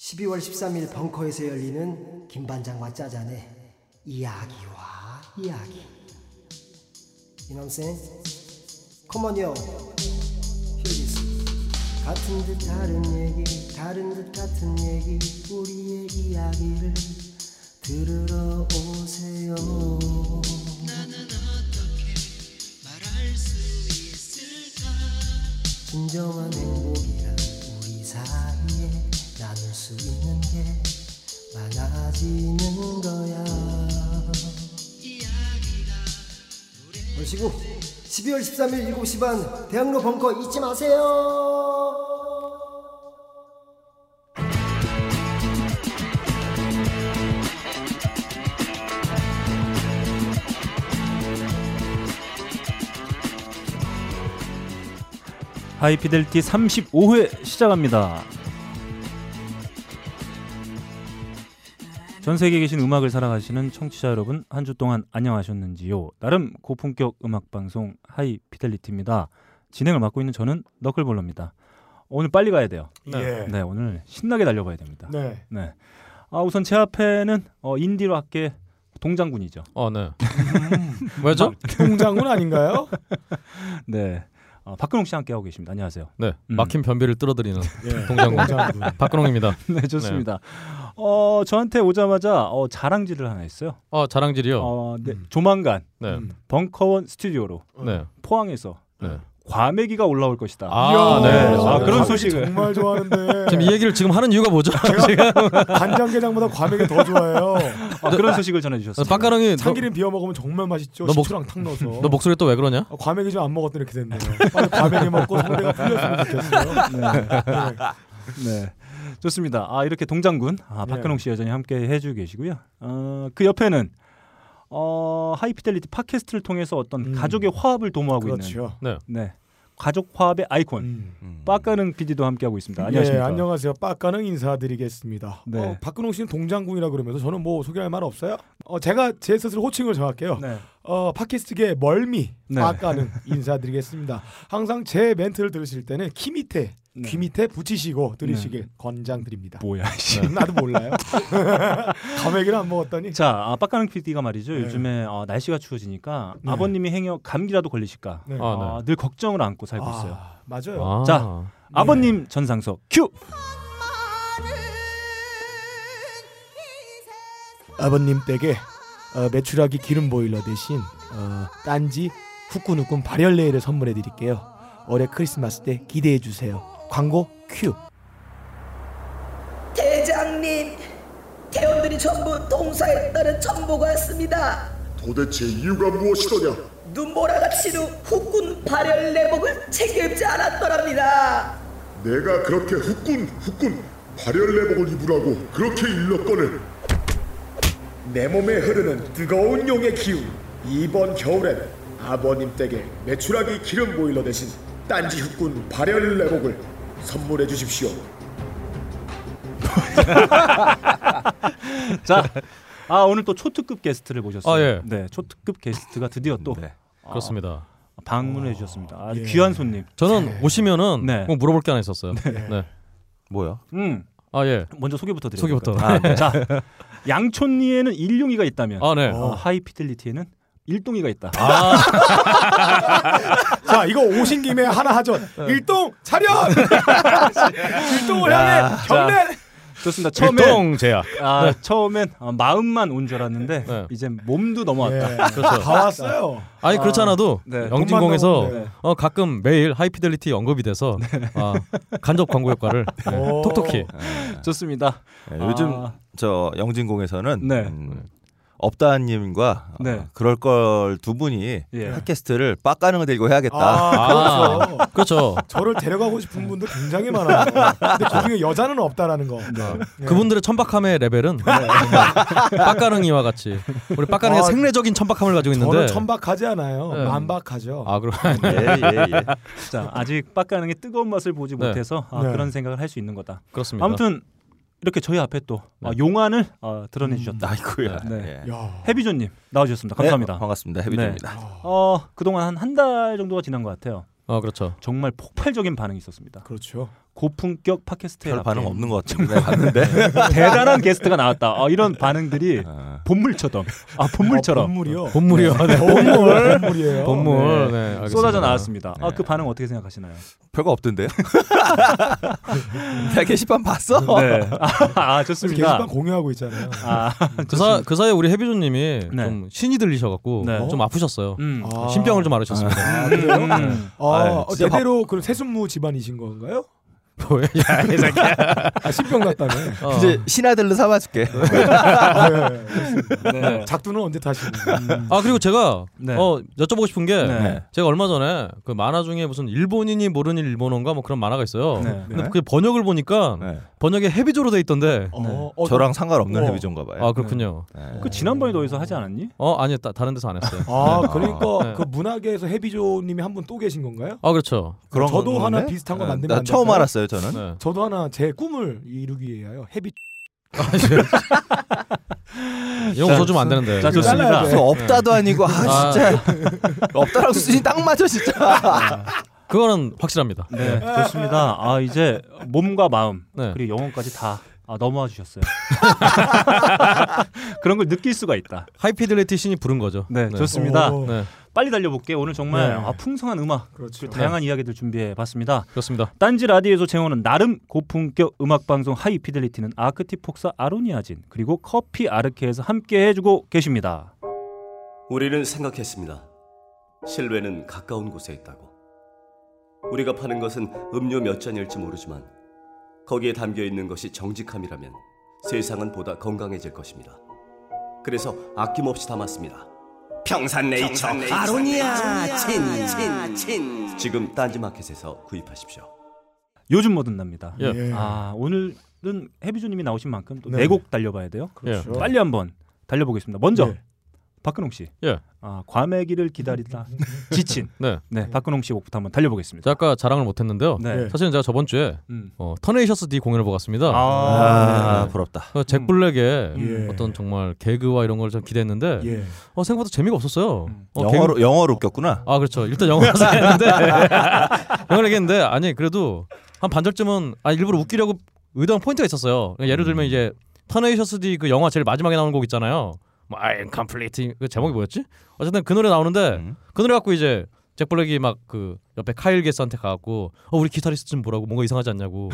12월 13일 벙커에서 열리는 김반장과 짜잔의 이야기와 이야기. 이놈생, 커먼요. 휴지스. 같은 듯 다른 얘기, 다른 듯 같은 얘기, 우리의 이야기를 들으러 오세요. 진정한 행복이란 우리 사이에 나눌 수 있는 게 많아지는 거야. 보시고 12월 13일 7시 반 대학로 벙커 잊지 마세요. 하이피델티 35회 시작합니다. 전 세계에 계신 음악을 사랑하시는 청취자 여러분 한 주 동안 안녕하셨는지요? 나름 고품격 음악 방송 하이피델리티입니다. 진행을 맡고 있는 저는 너클볼러입니다. 오늘 빨리 가야 돼요. 네. 예. 네, 오늘 신나게 달려봐야 됩니다. 네. 네. 아 우선 제 앞에는 어, 인디로 할게 동장군이죠. 어, 네. 왜죠? 통장군 아닌가요? 네. 어, 박근홍 씨와 함께 하고 계십니다. 안녕하세요. 네. 음. 막힌 변비를 뚫어드리는 예. 동장군 통장군. 박근홍입니다. 네, 좋습니다. 어 저한테 오자마자 어, 자랑질을 하나 했어요. 어, 자랑질이요. 어, 네, 음. 조만간 네. 음. 벙커원 스튜디오로 네. 포항에서 네. 과메기가 올라올 것이다. 아, 이야. 네. 아, 아, 그런 과메기 그런 소식을. 정말 좋아하는데. 지금 이 얘기를 지금 하는 이유가 뭐죠? 제가 간장게장보다 과메기 더 좋아해요. 아, 그런 소식을 전해 주셨어요. 박가랑이 너, 참기름 비벼 먹으면 정말 맛있죠. 너 목- 식초랑 탕 넣어서. 너 목소리 또 왜 그러냐? 아, 과메기 좀 안 먹었더니 이렇게 됐네요. 빨리 과메기 먹고 상대가 풀렸으면 좋겠어요. 네. 네. 좋습니다. 아, 이렇게 동장군 아, 박근홍 씨 여전히 함께 해주고 계시고요. 어, 그 옆에는 어, 하이피델리티 팟캐스트를 통해서 어떤 음. 가족의 화합을 도모하고 있는 그렇죠. 네. 가족 화합의 아이콘 음. 빠까는 PD도 함께하고 있습니다. 예, 안녕하십니까? 안녕하세요. 빠까는 인사드리겠습니다. 네. 어, 박근홍 씨는 동장군이라 그러면서 저는 뭐 소개할 말 없어요. 어, 제가 제 스스로 호칭을 정할게요. 네. 어, 팟캐스트계 멀미 네. 빠까는 인사드리겠습니다. 항상 제 멘트를 들으실 때는 키 밑에 네. 귀 밑에 붙이시고 들으시길 권장드립니다. 네, 뭐야, 씨. 나도 몰라요. 감액이를 안 먹었더니 자, 아, 빡가는 PD가 말이죠. 네. 요즘에 어, 날씨가 추워지니까 네. 아버님이 행여 감기라도 걸리실까 네. 아, 네. 아, 늘 걱정을 안고 살고 아, 있어요. 맞아요. 아. 자. 아버님 전상석 큐. 아버님 댁에 어, 매출하기 기름 보일러 대신 어, 딴지 후끈후끈 발열레일을 선물해 드릴게요. 올해 크리스마스 때 기대해 주세요. 광고 큐. 대장님, 대원들이 전부 동사했다는 정보가 왔습니다. 도대체 이유가 무엇이더냐? 눈보라가 치루 후군 발열 내복을 챙겨 입지 않았더랍니다. 내가 그렇게 후끈 후끈 발열내복을 입으라고 그렇게 일렀거늘 내 몸에 흐르는 뜨거운 용의 기운. 이번 겨울엔 아버님 댁에 메추라기 기름 보일러 대신 딴지 흑군 발열 내복을 선물해 주십시오. 자, 아 오늘 또 초특급 게스트를 모셨어요. 아, 예. 네, 초특급 게스트가 드디어 또 그렇습니다. 방문해 주셨습니다. 아주 귀한 손님. 저는 오시면은 네. 꼭 물어볼 게 하나 있었어요. 네. 뭐야? 음, 아, 예. 먼저 소개부터 드릴게요. 소개부터. 아, 네. 자, 양촌리에는 일룡이가 있다면, 아, 네. 어, 하이피델리티에는 일동이가 있다. 자 이거 오신 김에 하나 하죠. 네. 일동 차렷. 아, 일동을 향해 경례. 좋습니다. 처음엔 철동 제약. 아, 처음엔 어, 마음만 온 줄 알았는데 네. 이제 몸도 넘어왔다. 예, 그렇죠. 다 왔어요. 아니 그렇지 않아도 네. 영진공에서 돈만 넣으면 어, 가끔 매일 하이피델리티 언급이 돼서 아, 간접 광고 효과를 네, 오. 톡톡히 좋습니다. 예, 요즘 아. 저 영진공에서는 네. 음, 업다님과 어, 네. 그럴 걸 두 분이 예. 팟캐스트를 빡가능을 들고 해야겠다. 아, 그렇죠. 그렇죠. 저를 데려가고 싶은 분들 굉장히 많아요. 근데 그중에 여자는 없다라는 네. 거. 예. 그분들의 천박함의 레벨은 빡가릉이와 같이 우리 빡가릉의 아, 생내적인 천박함을 가지고 있는데 저는 천박하지 않아요. 네. 만박하죠. 아 그럼 예예 예. 예. 자, 아직 빡가능의 뜨거운 맛을 보지 네. 못해서 아, 네. 그런 생각을 할 수 있는 거다. 그렇습니다. 아무튼 이렇게 저희 앞에 또 어, 네. 용안을 어, 드러내 주셨다. 아이고야. 네. 예. 야. 해비조님 나와주셨습니다. 감사합니다. 네, 반갑습니다. 해비조입니다. 어 그동안 한 한 달 정도가 지난 것 같아요. 어 그렇죠. 정말 폭발적인 반응이 있었습니다. 그렇죠. 고품격 팟캐스트에 별 반응 없는 것 같은데 네, 봤는데. 네. 대단한 게스트가 나왔다. 아, 이런 반응들이 본물처럼 아 본물처럼 아, 본물이요. 본물이요. 네. 본물. 본물이에요. 본물. 네. 알겠습니다. 쏟아져 나왔습니다. 아 네. 그 반응 어떻게 생각하시나요? 별거 없던데요? 내 게시판 봤어? 네. 아 지금 좋습니다. 게시판 공유하고 있잖아요. 아, 그, 사, 그 사이에 우리 해비조님이 네. 좀 신이 들리셔갖고 네. 좀 아프셨어요. 음. 아. 신병을 좀 앓으셨습니다. 아, 그래요? 음. 아, 아유, 어, 진짜 제대로 그럼 세순무 집안이신 건가요? 뭐야? 야, 이 새끼야. 아, 신병 같다네. 어. 이제 신하들로 삼아줄게. 아, 예, 예. 네. 작두는 언제 다시? 아 그리고 제가 네. 어 여쭤보고 싶은 게 네. 제가 얼마 전에 그 만화 중에 무슨 일본인이 모르는 일본어인가 뭐 그런 만화가 있어요. 네. 근데 그 번역을 보니까 네. 번역에 해비조로 돼 있던데. 어, 어, 저랑 상관없는 어. 헤비존가 봐요. 아 그렇군요. 그 지난번에 너희서 하지 않았니? 어 아니요 따- 다른 데서 안 했어요. 아, 그러니까 네. 그 문학계에서 해비조님이 한 분 또 계신 건가요? 아 그렇죠. 그런 저도 건데? 하나 비슷한 거 네, 만들면 나 안 처음 될까요? 알았어요 저는. 네. 저도 하나 제 꿈을 이루기 위하여 해비. 이런 거 써주면 안 되는데. 자 좋습니다. 잘라야 돼. 그래서 없다도 아니고 아 아. 진짜 없다라고 수준이 딱 맞아 진짜. 네. 그거는 확실합니다. 네 좋습니다. 아 이제 몸과 마음 네. 그리고 영혼까지 다 아, 넘어와 주셨어요. 그런 걸 느낄 수가 있다. 하이피델리티 신이 부른 거죠. 네, 좋습니다. 오. 네 빨리 달려볼게. 요 오늘 정말 네. 아, 풍성한 음악 그렇죠. 그리고 다양한 이야기들 준비해봤습니다. 그렇습니다. 딴지 라디오에서 제공하는 나름 고품격 음악 방송 하이 피델리티는 아크티 폭사 아로니아진 그리고 커피 아르케에서 함께 해주고 계십니다. 우리는 생각했습니다. 실외는 가까운 곳에 있다고. 우리가 파는 것은 음료 몇 잔일지 모르지만 거기에 담겨 있는 것이 정직함이라면 세상은 보다 건강해질 것입니다. 그래서 아낌없이 담았습니다. 평산네이처 아로니아 친친친 지금 딴지마켓에서 구입하십시오. 요즘 뭐든 납니다. 예. 예. 아 오늘은 해비조님이 나오신 만큼 또 네. 네 곡 달려봐야 돼요. 예. 그렇죠. 어. 빨리 한번 달려보겠습니다. 먼저 네. 박근홍 씨, 예. 아, 과메기를 기다리다 지친 네. 네 박근홍 씨 곡부터 한번 달려보겠습니다. 제가 아까 자랑을 못했는데요. 네. 네. 사실은 제가 저번 주에 음. 어, 터네이셔스 D 공연을 보고 갔습니다. 아, 아 부럽다. 어, 잭 블랙의 음. 예. 어떤 정말 개그와 이런 걸 좀 기대했는데 예. 어, 생각보다 재미가 없었어요. 음. 어, 영어로 개그- 영어로 웃겼구나. 아 그렇죠. 일단 영어로 했는데 영어로 했는데 아니 그래도 한 반절쯤은 아 일부러 웃기려고 의도한 포인트가 있었어요. 그러니까 예를 들면 이제 터네이셔스 D 그 영화 제일 마지막에 나오는 곡 있잖아요. 뭐 I'm complete 그 제목이 뭐였지? 어쨌든 그 노래 나오는데 음. 그 노래 갖고 이제 잭 블랙이 막 그 옆에 카일 게스한테 가갖고 어 우리 기타리스트 좀 보라고 뭔가 이상하지 않냐고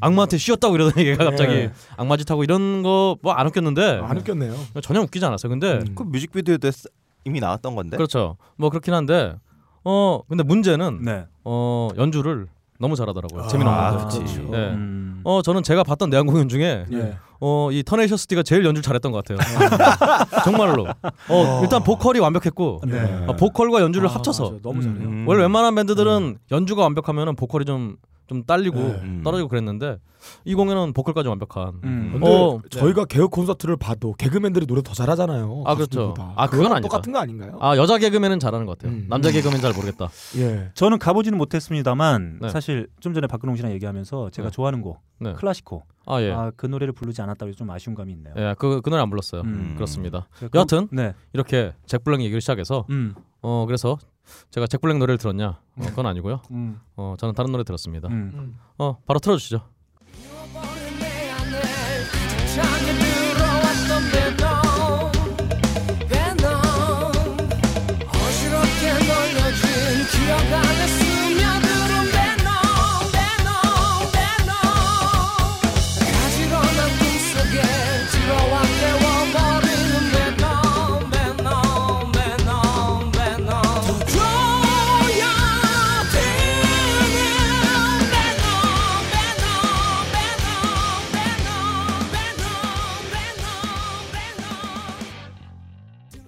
악마한테 쉬었다고 이러더니 얘가 갑자기 예. 악마 짓하고 이런 거 뭐 안 웃겼는데 안 웃겼네요. 전혀 웃기지 않았어요. 근데 음. 그 뮤직비디오도 했- 이미 나왔던 건데. 그렇죠. 뭐 그렇긴 한데 어 근데 문제는 네. 어 연주를 너무 잘하더라고요. 아, 재미난 아, 거. 그치. 네. 음. 어 저는 제가 봤던 내한 공연 중에 예. 어이 터네이셔스 D가 제일 연주를 잘했던 것 같아요. 정말로. 어 일단 보컬이 완벽했고 네. 어, 보컬과 연주를 아, 합쳐서 맞아. 너무 잘해요. 음. 원래 웬만한 밴드들은 연주가 완벽하면 보컬이 좀 좀 딸리고 네. 떨어지고 그랬는데 이 공연은 보컬까지 완벽한. 음. 근데 어, 저희가 개그 콘서트를 봐도 개그맨들이 노래 더 잘하잖아요. 아, 그렇죠. 가수들보다. 아, 그건 그거랑 아니다. 똑같은 거 아닌가요? 아 여자 개그맨은 잘하는 것 같아요. 음. 남자 개그맨 잘 모르겠다. 예. 저는 가보지는 못했습니다만 네. 사실 좀 전에 박근홍 씨랑 얘기하면서 제가 네. 좋아하는 곡 네. 클래시코 아 예. 아, 그 노래를 부르지 않았다고 해서 좀 아쉬운 감이 있네요. 예, 그, 그 노래 안 불렀어요. 음. 그렇습니다. 그럼- 여하튼 네. 이렇게 잭블랙 얘기를 시작해서 음. 어 그래서 제가 잭블랙 노래를 들었냐? 어, 그건 아니고요. 음. 어 저는 다른 노래 들었습니다. 음. 어 바로 틀어주시죠.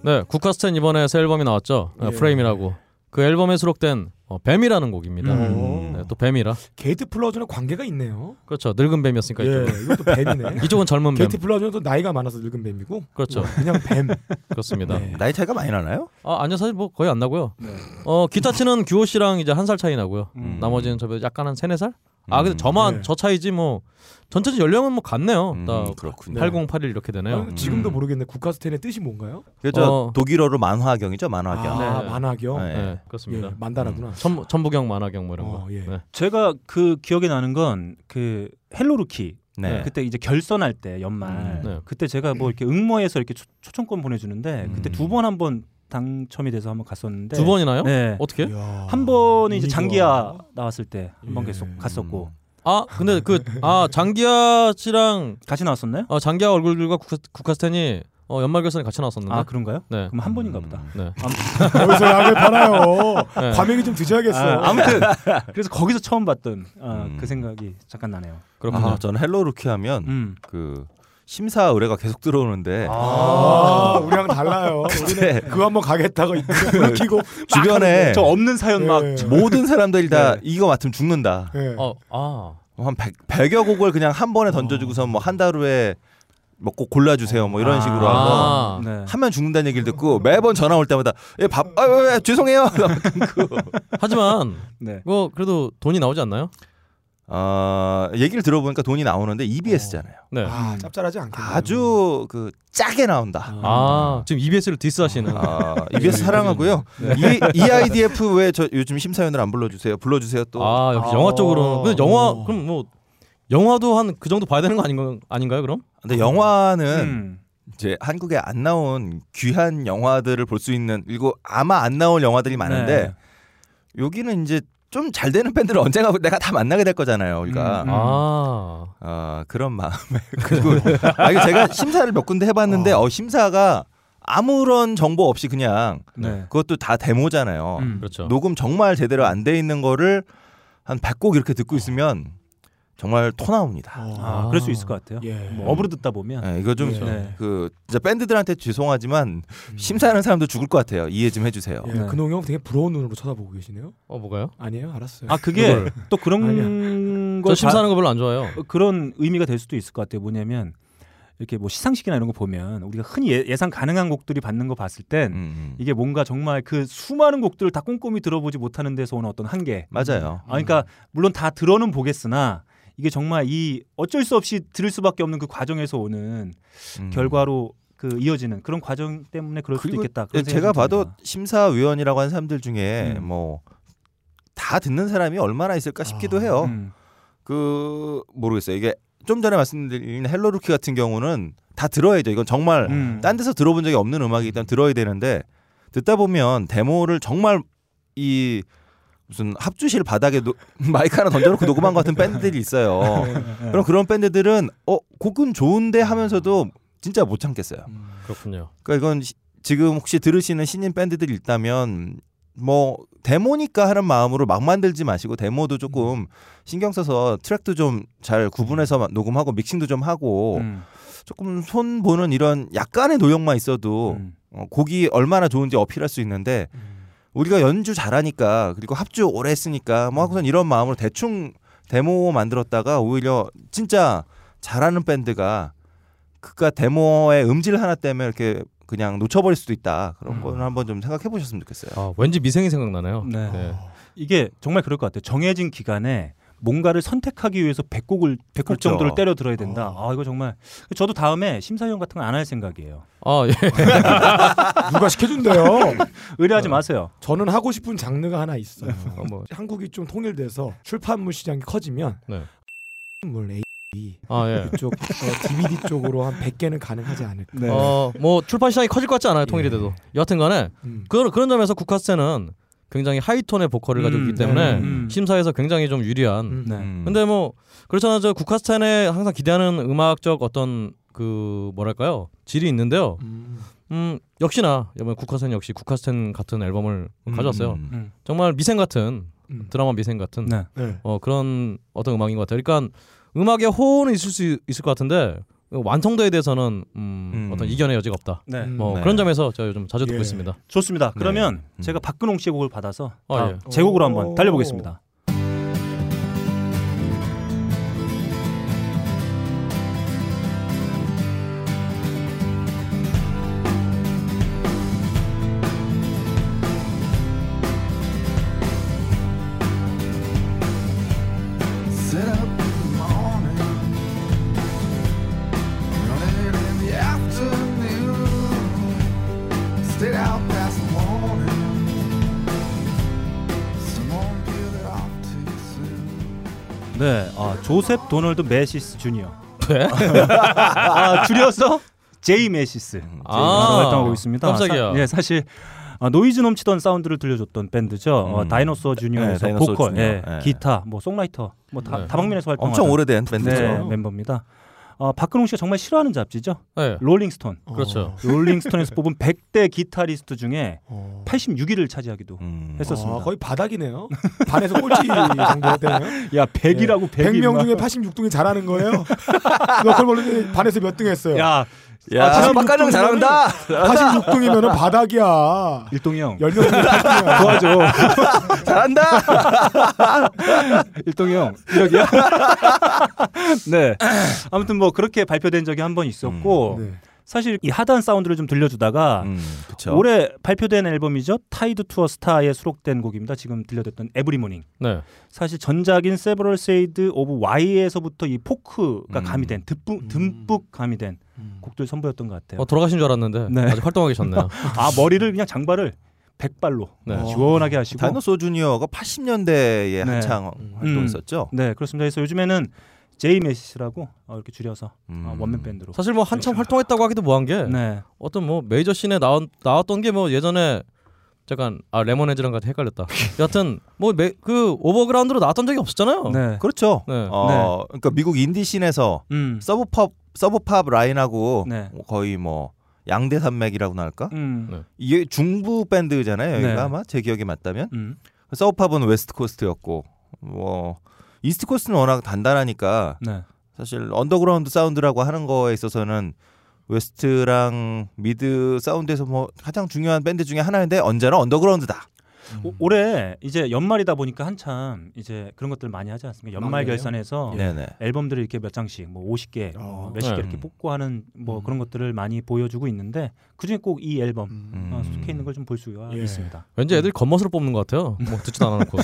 네, 국카스텐 이번에 새 앨범이 나왔죠. 어, 예. 프레임이라고 그 앨범에 수록된 어, 뱀이라는 곡입니다. 음. 네, 또 뱀이라 게이트 플라워즈는 관계가 있네요. 그렇죠. 늙은 뱀이었으니까 예. 이쪽은. 이것도 뱀이네. 이쪽은 젊은 뱀. 게이트 플라워즈는 또 나이가 많아서 늙은 뱀이고 뭐 그렇죠. 그냥 뱀. 그렇습니다. 나이 차이가 많이 나나요? 아 아니요 사실 뭐 거의 안 나고요. 어 기타 치는 규호 씨랑 이제 한 살 차이 나고요. 음. 나머지는 저보다 약간 한 세네 살 아 근데 음, 저만 네. 저 차이지 뭐 전체적 연령은 뭐 같네요. 음, 다 그렇군요. 8081 이렇게 되네요. 아, 지금도 모르겠네. 국카스텐의 뜻이 뭔가요? 그저 어. 독일어로 만화경이죠 만화경. 아, 네. 만화경. 네. 네, 예, 그렇습니다. 음. 만다라구나. 천, 천부경 만화경 뭐 이런 어, 거. 예. 네. 제가 그 기억에 나는 건 그 헬로루키 네. 그때 이제 결선할 때 연말 음, 네. 그때 제가 뭐 이렇게 응모해서 이렇게 초, 초청권 보내주는데 그때 음. 두 번 한 번 당첨이 돼서 한번 갔었는데 두 번이나요? 네. 어떻게? 이야, 한 번은 이제 운이 장기야 좋아. 나왔을 때 한 번 예. 계속 갔었고 아 근데 그 아 장기하 씨랑 같이 나왔었나요? 어, 장기하 얼굴들과 국카, 국카스텐이 어, 연말 결산에 같이 나왔었는데. 아 그런가요? 네. 그럼 한 번인가 보다. 아, 네. 거기서 약을 팔아요. 과메기 좀 드셔야겠어. 아, 무튼 그래서 거기서 처음 봤던 아, 음. 그 생각이 잠깐 나네요. 그렇군요. 아, 저는 헬로루키 하면 음. 그 심사 의뢰가 계속 들어오는데 네. 아, 우리랑 달라요. 우리는 그거 아, 네. 한번 가겠다고 끊기고 주변에 어- 저 없는 사연 막 모든 사람들이 다 이거 맡으면 죽는다. 어, 아. 한 100, 100여 곡을 그냥 한 번에 던져주고서 뭐 한 달 후에 뭐 꼭 골라주세요 뭐 이런 식으로 하고 아. 아. 네. 하면 죽는다는 얘기를 듣고 매번 전화 올 때마다 예밥 아, 예, 죄송해요. 하지만 네. 이거 그래도 돈이 나오지 않나요? 어, 얘기를 들어보니까 돈이 나오는데 EBS잖아요. 어. 네. 아, 아, 짭짤하지 않겠네요. 아주 그 짜게 나온다. 어. 아, 지금 EBS를 디스하시는. 아, EBS 음. 사랑하고요. 네. 이 EIDF 왜 저 요즘 심사위원을 안 불러주세요? 불러주세요 또. 아 역시 영화 쪽으로. 근데 영화 그럼 뭐 영화도 한 그 정도 봐야 되는 거 아닌가 아닌가요 그럼? 근데 영화는 음. 이제 한국에 안 나온 귀한 영화들을 볼 수 있는 그리고 아마 안 나올 영화들이 많은데 네. 여기는 이제 좀 잘 되는 팬들을 언젠가 내가 다 만나게 될 거잖아요. 우리가 음, 음. 아. 아, 그런 마음에 그리고 아, 이거 제가 심사를 몇 군데 해봤는데 어, 심사가 아무런 정보 없이 그냥 네. 그것도 다 데모잖아요. 음. 그렇죠. 녹음 정말 제대로 안 돼 있는 거를 한 100곡 이렇게 듣고 있으면 정말 토 나옵니다. 어. 아, 그럴 수 있을 것 같아요. 예. 뭐 업으로 듣다 보면 네, 이거 좀 네. 그 진짜 밴드들한테 죄송하지만 심사하는 사람도 죽을 것 같아요. 이해 좀 해주세요. 음, 예, 네. 근홍이 형 되게 부러운 눈으로 쳐다보고 계시네요. 어 뭐가요? 아니에요, 네. 알았어요. 아 그게 또 그런 저 걸 봐- 심사하는 거 별로 안 좋아해요. 어, 그런 의미가 될 수도 있을 것 같아요. 뭐냐면 이렇게 뭐 시상식이나 이런 거 보면 우리가 흔히 예- 예상 가능한 곡들이 받는 거 봤을 땐 음, 음. 이게 뭔가 정말 그 수많은 곡들을 다 꼼꼼히 들어보지 못하는 데서 오는 어떤 한계. 맞아요. 아, 그러니까 물론 다 들어는 보겠으나 이게 정말 이 어쩔 수 없이 들을 수밖에 없는 그 과정에서 오는 음. 결과로 그 이어지는 그런 과정 때문에 그럴 수도 그리고 있겠다. 그런 예, 생각이 제가 봐도 듭니다. 심사위원이라고 하는 사람들 중에 음. 뭐 다 듣는 사람이 얼마나 있을까 싶기도 해요. 음. 그 모르겠어요. 이게 좀 전에 말씀드린 헬로루키 같은 경우는 다 들어야죠. 이건 정말 음. 딴 데서 들어본 적이 없는 음악이 일단 들어야 되는데 듣다 보면 데모를 정말 이 무슨 합주실 바닥에 노- 마이크 하나 던져놓고 녹음한 것 같은 밴드들이 있어요. 네, 그럼 그런 밴드들은 어 곡은 좋은데 하면서도 진짜 못 참겠어요. 그렇군요. 그러니까 이건 시- 지금 혹시 들으시는 신인 밴드들이 있다면 뭐 데모니까 하는 마음으로 막 만들지 마시고 데모도 음. 조금 신경 써서 트랙도 좀 잘 구분해서 마- 녹음하고 믹싱도 좀 하고 음. 조금 손 보는 이런 약간의 노력만 있어도 음. 어, 곡이 얼마나 좋은지 어필할 수 있는데 우리가 연주 잘하니까 그리고 합주 오래 했으니까 뭐 하고선 이런 마음으로 대충 데모 만들었다가 오히려 진짜 잘하는 밴드가 그가 데모의 음질 하나 때문에 이렇게 그냥 놓쳐버릴 수도 있다 그런 거는 한번 좀 생각해 보셨으면 좋겠어요. 아 왠지 미생이 생각나네요. 네. 이게 정말 그럴 것 같아요. 정해진 기간에 뭔가를 선택하기 위해서 100곡을 100곡 그렇죠. 정도를 때려 들어야 된다. 아 이거 정말 저도 다음에 심사위원 같은 거 안 할 생각이에요. 아 예. 누가 시켜준대요. 의뢰하지 마세요. 저는 하고 싶은 장르가 하나 있어요. 어, 뭐. 한국이 좀 통일돼서 출판물 시장이 커지면 네. 물 A 아 예. 쪽 어, DVD 쪽으로 한 100개는 가능하지 않을까. 네. 어 뭐 출판 시장이 커질 것 같지 않아요 통일이 돼도. 여하튼간에 음. 그런 그런 점에서 국카스는 굉장히 하이톤의 보컬을 가지고 음, 있기 때문에 음. 심사에서 굉장히 좀 유리한 음. 네. 음. 근데 뭐 그렇잖아요. 저 국카스탄에 항상 기대하는 음악적 어떤 그 뭐랄까요 질이 있는데요. 음. 음 역시나 이번 국카스탄 역시 국카스탄 같은 앨범을 가져왔어요. 음. 음. 정말 미생 같은 음. 드라마 미생 같은 네. 네. 어 그런 어떤 음악인 것 같아요. 그러니까 음악의 호응은 있을 수 있을 것 같은데 완성도에 대해서는 음, 음. 어떤 이견의 여지가 없다. 네. 음. 뭐 네. 그런 점에서 제가 요즘 자주 듣고 예. 있습니다. 좋습니다. 그러면 음. 제가 박근홍 씨의 곡을 받아서 아, 다음 예. 제 곡으로 오. 한번 달려보겠습니다. 새벽 네. 아, 조셉 도널드 메시스 주니어. 왜? 아, 줄여서 제이 음, 메시스. 아, 아, 활동하고 있습니다. 깜짝이야. 사, 예, 사실 아, 노이즈 넘치던 사운드를 들려줬던 밴드죠. 어, 음. 다이노소 네, 주니어에서 다이노소어 보컬, 주니어. 예, 예. 기타, 뭐 송라이터, 뭐 다, 네. 다방면에서 네, 활동. 엄청 오래된 밴드죠. 멤버입니다. 어, 박근홍 씨가 정말 싫어하는 잡지죠. 네. 롤링스톤. 그렇죠. 어, 롤링스톤에서 뽑은 100대 기타리스트 중에 어. 86위를 차지하기도 음. 했었습니다. 아, 거의 바닥이네요. 반에서 꼴찌 그 정도 되네요. 아, 야, 예. 100이라고 100이 100명 중에 86등이 잘하는 거예요. 너클볼로 반에서 몇 등 했어요? 야, 야, 아, 박가능 잘한다. 잘한다. 86등이면 바닥이야. 일동형. 열명 중에 80이야. 도와줘. 잘한다. 일동형 이력이야. 네. 아무튼 뭐 그렇게 발표된 적이 한 번 있었고 사실 이 하단 사운드를 좀 들려주다가 음, 네. 그쵸. 올해 발표된 앨범이죠 타이드 투어 스타에 수록된 곡입니다. 지금 들려드렸던 에브리 모닝. 네. 사실 전작인 세브럴 세이드 오브 Y에서부터 이 음. 포크가 가미된 듬뿍, 듬뿍 가미된 곡들 선보였던 것 같아요. 어, 돌아가신 줄 알았는데 예. 네. 아직 활동하고 계셨네요. 아 머리를 그냥 장발을 백발로 어, 네. 시원하게 하시고 다이노소 주니어가 80년대에 뭐. 네. 한창 활동했었죠. 네 그렇습니다. 그래서 요즘에는 제이 메시스라고 어, 이렇게 줄여서 어, 음. 원맨 밴드로 사실 뭐 한참 활동했다고 하기도 뭐한 게 네. 어떤 뭐 메이저 씬에 나왔던 게 뭐 예전에 잠깐 아 레모네즈랑 같이 헷갈렸다. 여하튼 뭐 그 오버그라운드로 나왔던 적이 없었잖아요. 네. 그렇죠. 네. 어, 그러니까 미국 인디씬에서 음. 서브팝 서브팝 라인하고 네. 거의 뭐 양대 산맥이라고나 할까? 음. 네. 이게 중부 밴드잖아요. 여기가 네. 아마 제 기억에 맞다면 그 음. 서브팝은 웨스트 코스트였고 뭐 이스트 코스트는 워낙 단단하니까 네. 사실 언더그라운드 사운드라고 하는 거에 있어서는 웨스트랑 미드 사운드에서 뭐 가장 중요한 밴드 중에 하나인데 언제나 언더그라운드다. 오- 올해 이제 연말이다 보니까 한참 이제 그런 것들 많이 하지 않습니까? 연말 막내요? 결산에서 네네. 앨범들을 이렇게 몇 장씩 뭐 50개, 뭐 어. 몇십 개 네. 이렇게 뽑고 하는 뭐 그런 것들을 많이 보여주고 있는데 그중에 꼭 이 앨범 어, 속해 있는 걸 좀 볼 수가 예. 있습니다. 왠지 애들이 겉멋으로 뽑는 것 같아요. 뭐 듣지도 않아놓고.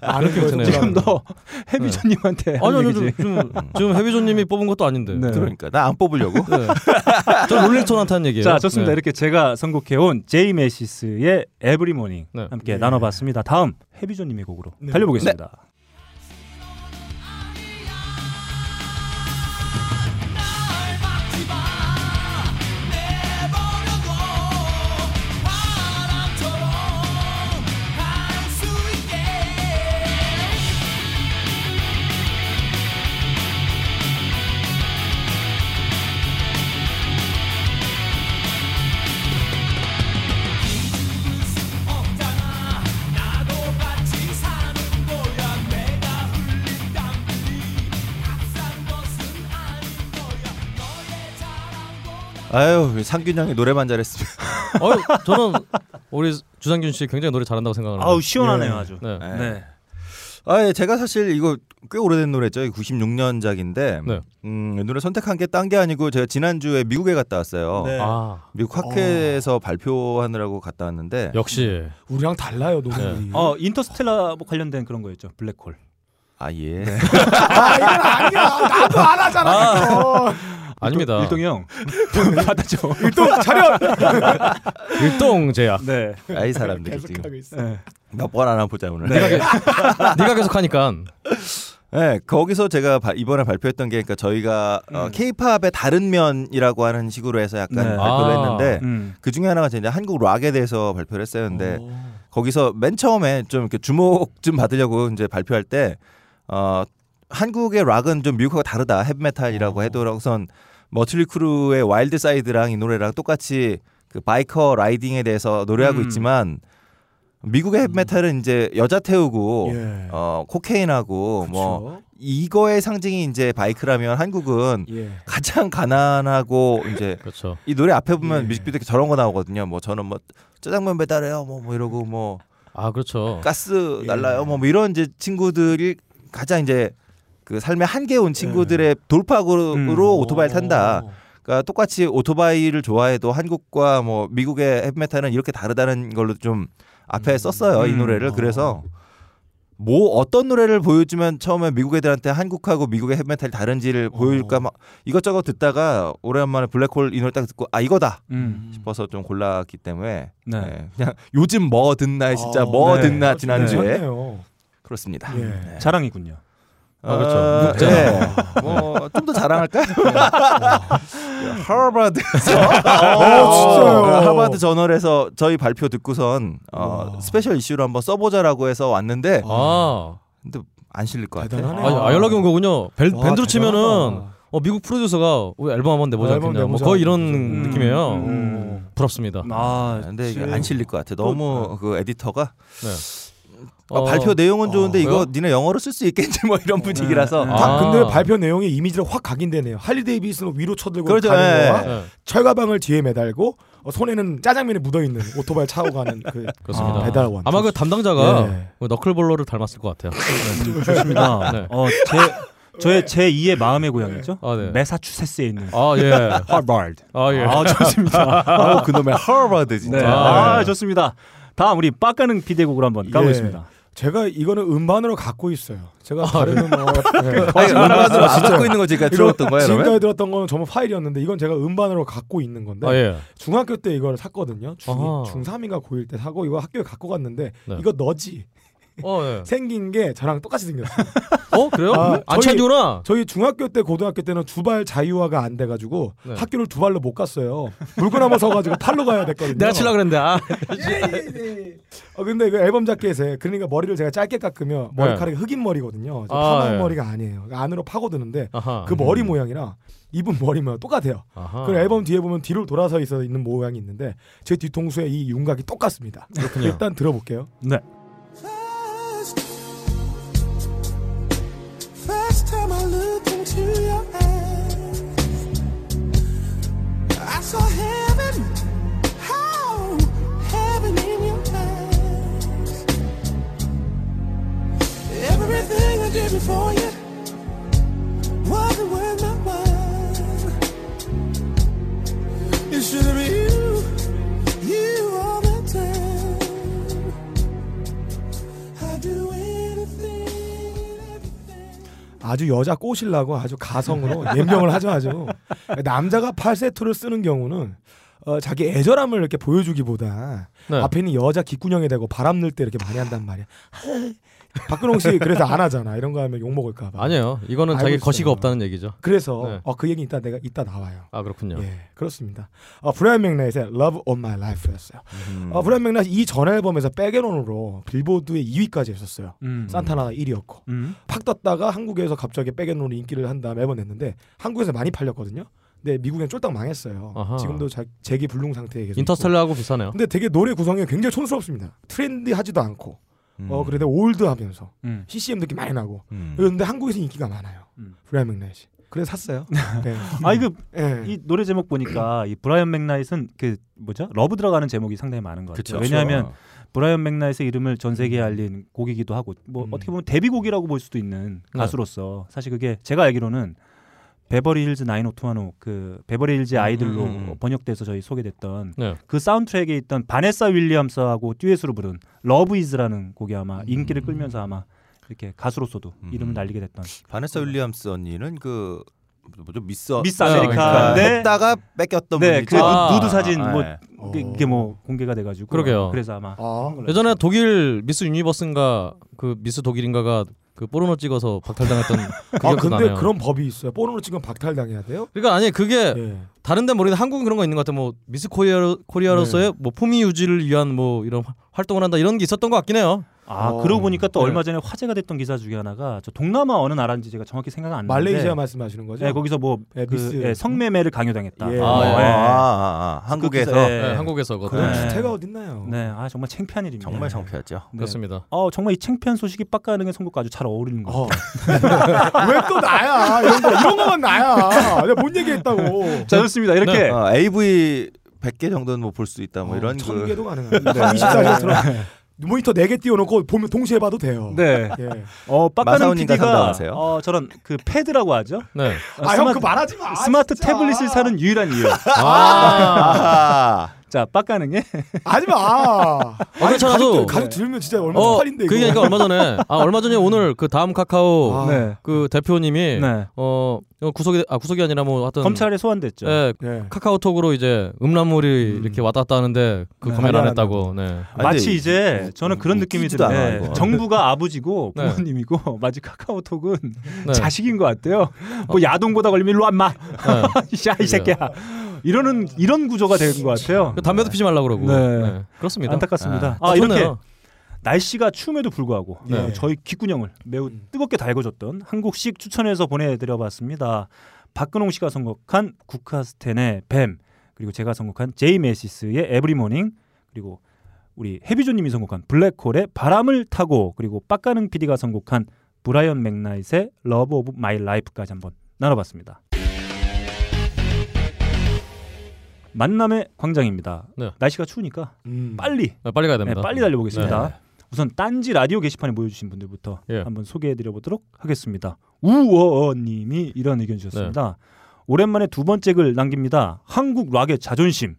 아는 거예요. 드네요. 지금 너 해비조님한테 네, 아니 아니 지 지금 지금 해비조님이 뽑은 것도 아닌데. 네. 그러니까 나 안 뽑으려고. 네. 저 롤링톤한테 한 얘기예요. 자 좋습니다. 네. 이렇게 제가 선곡해온 제이 메시스의 에브리 모닝 네. 함께 네. 나눠봤습니다. 다음 해비조님의 곡으로 네. 달려보겠습니다. 아유 상균형이 노래만 잘했으면. 어, 저는 우리 주상균 씨 굉장히 노래 잘한다고 생각을 합니다. 아우 시원하네요 아주. 네. 네. 네. 아, 예, 제가 사실 이거 꽤 오래된 노래죠. 96년작인데 네. 음, 이 노래 선택한 게 딴 게 아니고 제가 지난주에 미국에 갔다 왔어요. 네. 아 미국 학회에서 발표하느라고 갔다 왔는데 역시 우리랑 달라요, 노래들이. 어 인터스텔라 뭐 관련된 그런 거였죠 블랙홀. 아 예. 네. 아, 이건 아니야. 나도 안 하잖아. 아. 아닙니다. 일동 형 받아줘. 일동 차렷. 일동 제야. 네. 아이 사람들이 계속하고 지금 있어. 네. 몇 번 안 보자 오늘. 네가 계- 네가 계속 하니까. 네, 거기서 제가 바- 이번에 발표했던 게 그러니까 저희가 케이팝의 다른 면이라고 하는 식으로 해서 약간 음. 네. 발표를 아. 했는데 음. 그 중에 하나가 이제 한국 락에 대해서 발표를 했었는데 거기서 맨 처음에 좀 이렇게 주목 좀 받으려고 이제 발표할 때 어, 한국의 락은 좀 미국과 다르다 헤비메탈이라고 어. 해도 우선 머틀리 크루의 와일드 사이드랑 이 노래랑 똑같이 그 바이커 라이딩에 대해서 노래하고 음. 있지만 미국의 헤비메탈은 이제 여자 태우고 예. 어, 코케인하고 뭐 그렇죠. 이거의 상징이 이제 바이크라면 한국은 예. 가장 가난하고 이제 그렇죠. 이 노래 앞에 보면 예. 뮤직비디오 이렇게 저런 거 나오거든요. 뭐 저는 뭐 짜장면 배달해요. 뭐, 뭐 이러고 뭐 아 그렇죠. 가스 예. 날라요. 뭐, 뭐 이런 이제 친구들이 가장 이제 그 삶의 한계 온 친구들의 돌파구로 음. 오토바이를 탄다. 그러니까 똑같이 오토바이를 좋아해도 한국과 뭐 미국의 헤비메탈은 이렇게 다르다는 걸로 좀 앞에 썼어요 이 음. 노래를. 그래서 뭐 어떤 노래를 보여주면 처음에 미국 애들한테 한국하고 미국의 헤비메탈이 다른지를 보여줄까 막 이것저것 듣다가 오랜만에 블랙홀 이 노래 딱 듣고 아 이거다 음. 싶어서 좀 골랐기 때문에 네. 네, 그냥 요즘 뭐 듣나 진짜 어, 뭐 네. 듣나 지난주에 괜찮네요. 그렇습니다. 예. 자랑이군요. 아, 그렇죠. 어, 묵자. 예. 뭐, 좀 더 자랑할까요? 네. 하버드에서. 어, 진짜요? 하버드 저널에서 저희 발표 듣고선 어, 스페셜 이슈로 한번 써보자라고 해서 왔는데, 아, 근데 안 실릴 것 같아요. 대단하네. 아, 아, 연락이 온 거군요. 벨, 와, 대단하다. 밴드로 치면은 어, 미국 프로듀서가 우리 앨범 한번 내보자 네, 아, 앨범 했냐. 뭐 내보자. 거의 이런 음, 느낌이에요. 음. 부럽습니다. 아, 네, 근데 이게 지금- 안 실릴 것 같아. 너무 그 에디터가 아, 어, 발표 내용은 좋은데 이거 왜요? 니네 영어로 쓸 수 있겠지 뭐 이런 분위기라서. 네. 아, 다- 아. 근데 발표 내용이 이미지를 확 각인되네요. 할리 데이비스는 위로 쳐들고 그렇죠. 가는 예. 거와 네, 철가방을 뒤에 매달고 어, 손에는 짜장면이 묻어 있는 오토바이 차고 가는 그 그렇습니다. 아, 배달원. 아마 그 담당자가 네. 그 너클볼러를 닮았을 것 같아요. 음, 좋습니다. 네. 어, 제 저의 제 2의 마음의 고향이죠. 아, 네. 매사추세츠에 있는 아 예. 하버드. 아 예. 아, 좋습니다. 아우, 그놈의 하버드 진짜. 네. 예. 아, 아, 좋습니다. 다음 우리 빡가는 비대곡으로 한번 까보겠습니다. 예. 제가 이거는 음반으로 갖고 있어요. 제가 다른 음악 네. 아니, 음반으로 안 갖고 있는 거 제가 들었던 거예요, 지금까지 그러면? 들었던 거는 전부 파일이었는데 이건 제가 음반으로 갖고 있는 건데 아 예. 중학교 때 이걸 샀거든요. 중, 아하. 중3인가 고1 때 사고 이거 학교에 갖고 갔는데 네. 이거 너지 어 예. 생긴 게 저랑 똑같이 생겼어요. 어 그래요? 아, 안 저희- 챙기구나. 저희 중학교 때 고등학교 때는 두발 자유화가 안 돼가지고 네. 학교를 두 발로 못 갔어요. 물구나무 서가지고 팔로 가야 됐거든요. 내가 칠라 그랬는데. 아. 어, 근데 그 앨범 자켓에 그러니까 머리를 제가 짧게 깎으면 머리카락이 흑인 머리거든요. 네. 아, 파마 예. 머리가 아니에요. 그러니까 안으로 파고드는데 아하. 음. 그 머리 모양이랑 입은 머리 모양 똑같아요. 아하. 그 앨범 뒤에 보면 뒤로 돌아서 있어 있는 모양이 있는데 제 뒤통수에 이 윤곽이 똑같습니다. 그렇군요. 일단 들어볼게요. 네. First, first time I looked into your eyes, I saw heaven, how heaven in your eyes. Everything I did before you wasn't worth my while. It should have been you, you all the time. I do anything, everything. 아주 여자 꼬시려고 아주 가성으로 연명을 하죠 아주 남자가 팔세트를 쓰는 경우는 어, 자기 애절함을 이렇게 보여주기보다 네. 앞에 있는 여자 귓구녕에 대고 바람 넣을 때 이렇게 많이 한단 말이야 박근홍 씨 그래서 안 하잖아 이런 거 하면 욕 먹을까 봐 아니에요. 이거는 자기 알고 거시가 있어요. 없다는 얘기죠. 그래서 네. 어, 그 얘기 이따 내가 이따 나와요 아 그렇군요. 예 그렇습니다 어, 브라이언 맥나잇의 Love of My Life였어요 음. 어, 브라이언 맥나잇 이전 앨범에서 백앤온으로 빌보드에 2위까지 했었어요 음. 산타나가 1위였고 음. 팍 떴다가 한국에서 갑자기 백앤롤이 인기를 한 다음에 앨범 냈는데 한국에서 많이 팔렸거든요. 근데 미국엔 쫄딱 망했어요. 아하. 지금도 자, 재기 불능 상태에 계속. 있고. 인터스텔라하고 비슷하네요. 근데 되게 노래 구성이 굉장히 촌스럽습니다. 트렌디하지도 않고 어 그래도 올드하면서 음. CCM 느낌 많이 나고. 음. 그런데 한국에서 인기가 많아요. 음. 브라이언 맥나잇이. 그래서 샀어요. 네. 아 이거 예. 이 노래 제목 보니까 이 브라이언 맥나잇은 그 뭐죠? 러브 들어가는 제목이 상당히 많은 것 같아요. 왜냐하면 브라이언 맥나잇의 이름을 전 세계에 음. 알린 곡이기도 하고 뭐 음. 어떻게 보면 데뷔곡이라고 볼 수도 있는 네. 가수로서 사실 그게 제가 알기로는 베버리 hills 90210, 그 베버리 hills 의 아이들로 음, 음, 음. 번역돼서 저희 소개됐던 네. 그 사운드트랙에 있던 바네사 윌리엄스하고 듀엣으로 부른 러브 이즈라는 곡이 아마 인기를 끌면서 아마 이렇게 가수로서도 음. 이름을 날리게 됐던 바네사 윌리엄스 언니는 그 뭐죠 미스 미스 어, 그러니까 아메리카인데 했다가 뺏겼던 네, 분이죠. 그 아, 누드 사진 아, 뭐 네. 이게- 이게 뭐 공개가 돼가지고 그러게요. 그래서 아마 아. 예전에 독일 미스 유니버스인가 그 미스 독일인가가 그 포르노 찍어서 박탈당했던 그 아 기억도 근데 나네요. 그런 법이 있어요. 뽀로로 찍으면 박탈당해야 돼요? 그러니까 아니 그게 예. 다른 데 모르겠는데 한국은 그런 거 있는 것 같아요. 뭐 미스 코리아 코리아로서의 네. 뭐 품위 유지를 위한 뭐 이런 화- 활동을 한다 이런 게 있었던 것 같긴 해요. 아 어. 그러고 보니까 또 네. 얼마 전에 화제가 됐던 기사 중에 하나가 저 동남아 어느 나라인지 제가 정확히 생각 안 나는데 말레이시아 말씀하시는 거죠? 네, 거기서 뭐 예, 그, 미스- 예, 성매매를 강요당했다. 어, 예. 아, 아, 예. 아, 아, 아, 한국에서 그 기사에- 네, 한국에서 그거 그런 네. 주체가 아, 어딨나요? 네, 아 정말 창피한 일입니다. 정말 창피하죠. 네. 그렇습니다. 어 정말 이 창피한 소식이 빡가능의 선곡과 아주 잘 어울리는 거. 어. 왜 또 나야? 이런 거 이런 거만 나야. 내가 뭔 얘기했다고. 자 좋습니다. 이렇게 어, AV 100개 정도는 뭐 볼 수 있다 뭐천 이런 그- 개도 가능합니다. 24시간처럼 모니터 4개 띄워놓고 보면 동시에 봐도 돼요. 네. 예. 어 빡가능 마사오님과 PD가 상담하세요. 어 저런 그 패드라고 하죠. 네. 어, 아형 그 말하지 마. 스마트 진짜. 태블릿을 사는 유일한 이유. 아, 아, 자, 빡가능해? 하지 마. 아니, 그렇잖아도- 가족, 가족 들으면 진짜 얼마 어, 팔인데 이거. 그게 그러니까 얼마 전에 아 얼마 전에 오늘 그 다음 카카오 아. 네. 그 대표님이 네. 어 이거 구속이 아 구속이 아니라 뭐 하여튼 검찰에 소환됐죠. 아, 예, 네. 카카오톡으로 이제 음란물이 이렇게 왔다 갔다 하는데 그 네. 구매를 아니, 아니, 안 했다고. 네. 마치 이제 저는 그런 느낌이 뭐, 웃기지도 않아, 드는데 이거. 정부가 아버지고 네. 부모님이고 마치 카카오톡은 네. 자식인 것 같아요. 뭐 야동보다 걸리면 일로 안마. 네. 야이 새끼야. 이러는 이런 구조가 된 것 같아요. 그 담배도 피지 말라 고 그러고. 네. 그렇습니다. 안타깝습니다. 아, 아, 이렇게 좋네요. 날씨가 추움에도 불구하고 네. 음. 어, 저희 귓구녕을 매우 뜨겁게 달궈줬던 한국식 추천해서 보내드려봤습니다. 박근홍 씨가 선곡한 국카스텐의 뱀 그리고 제가 선곡한 제이 메시스의 에브리모닝 그리고 우리 해비조님이 선곡한 블랙홀의 바람을 타고 그리고 빡가능 PD가 선곡한 브라이언 맥나잇의 러브 오브 마이 라이프까지 한번 나눠봤습니다. 만남의 광장입니다. 네. 날씨가 추우니까 음. 빨리 네, 빨리 가야 네, 됩니다. 네. 빨리 달려보겠습니다. 우선 딴지 라디오 게시판에 모여주신 분들부터 예. 한번 소개해드려보도록 하겠습니다. 우어님이 이런 의견 주셨습니다. 네. 오랜만에 두 번째 글 남깁니다. 한국 락의 자존심.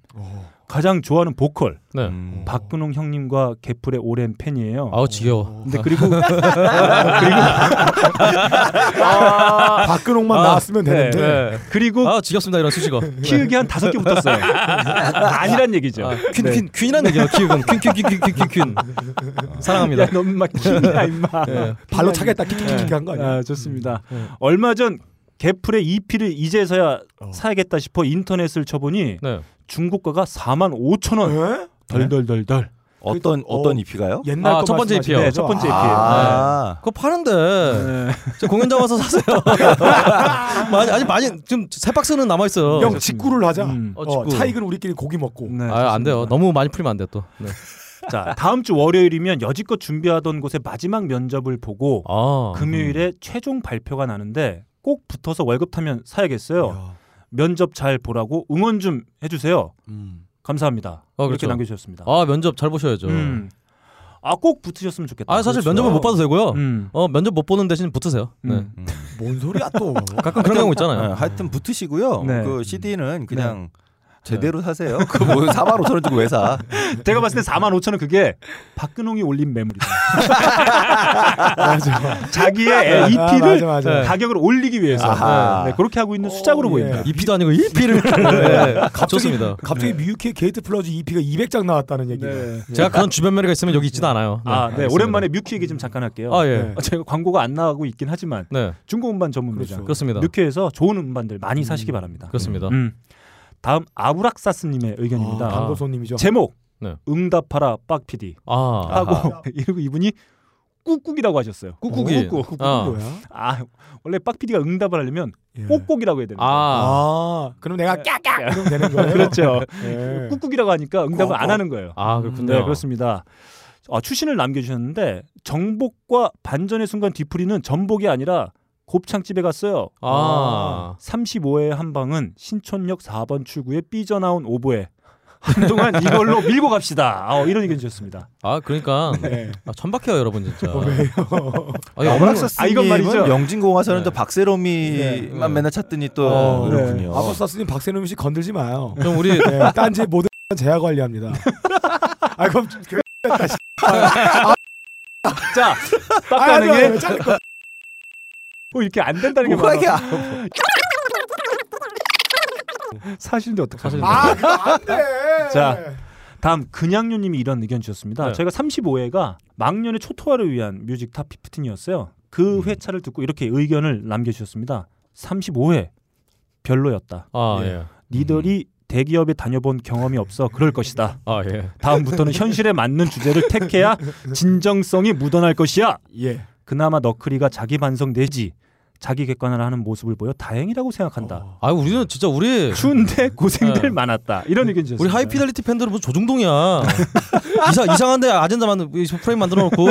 가장 좋아하는 보컬 네. 음. 박근홍 형님과 개풀의 오랜 팬이에요. 아우 지겨워. 음. 근데 그리고 박근홍만 아, 나왔으면 되는데. 네. 그리고 아 지겹습니다 이런 수식어. 키읔이 한 다섯 개 붙었어요. 아니란 얘기죠. 아, 퀸, 퀸, 퀸이라는 얘기야. 키우금 퀸퀸퀸퀸퀸 사랑합니다. 아. 야, 너무 막 키우냐 임마. 예. 발로 차겠다. 킥킥킥 한거 아니야? 아, 좋습니다. 얼마 전 개풀의 EP를 이제서야 사야겠다 싶어 인터넷을 쳐보니 네. 중고가가 4만 5천 원. 에? 덜덜덜덜. 어떤 그- 어떤 어. EP가요? 예? 옛날 아, 거 첫 번째 말씀하시는 EP 요. 네, 거죠? 첫 번째 EP. 아, 그거 파는데 네. 저 공연장 와서 사세요. 많이 아직 많이 지금 세 박스는 남아 있어요. 형 직구를 하자. 음. 어, 어, 직구. 차익은 우리끼리 고기 먹고. 네, 아, 좋습니다. 안 돼요. 너무 많이 풀리면 안 돼, 또. 네. 자, 다음 주 월요일이면 여지껏 준비하던 곳의 마지막 면접을 보고 아. 금요일에 최종 발표가 나는데 꼭 붙어서 월급 타면 사야겠어요. 야. 면접 잘 보라고 응원 좀 해주세요. 음. 감사합니다. 어, 이렇게 그렇죠. 남겨주셨습니다. 아, 면접 잘 보셔야죠. 음. 아, 꼭 붙으셨으면 좋겠다. 아, 사실 그렇죠. 면접은 못 봐도 되고요. 음. 어, 면접 못 보는 대신 붙으세요. 네. 음. 뭔 소리야 또. 가끔 그런 경우 있잖아요. 네, 하여튼 붙으시고요. 네. 그 CD는 그냥 제대로 사세요. 그뭐 4만 5천 원 주고 왜 사? 제가 봤을 때 4만 5천 원 그게 박근홍이 올린 매물이다. 맞아. 자기의 EP를 아, 맞아, 맞아. 가격을 올리기 위해서 아하. 네, 그렇게 하고 있는 수작으로 예. 보입니다. EP도 아니고 EP를. 네. 좋습니다. 갑자기 뮤유키의 게이트 플러즈 EP가 200장 나왔다는 얘기. 네. 제가 그런 주변 매력가 있으면 여기 있지도 않아요. 아, 네, 알겠습니다. 오랜만에 뮤키 얘기 좀 잠깐 할게요. 아, 예. 네. 아, 제가 광고가 안 나가고 있긴 하지만 네. 중고 음반 전문 매장 그렇습니다. 뮤키에서 좋은 그렇죠. 음반들 많이 사시기 바랍니다. 그렇습니다. 음. 다음 아브락사스님의 의견입니다. 아, 광고 손님이죠. 제목 네. 응답하라 빡피디 아. 하고 아하. 이러고 이분이 꾹꾹이라고 하셨어요. 꾹꾹이. 꾹꾹. 아. 뭐야? 아 원래 빡피디가 응답을 하려면 예. 꼭꼭이라고 해야 되는 거예요. 아. 아, 그럼 내가 깍깍 그럼 되는 거예요. 그렇죠. 예. 꾹꾹이라고 하니까 응답을 안 하는 거예요. 아, 네, 그렇군요. 그렇습니다. 어, 추신을 남겨주셨는데 정복과 반전의 순간 뒤풀이는 전복이 아니라 곱창집에 갔어요. 아. 35회 한 방은 신촌역 4번 출구에 삐져나온 오보에 한동안 이걸로 밀고 갑시다. 어, 이런 의견 주셨습니다. 아, 그러니까 네. 어, 아, 천박해요, 여러분 진짜. 아, 이거 아브락사 아, 이건 말이죠. 스님은 영진공화사는 네. 또 박세롬이만 네. 맨날 찾더니 또 어, 그렇군요. 아버사스님 박세롬 씨 건들지 마요. 좀 우리 네, 딴지 모든 제약 관리합니다. 아 그럼 그 자, 아니요, 빡가능에 아니요, 자꾸 그거 뭐 이렇게 안 된다는 게 뭐가 많아. 이게 아- 사실인데 어떡하죠? 사실인데. 아, 안 돼. 자. 다음 근양요님이 이런 의견 주셨습니다. 네. 저희가 35회가 망년의 초토화를 위한 뮤직 탑 15이었어요. 그 음. 회차를 듣고 이렇게 의견을 남겨주셨습니다. 35회 별로였다. 아, 예. 예. 니들이 대기업에 다녀본 경험이 없어 그럴 것이다. 아, 예. 다음부터는 현실에 맞는 주제를 택해야 진정성이 묻어날 것이야. 예. 그나마 너클이가 자기 반성 내지 자기 객관화를 하는 모습을 보여 다행이라고 생각한다. 아, 우리는 진짜 우리 추운데 고생들 네. 많았다. 이런 의견 주셨습니다. 우리 하이피델리티 팬들은 무슨 조중동이야. 이상 이상한데 아젠다 만들 이 프레임 만들어 놓고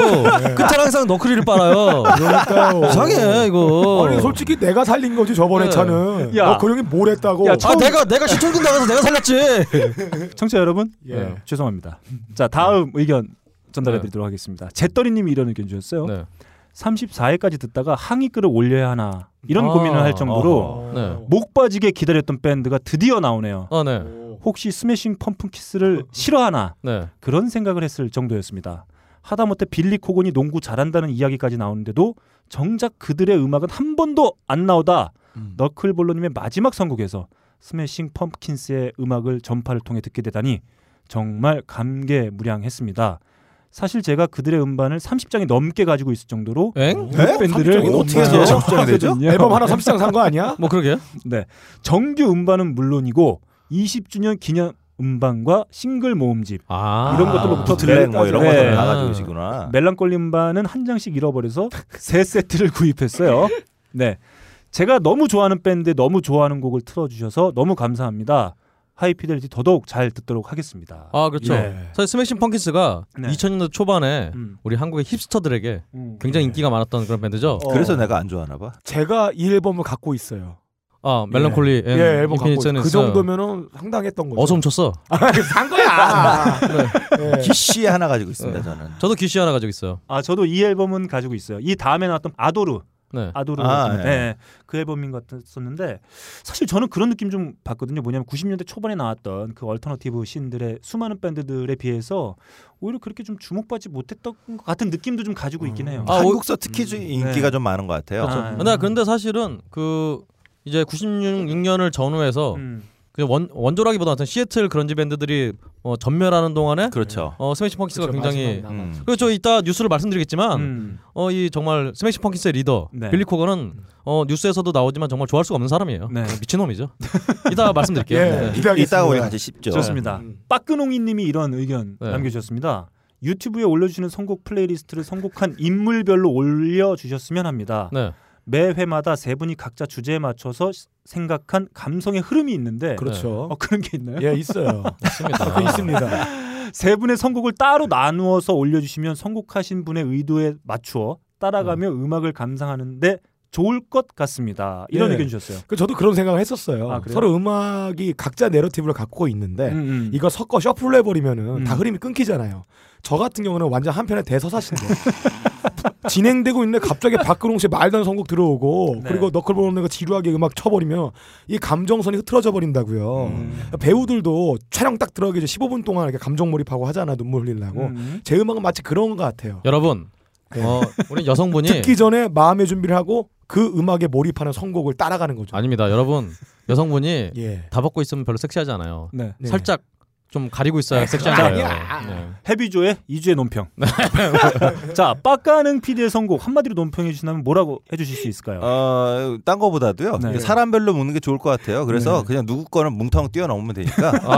끝에 항상 너클이를 빨아요. 네. 그러니까요. 이상해 이거. 아니 솔직히 내가 살린 거지 저번에 네. 차는. 야. 어, 야. 그 형이 뭘 했다고. 야, 아 처음- 내가 내가 시청금 당해서 내가 살렸지. 청취자 여러분 예. 네, 죄송합니다. 자 다음 의견 전달해드리도록 하겠습니다. 제떨이님이 이런 의견 주셨어요. 네. 34회까지 듣다가 항의글을 올려야 하나 이런 아, 고민을 할 정도로 네. 목 빠지게 기다렸던 밴드가 드디어 나오네요. 아 네. 혹시 스매싱 펌프 키스를 싫어하나 네. 그런 생각을 했을 정도였습니다. 하다못해 빌리 코건이 농구 잘한다는 이야기까지 나오는데도 정작 그들의 음악은 한 번도 안 나오다 너클볼로님의 마지막 선곡에서 스매싱 펌킨스의 음악을 전파를 통해 듣게 되다니 정말 감개무량했습니다. 사실 제가 그들의 음반을 30장이 넘게 가지고 있을 정도로 엥? 그 밴드를 이거 네? 어떻게 해서 네, 30 장이 되죠? 샀거든요. 앨범 하나 30장 산거 아니야? 뭐 그러게. 네. 정규 음반은 물론이고 20주년 기념 음반과 싱글 모음집 아. 이런 것들로부터 블랙 뭐 이런 네. 것들 다 가지고 아. 계시구나. 멜랑콜리 음반은 한 장씩 잃어버려서 세 세트를 구입했어요. 네. 제가 너무 좋아하는 밴드 너무 좋아하는 곡을 틀어 주셔서 너무 감사합니다. 하이피델리티 더더욱 잘 듣도록 하겠습니다. 아 그렇죠. 예. 사실 스매싱 펑키스가 네. 2000년대 초반에 음. 우리 한국의 힙스터들에게 음. 굉장히 인기가 많았던 그런 밴드죠. 네. 어. 그래서 내가 안 좋아하나 봐. 제가 이 앨범을 갖고 있어요. 아 멜랑콜리 예, 앤 앨범 갖고 인피니트 있어요. 그 센스. 정도면은 상당했던 거죠. 네. 어서 아. 훔쳤어. 산 거야. 예. 기씨 하나 가지고 있습니다 저는. 저도 귀시 하나 가지고 있어요. 아 저도 이 앨범은 가지고 있어요. 이 다음에 나왔던 아도르 네. 아도르 아, 같은, 예. 예, 그 앨범인 것 같았었는데 사실 저는 그런 느낌 좀 봤거든요. 뭐냐면 90년대 초반에 나왔던 그 얼터너티브 신들의 수많은 밴드들에 비해서 오히려 그렇게 좀 주목받지 못했던 것 같은 느낌도 좀 가지고 있긴 해요. 아, 한국서 특히 좀 인기가 네. 좀 많은 것 같아요. 그렇죠. 아, 근데 근데 사실은 그 이제 96년을 전후해서 음. 그냥 원 원조라기보다 어떤 시애틀 그런지 밴드들이 어, 전멸하는 동안에 그렇죠. 어, 스매싱 펑키스가 그렇죠, 굉장히 마지막 남았죠. 음. 그리고 저 이따 뉴스를 말씀드리겠지만 음. 어 이 정말 스매싱 펑키스의 리더 네. 빌리 코건은 어 뉴스에서도 나오지만 정말 좋아할 수가 없는 사람이에요. 네. 미친놈이죠. 이따 말씀드릴게요. 예, 네. 기대하겠습니다. 이따가 우리 같이 씹죠. 예. 좋습니다. 음. 빠끄농이님이 이런 의견 네. 남겨주셨습니다. 유튜브에 올려주시는 선곡 플레이리스트를 선곡한 인물별로 올려주셨으면 합니다. 네. 매 회마다 세 분이 각자 주제에 맞춰서 생각한 감성의 흐름이 있는데 그렇죠. 어, 그런 게 있나요? 예, 있어요. 맞습니다. 그 있습니다. 세 분의 선곡을 따로 나누어서 올려주시면 선곡하신 분의 의도에 맞추어 따라가며 음악을 감상하는데 좋을 것 같습니다. 이런 네. 의견 주셨어요. 그 저도 그런 생각을 했었어요. 아, 그래요? 서로 음악이 각자 내러티브를 갖고 있는데 음, 음. 이거 섞어 셔플로 해버리면은 음. 다 흐름이 끊기잖아요. 저 같은 경우는 완전 한편의 대서사신데 진행되고 있는데 갑자기 박근홍 씨의 말도 안 선곡 들어오고 네. 그리고 너클볼로네가 지루하게 음악 쳐버리면 이 감정선이 흐트러져 버린다고요. 음. 배우들도 촬영 딱 들어가기 전 15분 동안 이렇게 감정 몰입하고 하잖아 눈물 흘리려고. 음. 제 음악은 마치 그런 것 같아요. 여러분, 네. 어 우리 여성분이 예. 듣기 전에 마음의 준비를 하고 그 음악에 몰입하는 선곡을 따라가는 거죠. 아닙니다. 여러분, 여성분이 예. 다 벗고 있으면 별로 섹시하지 않아요. 네. 네. 살짝 좀 가리고 있어야 섹시한 거예요. 네. 해비조의 이주의 논평. 자, 빡가능 PD의 선곡 한마디로 논평해 주신다면 뭐라고 해주실 수 있을까요? 어, 딴 거보다도요. 네. 사람별로 묻는 게 좋을 것 같아요. 그래서 그냥 누구 거는 뭉텅 뛰어넘으면 되니까. 아,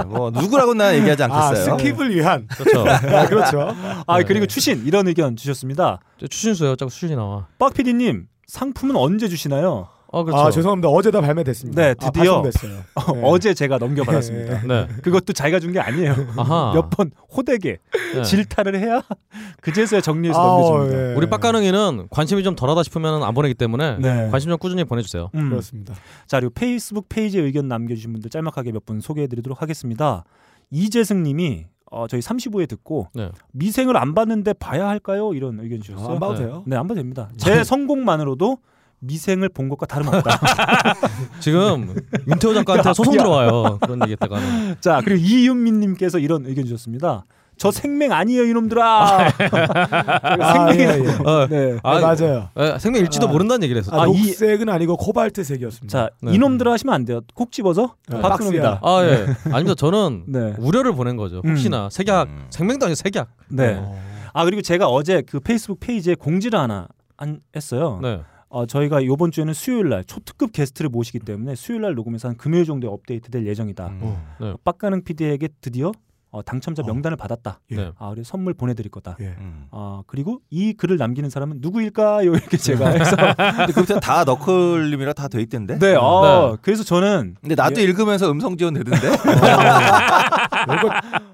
아, 뭐 누구라고 나 얘기하지 아 않겠어요. 스킵을 위한. 그렇죠. 아, 그렇죠. 아 그리고 추신 이런 의견 주셨습니다. 저 추신수요. 자꾸 추신이 나와. 빡 PD님 상품은 언제 주시나요? 어 그렇죠. 아 죄송합니다. 어제 다 발매됐습니다. 네, 아, 드디어. 발송됐어요. 어, 네. 어제 제가 넘겨받았습니다. 네. 그것도 자기가 준 게 아니에요. 아하. 몇 번 호되게 네. 질타를 해야 그제서야 정리해서 아, 넘겨줍니다. 예. 우리 빡가능이는 관심이 좀 덜하다 싶으면 안 보내기 때문에 네. 관심 좀 꾸준히 보내주세요. 음. 그렇습니다. 자 그리고 페이스북 페이지에 의견 남겨주신 분들 짤막하게 몇 분 소개해드리도록 하겠습니다. 이재승님이 어, 저희 35회 듣고 네. 미생을 안 봤는데 봐야 할까요? 이런 의견 아, 주셨어요. 안 봐도 네. 돼요. 네, 안 봐도 됩니다. 제 성공만으로도 미생을 본 것과 아, 다름없다. 지금 윤태호 작가한테 소송 들어와요. 그런 얘기했다가 자, 그리고 이윤민님께서 이런 의견 주셨습니다. 저 생맹 아니에요, 이놈들아. 네. 아, 예, 예. 어, 네. 아, 맞아요. 에, 예, 생명일지도 아. 모른다는 얘기를 했었죠. 아, 아, 이- 녹색은 아니고 코발트색이었습니다. 자, 네. 이놈들아 하시면 안 돼요. 콕 집어서 네. 박근홍이다. 박스야. 아, 예. 아닙니다. 저는 네. 우려를 보낸 거죠. 혹시나 색약 음. 생명도 아니고 색약. 네. 어. 아 그리고 제가 어제 그 페이스북 페이지에 공지를 하나 안 했어요. 네. 어, 저희가 이번 주에는 수요일 날 초특급 게스트를 모시기 때문에 수요일 날 녹음해서 한 금요일 정도에 업데이트될 예정이다. 음, 어, 빡가능 PD에게 드디어 어, 당첨자 명단을 받았다. 예. 네. 아 그리고 선물 보내드릴 거다. 예. 음. 아 그리고 이 글을 남기는 사람은 누구일까요? 이렇게 제가 네. 해서 근데 그때 다 너클림이라 다 돼 있던데. 네, 어, 그래서 저는 근데 나도 읽으면서 음성 지원 되던데.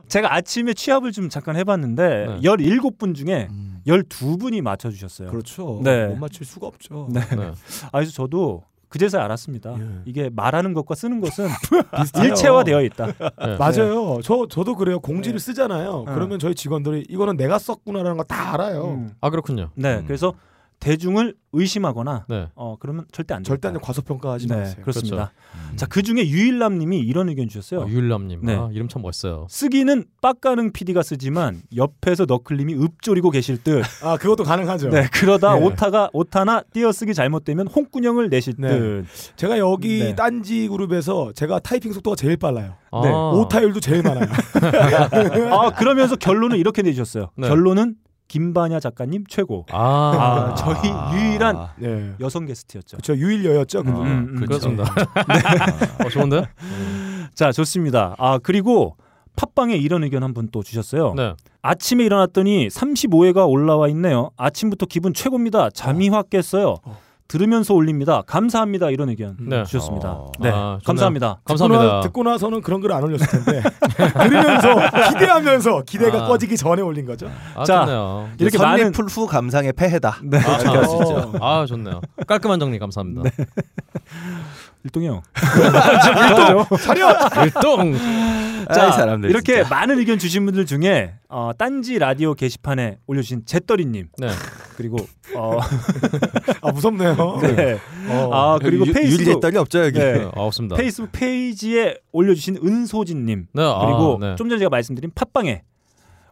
제가 아침에 취합을 좀 잠깐 해봤는데 네. 17분 중에 12분이 맞춰주셨어요. 음. 그렇죠. 네. 못 맞출 수가 없죠. 네. 네. 아, 그래서 저도 그제서야 알았습니다. 예. 이게 말하는 것과 쓰는 것은 비슷해요. 일체화되어 있다. 맞아요. 저 저도 그래요. 공지를 쓰잖아요. 그러면 저희 직원들이 이거는 내가 썼구나라는 거 다 알아요. 음. 아, 그렇군요. 네. 네, 음. 그래서 대중을 의심하거나 어 그러면 절대 안 절대 안 된다. 돼요. 과소평가하지 네, 마세요. 그렇습니다. 그렇죠. 자, 그 중에 유일남 님이 이런 의견 주셨어요. 유일남 님. 네. 아, 이름 참 멋있어요. 쓰기는 빡가능 PD가 쓰지만 옆에서 너클님이 읊조리고 계실 듯. 아, 그것도 가능하죠. 네, 그러다 네. 오타가 오타나 띄어쓰기 잘못되면 홍군형을 내실 네. 듯. 제가 여기 네. 딴지 그룹에서 제가 타이핑 속도가 제일 빨라요. 아. 네. 어. 오타율도 제일 많아요. 아 그러면서 결론은 이렇게 내주셨어요. 네. 결론은 김반야 작가님 최고. 아. 아, 저희 유일한 네. 여성 게스트였죠. 음, 저 유일여였죠, 근데. 음. 그렇습니다. 네. 어, 좋은데요? 자 좋습니다. 아 그리고 팟빵에 이런 의견 한 분 또 주셨어요. 네. 아침에 일어났더니 35회가 올라와 있네요. 아침부터 기분 최고입니다. 잠이 확 깼어요. 들으면서 올립니다. 감사합니다. 이런 의견 네. 주셨습니다. 어. 네, 아, 좋네요. 감사합니다. 감사합니다. 듣고, 나, 서는 그런 걸 안 올렸을 텐데 들으면서 기대하면서 기대가 아. 꺼지기 전에 올린 거죠. 아, 자, 좋네요. 이렇게 선례 많은- 풀후 감상의 패해다. 네. 아, 제가 진짜. 진짜. 아, 좋네요. 깔끔한 정리 감사합니다. 일동이 형. 일동! 차렷! 일동! 자, 아이, 사람들 이렇게 많은 의견 주신 분들 중에 어, 딴지 라디오 게시판에 올려주신 제떨이님. 네. 그리고 어, 아 무섭네요. 네. 아 그리고 유- 페이스북 유일제 딸이 없죠, 여기? 네. 아, 없습니다. 페이스북 페이지에 올려주신 은소진님 네, 아, 그리고 네. 좀 전에 제가 말씀드린 팟빵에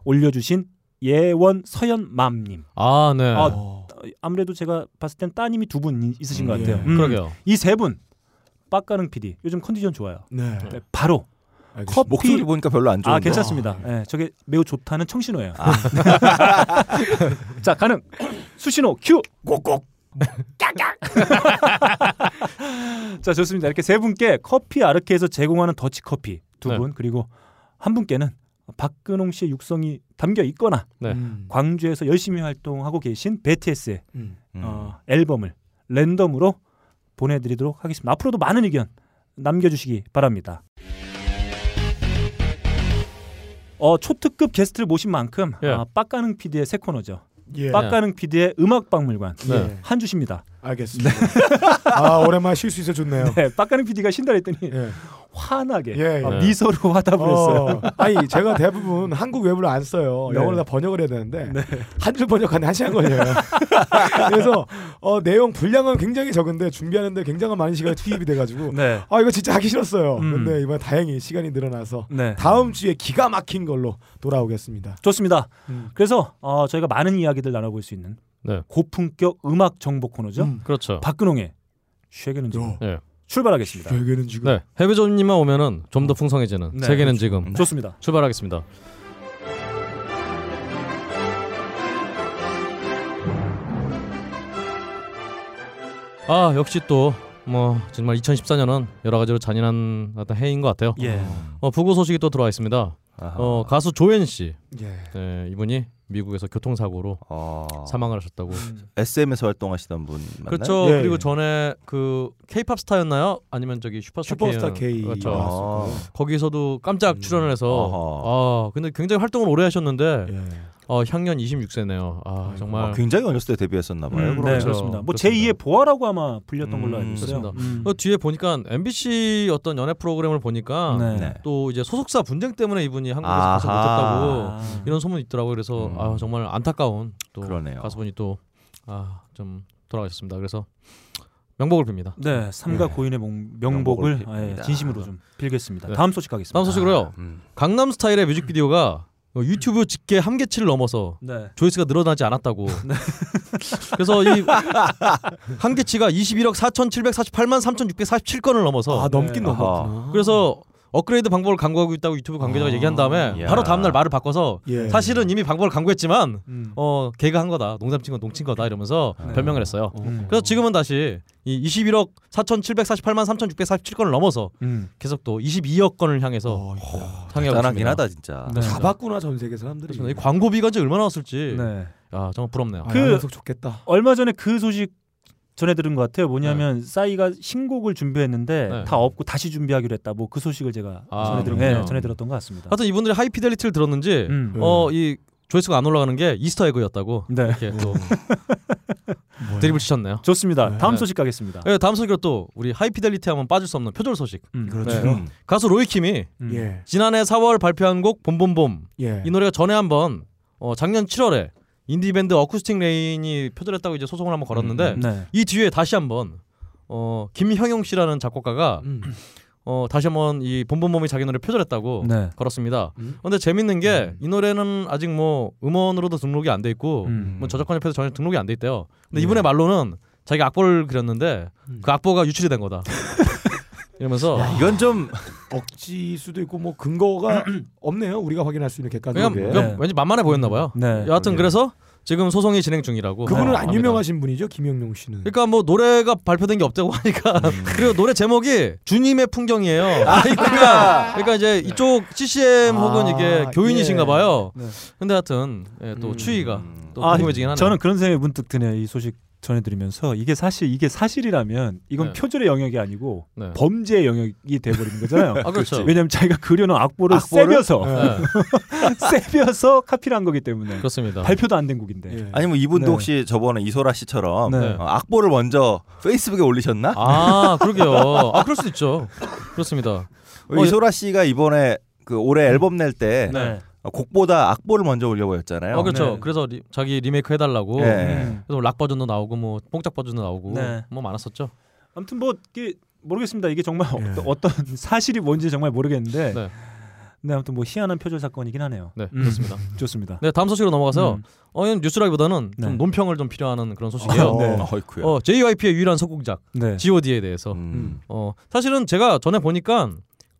올려주신 예원 서연맘님. 아, 네. 아, 아무래도 제가 봤을 땐 따님이 두 분 있으신 것 음, 같아요. 예. 그러게요. 이 세 분. 빡가능 PD 요즘 컨디션 좋아요. 네. 바로 알겠습니다. 커피 목소리 보니까 별로 안 아 좋은데. 괜찮습니다. 예, 저게 매우 좋다는 청신호예요. 자 가능 수신호 큐 꼭꼭 깍깍. 자 좋습니다. 이렇게 세 분께 커피 아르케에서 제공하는 더치 커피 두 네. 분 그리고 한 분께는 박근홍 씨의 육성이 담겨 있거나 네. 광주에서 열심히 활동하고 계신 BTS의 음. 어, 앨범을 랜덤으로 보내드리도록 하겠습니다. 앞으로도 많은 의견 남겨주시기 바랍니다. 어, 초특급 게스트를 모신 만큼 예. 아, 빡가능 PD의 새 코너죠. 예. 빡가능 PD의 음악박물관 네. 한 주십니다. 알겠습니다. 네. 아 오랜만에 쉴 수 있어 좋네요. 네, 빡가능 PD가 신달했더니 예. 환하게 아, 미소로 화답을 했어요. 아니 제가 대부분 한국 외부를 안 써요. 네. 영어로 다 번역을 해야 되는데 한줄 번역하는 한 시간 걸려요. 그래서 어, 내용 분량은 굉장히 적은데 준비하는데 굉장한 많은 시간이 투입이 돼가지고 네. 아 이거 진짜 하기 싫었어요. 음. 근데 이번 에 다행히 시간이 늘어나서 네. 다음 주에 기가 막힌 걸로 돌아오겠습니다. 좋습니다. 음. 그래서 어, 저희가 많은 이야기들 나눠볼 수 있는 네. 고품격 음악 정보 코너죠. 음. 어. 그렇죠. 박근홍의 쉐게는 지금 예. 출발하겠습니다. 세계는 지금 네. 해외전님만 오면은 좀 더 풍성해지는 네, 세계는 그렇죠. 지금. 좋습니다. 출발하겠습니다. 아 역시 또 뭐 정말 2014년은 여러 가지로 잔인한 어떤 해인 것 같아요. 예. 어, 부고 소식이 또 들어와 있습니다. 어, 가수 조엔 씨, 예. 네, 이분이 미국에서 교통사고로 아. 사망을 하셨다고. 음. SM에서 활동하시던 분 맞나요? 그렇죠. 예. 그리고 전에 그 K-팝 스타였나요? 아니면 저기 슈퍼스타, 슈퍼스타 K. 아, 그렇죠. 아. 나왔었고요. 거기서도 음, 깜짝 출연을 해서 아 근데 굉장히 활동을 오래 하셨는데 예. 네. 어, 향년 26세네요. 아 정말 아, 굉장히 어렸을 때 데뷔했었나 봐요. 음, 그럼. 네, 그렇습니다. 뭐 제2의 보아라고 아마 불렸던 걸로 알고 있어요. 그렇습니다. 음. 어, 뒤에 보니까 MBC 어떤 연애 프로그램을 보니까 네. 네. 또 이제 소속사 분쟁 때문에 이분이 한국에서 아하. 음. 가서 못했다고 이런 소문이 있더라고요. 그래서 아, 정말 안타까운 또 그러네요. 가수분이 또아좀 돌아가셨습니다. 그래서 명복을 빕니다. 네, 삼가 고인의 명, 명복을 예, 진심으로 좀 빌겠습니다. 네. 다음 소식 가겠습니다. 다음 소식으로요. 음. 강남 스타일의 뮤직비디오가 유튜브 집계 한계치를 넘어서 네. 조회수가 늘어나지 않았다고. 그래서 이 한계치가 21억 4,748만 3,647건을 넘어서 아 넘긴 아하. 넘었구나. 그래서 업그레이드 방법을 강구하고 있다고 유튜브 관계자가 아, 얘기한 다음에 야. 바로 다음날 말을 바꿔서 예. 사실은 이미 방법을 강구했지만 음. 어 걔가 한 거다 농담친 건 농친 거다 이러면서 네. 변명을 했어요. 음. 그래서 지금은 다시 이 21억 4,748만 3,647건을 넘어서 음. 계속 또 22억 건을 향해서 어, 상해하고 대단하긴 있습니다. 하다 진짜. 네. 다 봤구나 전 세계 사람들이. 그렇습니다. 이 광고비가 이제 얼마나 왔을지 네. 아 정말 부럽네요. 아, 그- 연속 좋겠다. 얼마 전에 그 소식 전해 들은 것 같아요. 뭐냐면 싸이가 신곡을 준비했는데 네. 다 없고 다시 준비하기로 했다. 뭐 그 소식을 제가 아, 전해 들은 그렇군요. 아, 예, 전해 들었던 것 같습니다. 하여튼 이분들이 하이피델리티를 들었는지 음. 어 이 조회수가 안 올라가는 게 이스터 에그였다고 네. 이렇게 또 드립을 치셨네요. 좋습니다. 다음 네. 소식 가겠습니다. 예, 다음 소식으로 또 우리 하이피델리티 하면 빠질 수 없는 표절 소식. 음. 그렇죠. 네. 가수 로이킴이 음. 예. 지난해 4월 발표한 곡 봄봄봄 예. 이 노래가 전에 한번 어, 작년 7월에 인디 밴드 어쿠스틱 레인이 표절했다고 이제 소송을 한번 걸었는데 음, 네. 이 뒤에 다시 한번 어 김형용 씨라는 작곡가가 음. 어 다시 한번 이 봄봄봄이 자기 노래 표절했다고 네. 음. 걸었습니다. 근데 재밌는 게 이 노래는 아직 뭐 음원으로도 등록이 안 돼 있고 뭐 저작권 협회에서 전혀 등록이 안 돼 있대요. 예. 근데 이분의 말로는 자기가 악보를 그렸는데 음. 그 악보가 유출이 된 거다. 이러면서 이건 좀 억지일 수도 있고 뭐 근거가 없네요. 우리가 확인할 수 있는 그냥, 객관적인 게. 그냥 왠지 만만해 보였나 봐요. 네. 여하튼 그래서 지금 소송이 진행 네. 중이라고. 그분은 어, 합니다. 안 유명하신 분이죠, 김영용 씨는. 그러니까 뭐 노래가 발표된 게 없다고 하니까 그리고 노래 제목이 주님의 풍경이에요. 그러니까 그러니까 이제 이쪽 CCM 혹은 이게 아, 교인이신가 예. 봐요. 네. 근데 하여튼 예, 또 추위가 또 아, 궁금해지긴 하네요. 저는 그런 생각이 문득 드네요. 이 소식 전해드리면서 이게 사실 이게 사실이라면 이건 네. 표절의 영역이 아니고 네. 범죄의 영역이 돼버리는 거잖아요. 아 그렇죠. 왜냐하면 자기가 그려놓은 악보를 악보를? 세벼서 예, 세벼서 카피를 한 거기 때문에 그렇습니다. 발표도 안 된 곡인데. 예. 아니면 이분도 네. 혹시 저번에 이소라 씨처럼 네. 어, 악보를 먼저 페이스북에 올리셨나? 어, 아 그러게요. 아 그럴 수 있죠. 그렇습니다. 어, 이소라 씨가 이번에 그 올해 앨범 낼 때 예. 음. 어, 네. 곡보다 악보를 먼저 올려버렸잖아요. 아 그렇죠. 네. 그래서 리- 자기 리메이크 해달라고. 예. 음. 그래서 락 버전도 나오고 뭐 뽕짝 버전도 나오고 네. 뭐 많았었죠. 아무튼 뭐 이게 모르겠습니다. 이게 정말 어- 예. 어떤 사실이 뭔지 정말 모르겠는데. 네. 네. 아무튼 뭐 희한한 표절 사건이긴 하네요. 네 그렇습니다. 좋습니다. 네 다음 소식으로 넘어가서 음. 어, 이건 뉴스라기보다는 네. 좀 논평을 좀 필요하는 그런 소식이에요. 어, 네. 어이쿠야. 어, JYP의 유일한 속공작 네. G.O.D에 대해서. 음. 어, 사실은 제가 전에 보니까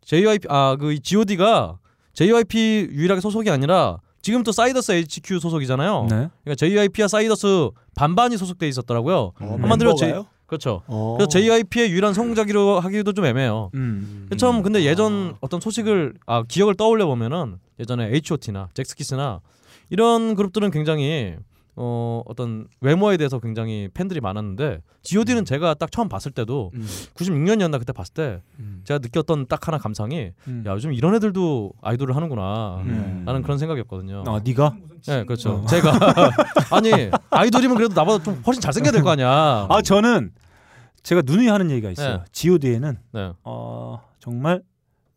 JYP 아그 G.O.D가 JYP 유일하게 소속이 아니라 지금 또 사이더스 HQ 소속이잖아요. 네. 그러니까 JYP와 사이더스 반반이 소속돼 있었더라고요. 어, 음. 한마디로 제- 멤버가요? 그렇죠. 어. 그래서 JYP의 유일한 성공작이라고 하기도 좀 애매해요. 음. 처음 근데 예전 아. 어떤 소식을 아 기억을 떠올려 보면은 예전에 H.O.T.나 잭스키스나 이런 그룹들은 굉장히 어 어떤 외모에 대해서 굉장히 팬들이 많았는데 G.O.D는 제가 딱 처음 봤을 때도 음. 96년이었나 그때 봤을 때 음. 제가 느꼈던 딱 하나 감상이 음. 야 요즘 이런 애들도 아이돌을 하는구나 음. 라는 그런 생각이었거든요. 아 네가? 네 그렇죠. 어. 제가 아니 아이돌이면 그래도 나보다 좀 훨씬 잘생겨야 될 거 아니야. 아 저는 제가 누누이 하는 얘기가 있어요. 네. G.O.D에는 네. 어, 정말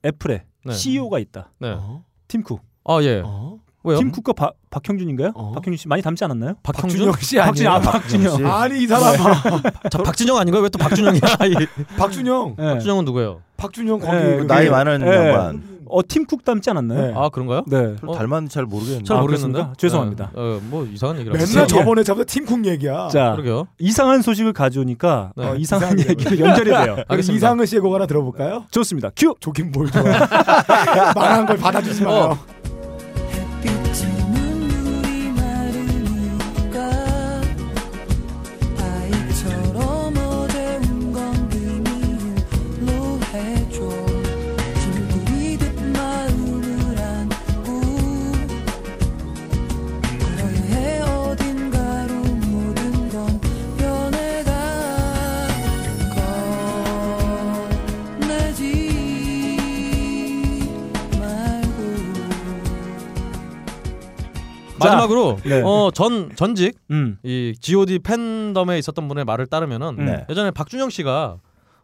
애플에 네. CEO가 있다. 네. 어? 팀쿡. 아 예. 어? 왜요? 팀쿡과 바- 박형준인가요? 어? 박형준 씨 많이 닮지 않았나요? 네, 박형준? 씨 박준영, 아, 박준영. 씨. 아니 이 사람 네. 자, 박진영 아닌가요? 왜 또 박준영이야? 이- 박준영. 네. 박준영은 누구예요? 박준영 거기 네, 그 나이 많은 예. 양반. 어 팀쿡 닮지 않았나요? 네. 아 그런가요? 네. 별로 어? 닮았는지 잘 모르겠는데. 잘 아, 모르겠는데. 그렇습니까? 죄송합니다. 네. 어, 뭐 이상한 얘기라고. 맨날 저번에 잡다 팀쿡 얘기야. 자 그러게요. 이상한 소식을 가져오니까 네. 어, 이상한 이상해요. 얘기로 연결이 돼요. 그럼 알겠습니다. 이상은 씨의 곡 하나 들어볼까요? 좋습니다. 큐. 좋긴 뭘 좋아. 말한 걸 받아주지 마요. 어. 빛이 눈물이 마르니까 아이처럼 어려운 건 비밀로 해줘 길들이듯 마음을 안고 걸어야 해 어딘가로 모든 건 변해가 꺼내지 말고 마지막으로 네. 어, 전 전직 음. 이 G.O.D 팬덤에 있었던 분의 말을 따르면은 네. 예전에 박준영 씨가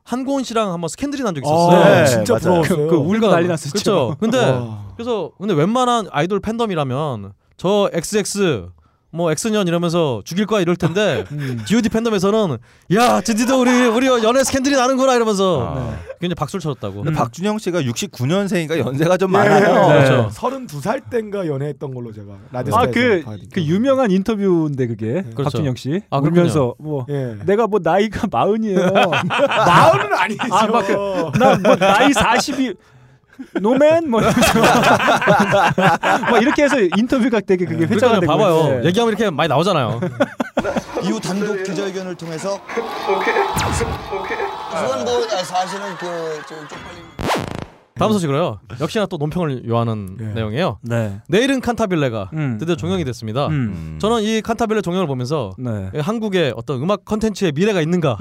한고은 씨랑 한번 스캔들이 난 적이 어, 있었어요. 네, 진짜 맞아요. 부러웠어요. 아, 그, 그 울고 난리 났었죠. 어. 그렇죠. 근데 와. 그래서 근데 웬만한 아이돌 팬덤이라면 저 XX 뭐 X년 이러면서 죽일 거야 이럴 텐데 음. G.O.D 팬덤에서는 야 드디어 우리 우리 연애 스캔들이 나는구나 이러면서 네. 아. 굉장히 박수를 쳤다고. 음. 근데 박준영 씨가 69년생이니까 연세가 좀 예, 많아요. 예. 그렇죠. 32살 땐가 연애했던 걸로 제가 네. 아 라디오에서 그 그 네. 유명한 인터뷰인데 그게 그렇죠. 박준영 씨 아, 그렇군요. 울면서 뭐 예. 내가 뭐 나이가 마흔이에요. 마흔은 아니죠. 아, 막 나 뭐 나이 40이 노맨 뭐 이러면서 막 이렇게 해서 인터뷰가 되게 그게 회자가 그러니까 되고 봐봐요. 있는데. 음. 얘기하면 이렇게 많이 나오잖아요. 어. 이후 단독 기자회견을 통해서 그건 뭐 아, 사실은 그좀 쪽팔린 다음 소식으로요. 역시나 또 논평을 요하는 예. 내용이에요. 네. 내일은 칸타빌레가 음. 드디어 종영이 됐습니다. 음. 음. 저는 이 칸타빌레 종영을 보면서 네. 한국의 어떤 음악 컨텐츠의 미래가 있는가라는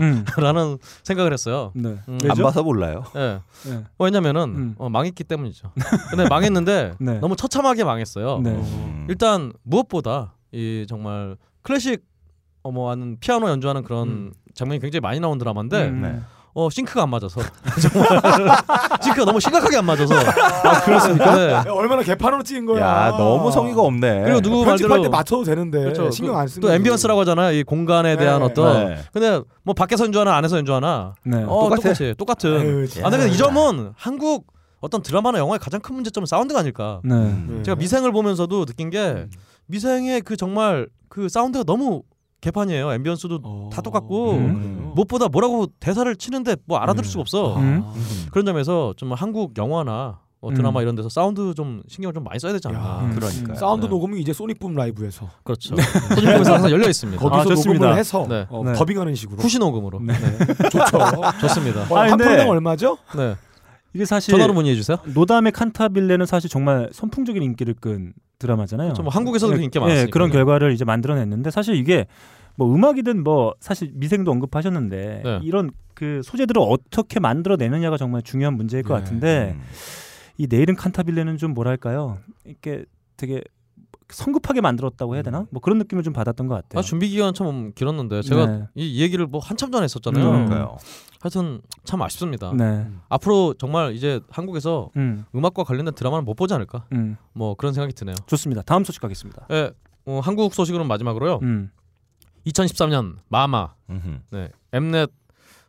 음. 생각을 했어요. 네. 음. 안 왜죠? 봐서 몰라요. 예. 네. 왜냐면은 음. 어, 망했기 때문이죠. 근데 망했는데 네. 너무 처참하게 망했어요. 네. 음. 일단 무엇보다 이 정말 어, 뭐 클래식 어뭐 하는 피아노 연주하는 그런 장면이 굉장히 많이 나온 드라마인데 음. 네. 어 싱크가 안 맞아서 정말 싱크가 너무 심각하게 안 맞아서 아 네. 그렇습니까? 얼마나 개판으로 찍은 거야. 아, 야, 너무 성의가 없네. 그리고 누구 편집할 말대로 때 맞춰도 되는데 그렇죠. 신경 그- 안 쓰는 또 거지. 앰비언스라고 하잖아. 이 공간에 대한 네. 어떤. 네. 근데 뭐 밖에서 연주하나 안에서 연주하나. 네. 어, 똑같아. 똑같아. 똑같은. 아유, 아 진짜. 근데 이 점은 한국 어떤 드라마나 영화의 가장 큰 문제점은 사운드가 아닐까. 네. 음. 제가 미생을 보면서도 느낀 게 미생의 그 정말 그 사운드가 너무 개판이에요. 앰비언스도 어, 음. 다 똑같고 음. 무엇보다 뭐라고 대사를 치는데 뭐 알아들을 수가 없어. 음. 네. 그런 점에서 좀 한국 영화나 뭐 음. 드라마 이런 데서 사운드 좀 신경을 좀 많이 써야 되지 않나. 음. 사운드 네. 녹음이 이제 소닉붐 라이브에서 그렇죠. 소닉붐 라이브에서 항상 열려 있습니다. 거기서 아, 좋습니다. 녹음을 해서 네. 어, 네. 더빙하는 식으로 후시 녹음으로. 네. 네. 좋죠. 좋습니다. 어, 한 프로그램 얼마죠? 네. 이게 사실 전화로 뭐- 문의해 주세요. 노담의 칸타빌레는 사실 정말 선풍적인 인기를 끈 드라마잖아요. 그렇죠. 뭐 한국에서도 예, 그 인기가 예, 많았으니까요. 그런 결과를 이제 만들어냈는데 사실 이게 뭐 음악이든 뭐 사실 미생도 언급하셨는데 네. 이런 그 소재들을 어떻게 만들어내느냐가 정말 중요한 문제일 네. 것 음. 같은데 이 내일은 칸타빌레는 좀 뭐랄까요? 이렇게 되게 성급하게 만들었다고 해야 되나? 뭐 그런 느낌을 좀 받았던 것 같아요. 음. 아, 준비 기간 참 길었는데 제가 네. 이 얘기를 뭐 한참 전에 했었잖아요. 음. 그러니까요. 하여튼 참 아쉽습니다. 네. 앞으로 정말 이제 한국에서 음. 음. 악과 관련된 드라마는 못 보지 않을까? 음. 뭐 그런 생각이 드네요. 좋습니다. 다음 소식 가겠습니다. 예, 어, 한국 소식으로는 마지막으로요. 음. 2013년 마마, 음흠. 네, 엠넷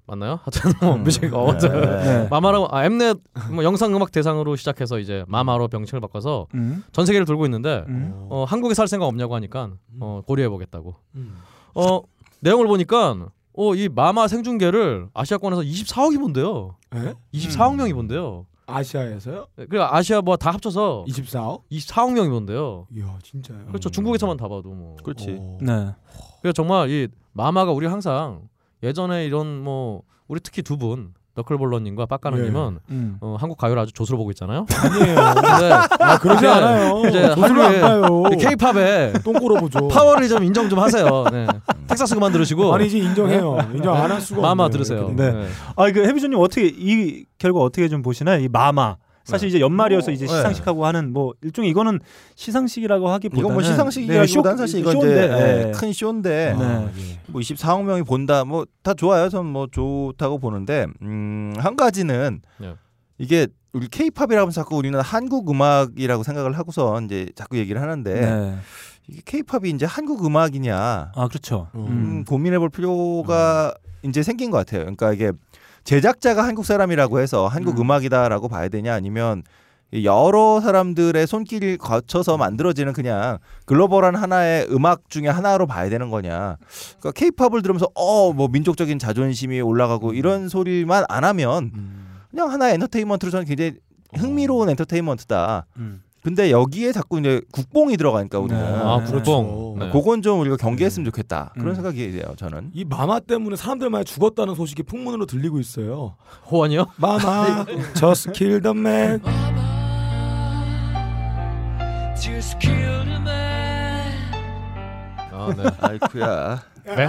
맞나요? 하여튼 뭐 음. 뮤직 네. 어워드 네. 마마로 아 엠넷 뭐 영상 음악 대상으로 시작해서 이제 마마로 명칭을 바꿔서 음. 전 세계를 돌고 있는데 음. 어, 한국에 살 생각 없냐고 하니까 음. 어, 고려해 보겠다고. 어 내용을 보니까 어 이 마마 생중계를 아시아권에서 24억이 본대요. 에? 24억 음. 명이 본대요. 아시아에서요? 그러니까 아시아 뭐 다 합쳐서 24억? 24억 명이 본대요. 이야 진짜요. 그렇죠. 중국에서만 다 봐도 뭐. 음. 그렇지. 네. 그래서 정말 이 마마가 우리 항상 예전에 이런 뭐 우리 특히 두 분 너클볼러님과 빡가는님은 예. 음. 어, 한국 가요를 아주 조수로 보고 있잖아요. 아니에요. 근데 아, 그러지 이제- 않아요. 이제 조수로 한국의 안 봐요. K-팝에 똥꼬로 보죠. 파워를 좀 인정 좀 하세요. 네. 텍사스 그만 들으시고. 아니, 이제 인정해요. 네. 인정 안할 수가 마마 없네요, 들으세요. 네. 네. 아, 그 해비조님 어떻게 이 결과 어떻게 좀 보시나요? 이 마마. 네. 사실 이제 연말이어서 이제 시상식하고 하는 뭐 일종의 이거는 시상식이라고 하기보다는 이건 뭐 네, 시상식이라기보다는 쇼- 사실 이건 쇼인데, 이제 예. 예, 큰 쇼인데 아, 네. 예. 뭐 24억 명이 본다 뭐 다 좋아요. 전 뭐 좋다고 보는데 음, 한 가지는 네. 이게 우리 케이팝이라면 자꾸 우리는 한국 음악이라고 생각을 하고서 이제 자꾸 얘기를 하는데 네. 이게 케이팝이 이제 한국 음악이냐 아, 그렇죠. 음, 고민해 볼 필요가 이제 생긴 것 같아요. 그러니까 이게 제작자가 한국 사람이라고 해서 한국 음. 악이다라고 봐야 되냐 아니면 이 여러 사람들의 손길을 거쳐서 만들어지는 그냥 글로벌한 하나의 음악 중에 하나로 봐야 되는 거냐. 그러니까 케이팝을 들으면서 어 뭐 민족적인 자존심이 올라가고 이런 소리만 안 하면 그냥 하나의 엔터테인먼트로 저는 굉장히 흥미로운 엔터테인먼트다. 음. 근데 여기에 자꾸 이제 국뽕이 들어가니까 우리는 네. 아, 그렇죠. 국뽕. 네. 그건 좀 우리가 경계했으면 좋겠다. 그런 음. 생각이 돼요, 저는. 이 마마 때문에 사람들 많이 죽었다는 소식이 풍문으로 들리고 있어요. 호환이요? 마마 just kill the man. 아, 네. 아이쿠야. 네?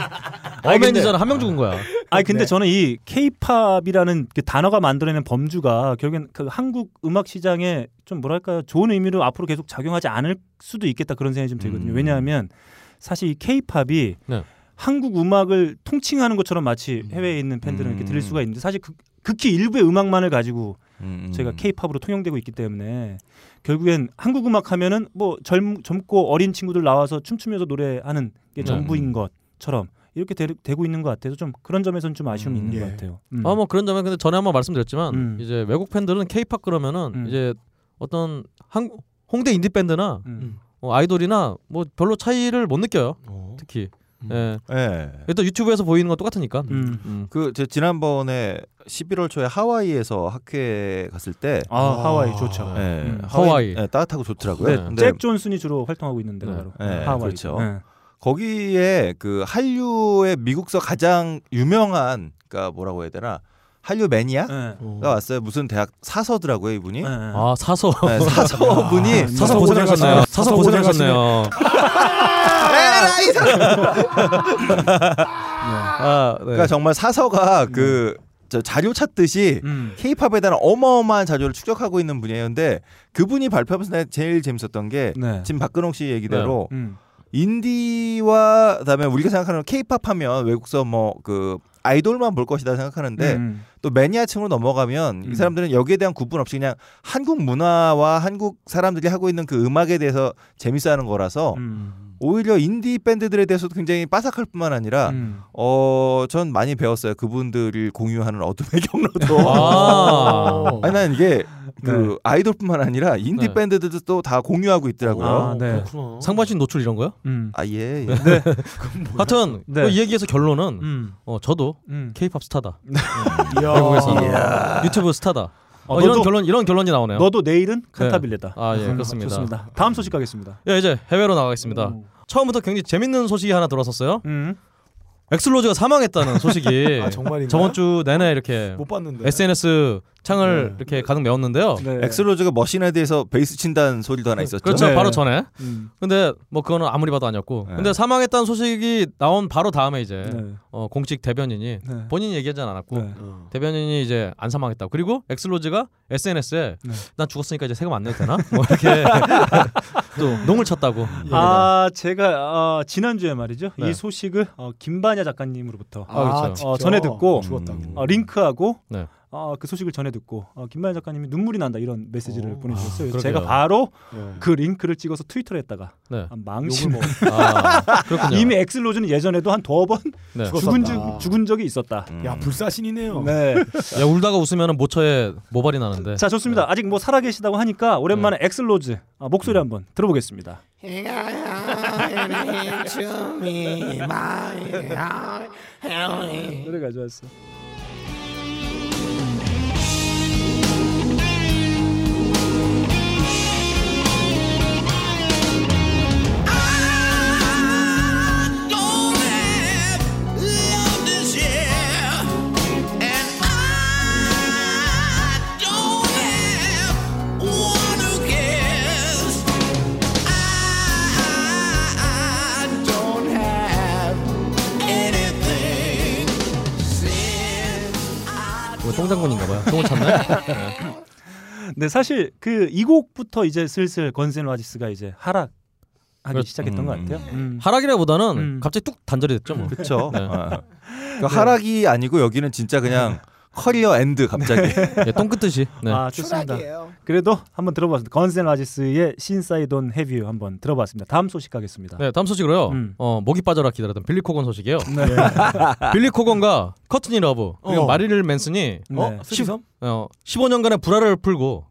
어메니저는 한 명 죽은 거야. 아니 근데 네. 저는 이 케이팝이라는 그 단어가 만들어내는 범주가 결국엔 그 한국 음악 시장에 좀 뭐랄까요 좋은 의미로 앞으로 계속 작용하지 않을 수도 있겠다 그런 생각이 좀 음. 들거든요 왜냐하면 사실 이 케이팝이 네. 한국 음악을 통칭하는 것처럼 마치 음. 해외에 있는 팬들은 이렇게 들릴 수가 있는데 사실 그, 극히 일부의 음악만을 가지고 음. 저희가 케이팝으로 통용되고 있기 때문에 결국엔 한국 음악 하면은 뭐 젊, 젊고 어린 친구들 나와서 춤추면서 노래하는 게 네. 전부인 것처럼 이렇게 되, 고 있는 것 같아서 좀 그런 점에서는 좀 아쉬움이 있는 예. 것 같아요. 음. 아 뭐 그런 점은 근데 전에 한번 말씀드렸지만 음. 이제 외국 팬들은 케이팝 그러면은 이제 어떤 한 홍대 인디 밴드나 음. 어, 아이돌이나 뭐 별로 차이를 못 느껴요. 어. 특히 음. 예. 예. 일단 유튜브에서 보이는 건 똑같으니까. 음. 음. 그 제 지난번에 11월 초에 하와이에서 학회 갔을 때 아, 하와이 좋죠. 어. 네. 예, 음. 하와이, 하와이. 예, 따뜻하고 좋더라고요. 네. 근데 잭 존슨이 주로 활동하고 있는 네. 데가 바로 예, 하와이. 그렇죠. 어. 네. 거기에 그 한류의 미국서 가장 유명한 그러니까 뭐라고 해야 되나 한류 네. 매니아가 네. 왔어요. 무슨 대학 사서더라고요 이분이. 아 사서 네, 사서 분이 아, 사서 고생하셨네요. 사서 고생하셨네요. 에라 이 아, 네. 음. 그러니까 정말 사서가 그. 저 자료 찾듯이 케이팝에 대한 어마어마한 자료를 축적하고 있는 분이에요. 근데 그분이 발표하면서 내가 제일 재밌었던 게 네. 지금 박근홍 씨 얘기대로 네. 음. 인디와 그다음에 우리가 생각하는 케이팝 하면 외국서 뭐 그 아이돌만 볼 것이다 네. 생각하는데 음. 또 매니아층으로 넘어가면 이 사람들은 여기에 대한 구분 없이 그냥 한국 문화와 한국 사람들이 하고 있는 그 음악에 대해서 재밌어하는 거라서 음. 음. 오히려 인디 밴드들에 대해서도 굉장히 빠삭할 뿐만 아니라 음. 음. 어전 많이 배웠어요 그분들이 공유하는 어둠의 경로도 아. 아니 난 이게 그 아이돌뿐만 아니라 인디 네. 밴드들도 또 다 공유하고 있더라고요 아, 네. 그렇구나. 상반신 노출 이런 거요? 음. 아예 예. 하여튼 네. 뭐이 얘기에서 결론은 음. 어, 저도 음. 케이팝 스타다. 이야. 외국에서는 이야. 유튜브 스타다. 아, 어, 이런 너도- 결론 이런 결론이 나오네요. 너도 내일은 네. 칸타빌레다. 아, 예, 음, 그렇습니다. 좋습니다. 다음 소식 가겠습니다. 예, 이제 해외로 나가겠습니다. 처음부터 굉장히 재밌는 소식이 하나 들어왔었어요. 음. 엑슬로즈가 사망했다는 소식이 아, 정말인가요? 뭐, 네. 저번 주 내내 이렇게 못 봤는데. SNS 창을 이렇게 가득 메웠는데요. 네. 엑슬로즈가 머신에 대해서 베이스 친다는 소리도 하나 있었죠 그렇죠. 바로 전에. 음. 근데 뭐 그거는 아무리 봐도 아니었고. 네. 근데 사망했다는 소식이 나온 바로 다음에 이제 네. 어, 공식 대변인이 네. 본인이 얘기하진 않았고 대변인이 이제 안 사망했다고. 그리고 엑슬로즈가 SNS에 네. 난 죽었으니까 이제 세금 안 내도 되나? 뭐 이렇게 또 농을 쳤다고. 아 제가 어, 지난주에 말이죠 예. 네. 이 소식을 어, 김반야 작가님으로부터 아, 그렇죠. 어, 직접. 전해 음. 듣고 죽었다고. 어, 링크하고 네. 어, 그 소식을 전해 듣고 어, 김반야 작가님이 눈물이 난다 이런 메시지를 보내주셨어요. 그래서 아, 그러게요. 제가 바로 네. 그 링크를 찍어서 트위터에다가 네. 아, 망신. 욕을 먹- 아, 그렇군요. 이미 엑슬로즈는 예전에도 한 두 번 네. 죽은 죽었었다. 음. 적- 죽은 적이 있었다. 야 불사신이네요. 네. 야 울다가 웃으면 모처에 모발이 나는데. 자 좋습니다. 아직 뭐 살아계시다고 하니까 오랜만에 엑슬로즈 아, 목소리 한번 들어보겠습니다. 노래 가져왔어. 뭐 똥장군인가봐요. 똥을 찼네. 네 사실 그 이 곡부터 이제 슬슬 건센 와지스가 이제 하락하기 그렇- 시작했던 것 같아요. 음. 하락이라보다는 갑자기 뚝 단절이 됐죠. 뭐. 그렇죠. 네. 그러니까 하락이 아니고 여기는 진짜 그냥 커리어 엔드 갑자기. 예, 똥끝듯이. 아 좋습니다. 그래도 한번 들어봤습니다. 건센 와지스의 신사이돈 헤비유 한번 들어봤습니다. 다음 소식 가겠습니다. 네, 다음 소식으로요. 어, 목이 빠져라 기다렸던 빌리 코건 소식이에요. 빌리 코건과 커튼이 러브 그리고 어. 마릴린 맨슨이 어? 십- 어, 15년간의 불화를 풀고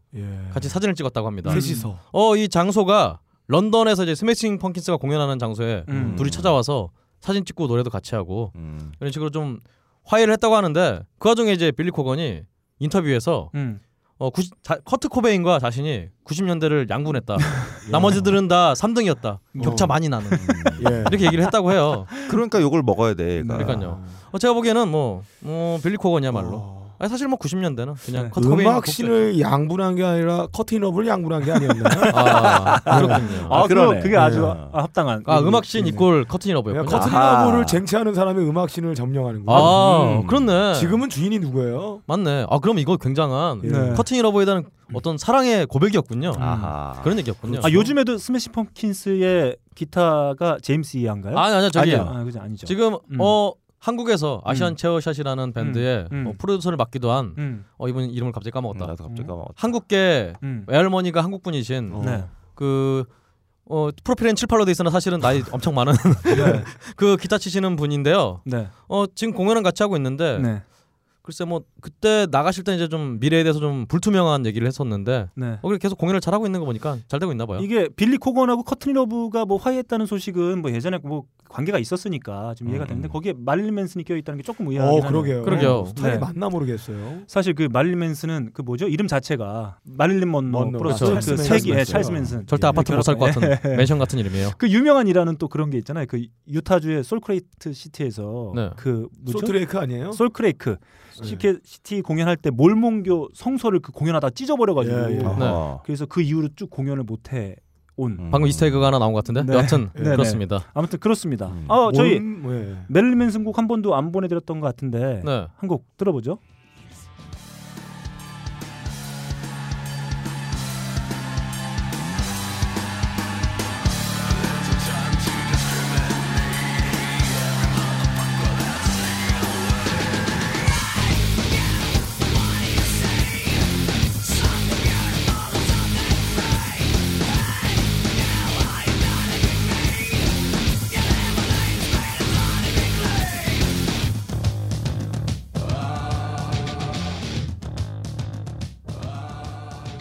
같이 사진을 찍었다고 합니다. 셋이서. 어, 이 장소가 런던에서 이제 스매싱 펑킨스가 공연하는 장소에 음. 둘이 찾아와서 사진 찍고 노래도 같이 하고 음. 이런 식으로 좀 화해를 했다고 하는데 그 와중에 이제 빌리 코건이 인터뷰에서 음. 어, 90 자- 커트 코베인과 자신이 90년대를 양분했다. 나머지들은 다 3등이었다. 격차 많이 나는. 예. 이렇게 얘기를 했다고 해요. 그러니까 욕을 먹어야 돼. 얘가. 그러니까요. 어, 제가 보기에는 뭐, 뭐 빌리 코건이야말로. 아니, 사실 뭐 90년대는 그냥 커트 코베인 음악 신을 양분한 게 아니라 커튼업을 양분한 게 아니었나요? 아, 그렇군요. 아, 그럼 그러네. 그게 아주 네. 아, 합당한. 아, 음악씬 이꼴 커튼이 러브였군요. 커튼업을 쟁취하는 사람이 음악신을 점령하는 거예요. 아, 그렇네. 지금은 주인이 누구예요? 맞네. 아 그럼 이거 굉장한 네. 커튼이 러브에 대한 어떤 사랑의 고백이었군요. 음, 그런 얘기였군요. 아 요즘에도 스매시 펌킨스의 기타가 제임스 이한가요? 아니 아니요 저기 아, 그죠 아니죠. 지금 음. 어 한국에서 아시안 음. 체어샷이라는 밴드의 음. 어, 프로듀서를 맡기도 한 음. 어, 이분 이름을 갑자기 까먹었다. 나도 갑자기 까먹었다. 한국계 음. 외할머니가 한국 분이신 네. 그 어, 프로필은 7, 8로 돼 있으나 사실은 나이 엄청 많은 그 기타 치시는 분인데요. 네. 어 지금 공연은 같이 하고 있는데 네. 글쎄 뭐 그때 나가실 때 이제 좀 미래에 대해서 좀 불투명한 얘기를 했었는데 네. 어, 그래 계속 공연을 잘 하고 있는 거 보니까 잘 되고 있나 봐요. 이게 빌리 코건하고 커튼 러브가 뭐 화해했다는 소식은 뭐 예전에 뭐 관계가 있었으니까 좀 이해가 되는데 거기에 마릴린 맨슨이 껴 있다는 게 조금 의아하긴 어 하네요. 그러게요. 스타일이 맞나 모르겠어요. 사실 그 마릴린 맨슨은 그 뭐죠 이름 자체가 마릴린 먼로 먼로. 플러스 그렇죠. 그 찰스 세기 맨슨. 예, 찰스 맨슨 절대 아파트 네, 못살것 같은 맨션 같은 이름이에요. 그 유명한 이라는 또 그런 게 있잖아요. 그 유타주의 솔크레이트 시티에서 네. 그 뭐죠? 솔트레이크 아니에요? 솔크레이크 시티, 시티 공연할 때 몰몬교 성서를 그 공연하다 찢어버려가지고 예, 예. 네. 음. 그래서 그 이후로 쭉 공연을 못해 온. 방금 이스터에그가 하나 나온 것 같은데 여하튼 네, 네. 그렇습니다. 아무튼 그렇습니다. 음. 어, 아 저희 메릴린 맨슨 곡 한 번도 안 보내드렸던 것 같은데 네. 한 곡 들어보죠. Time to discriminate. Every motherfucker that's singing away.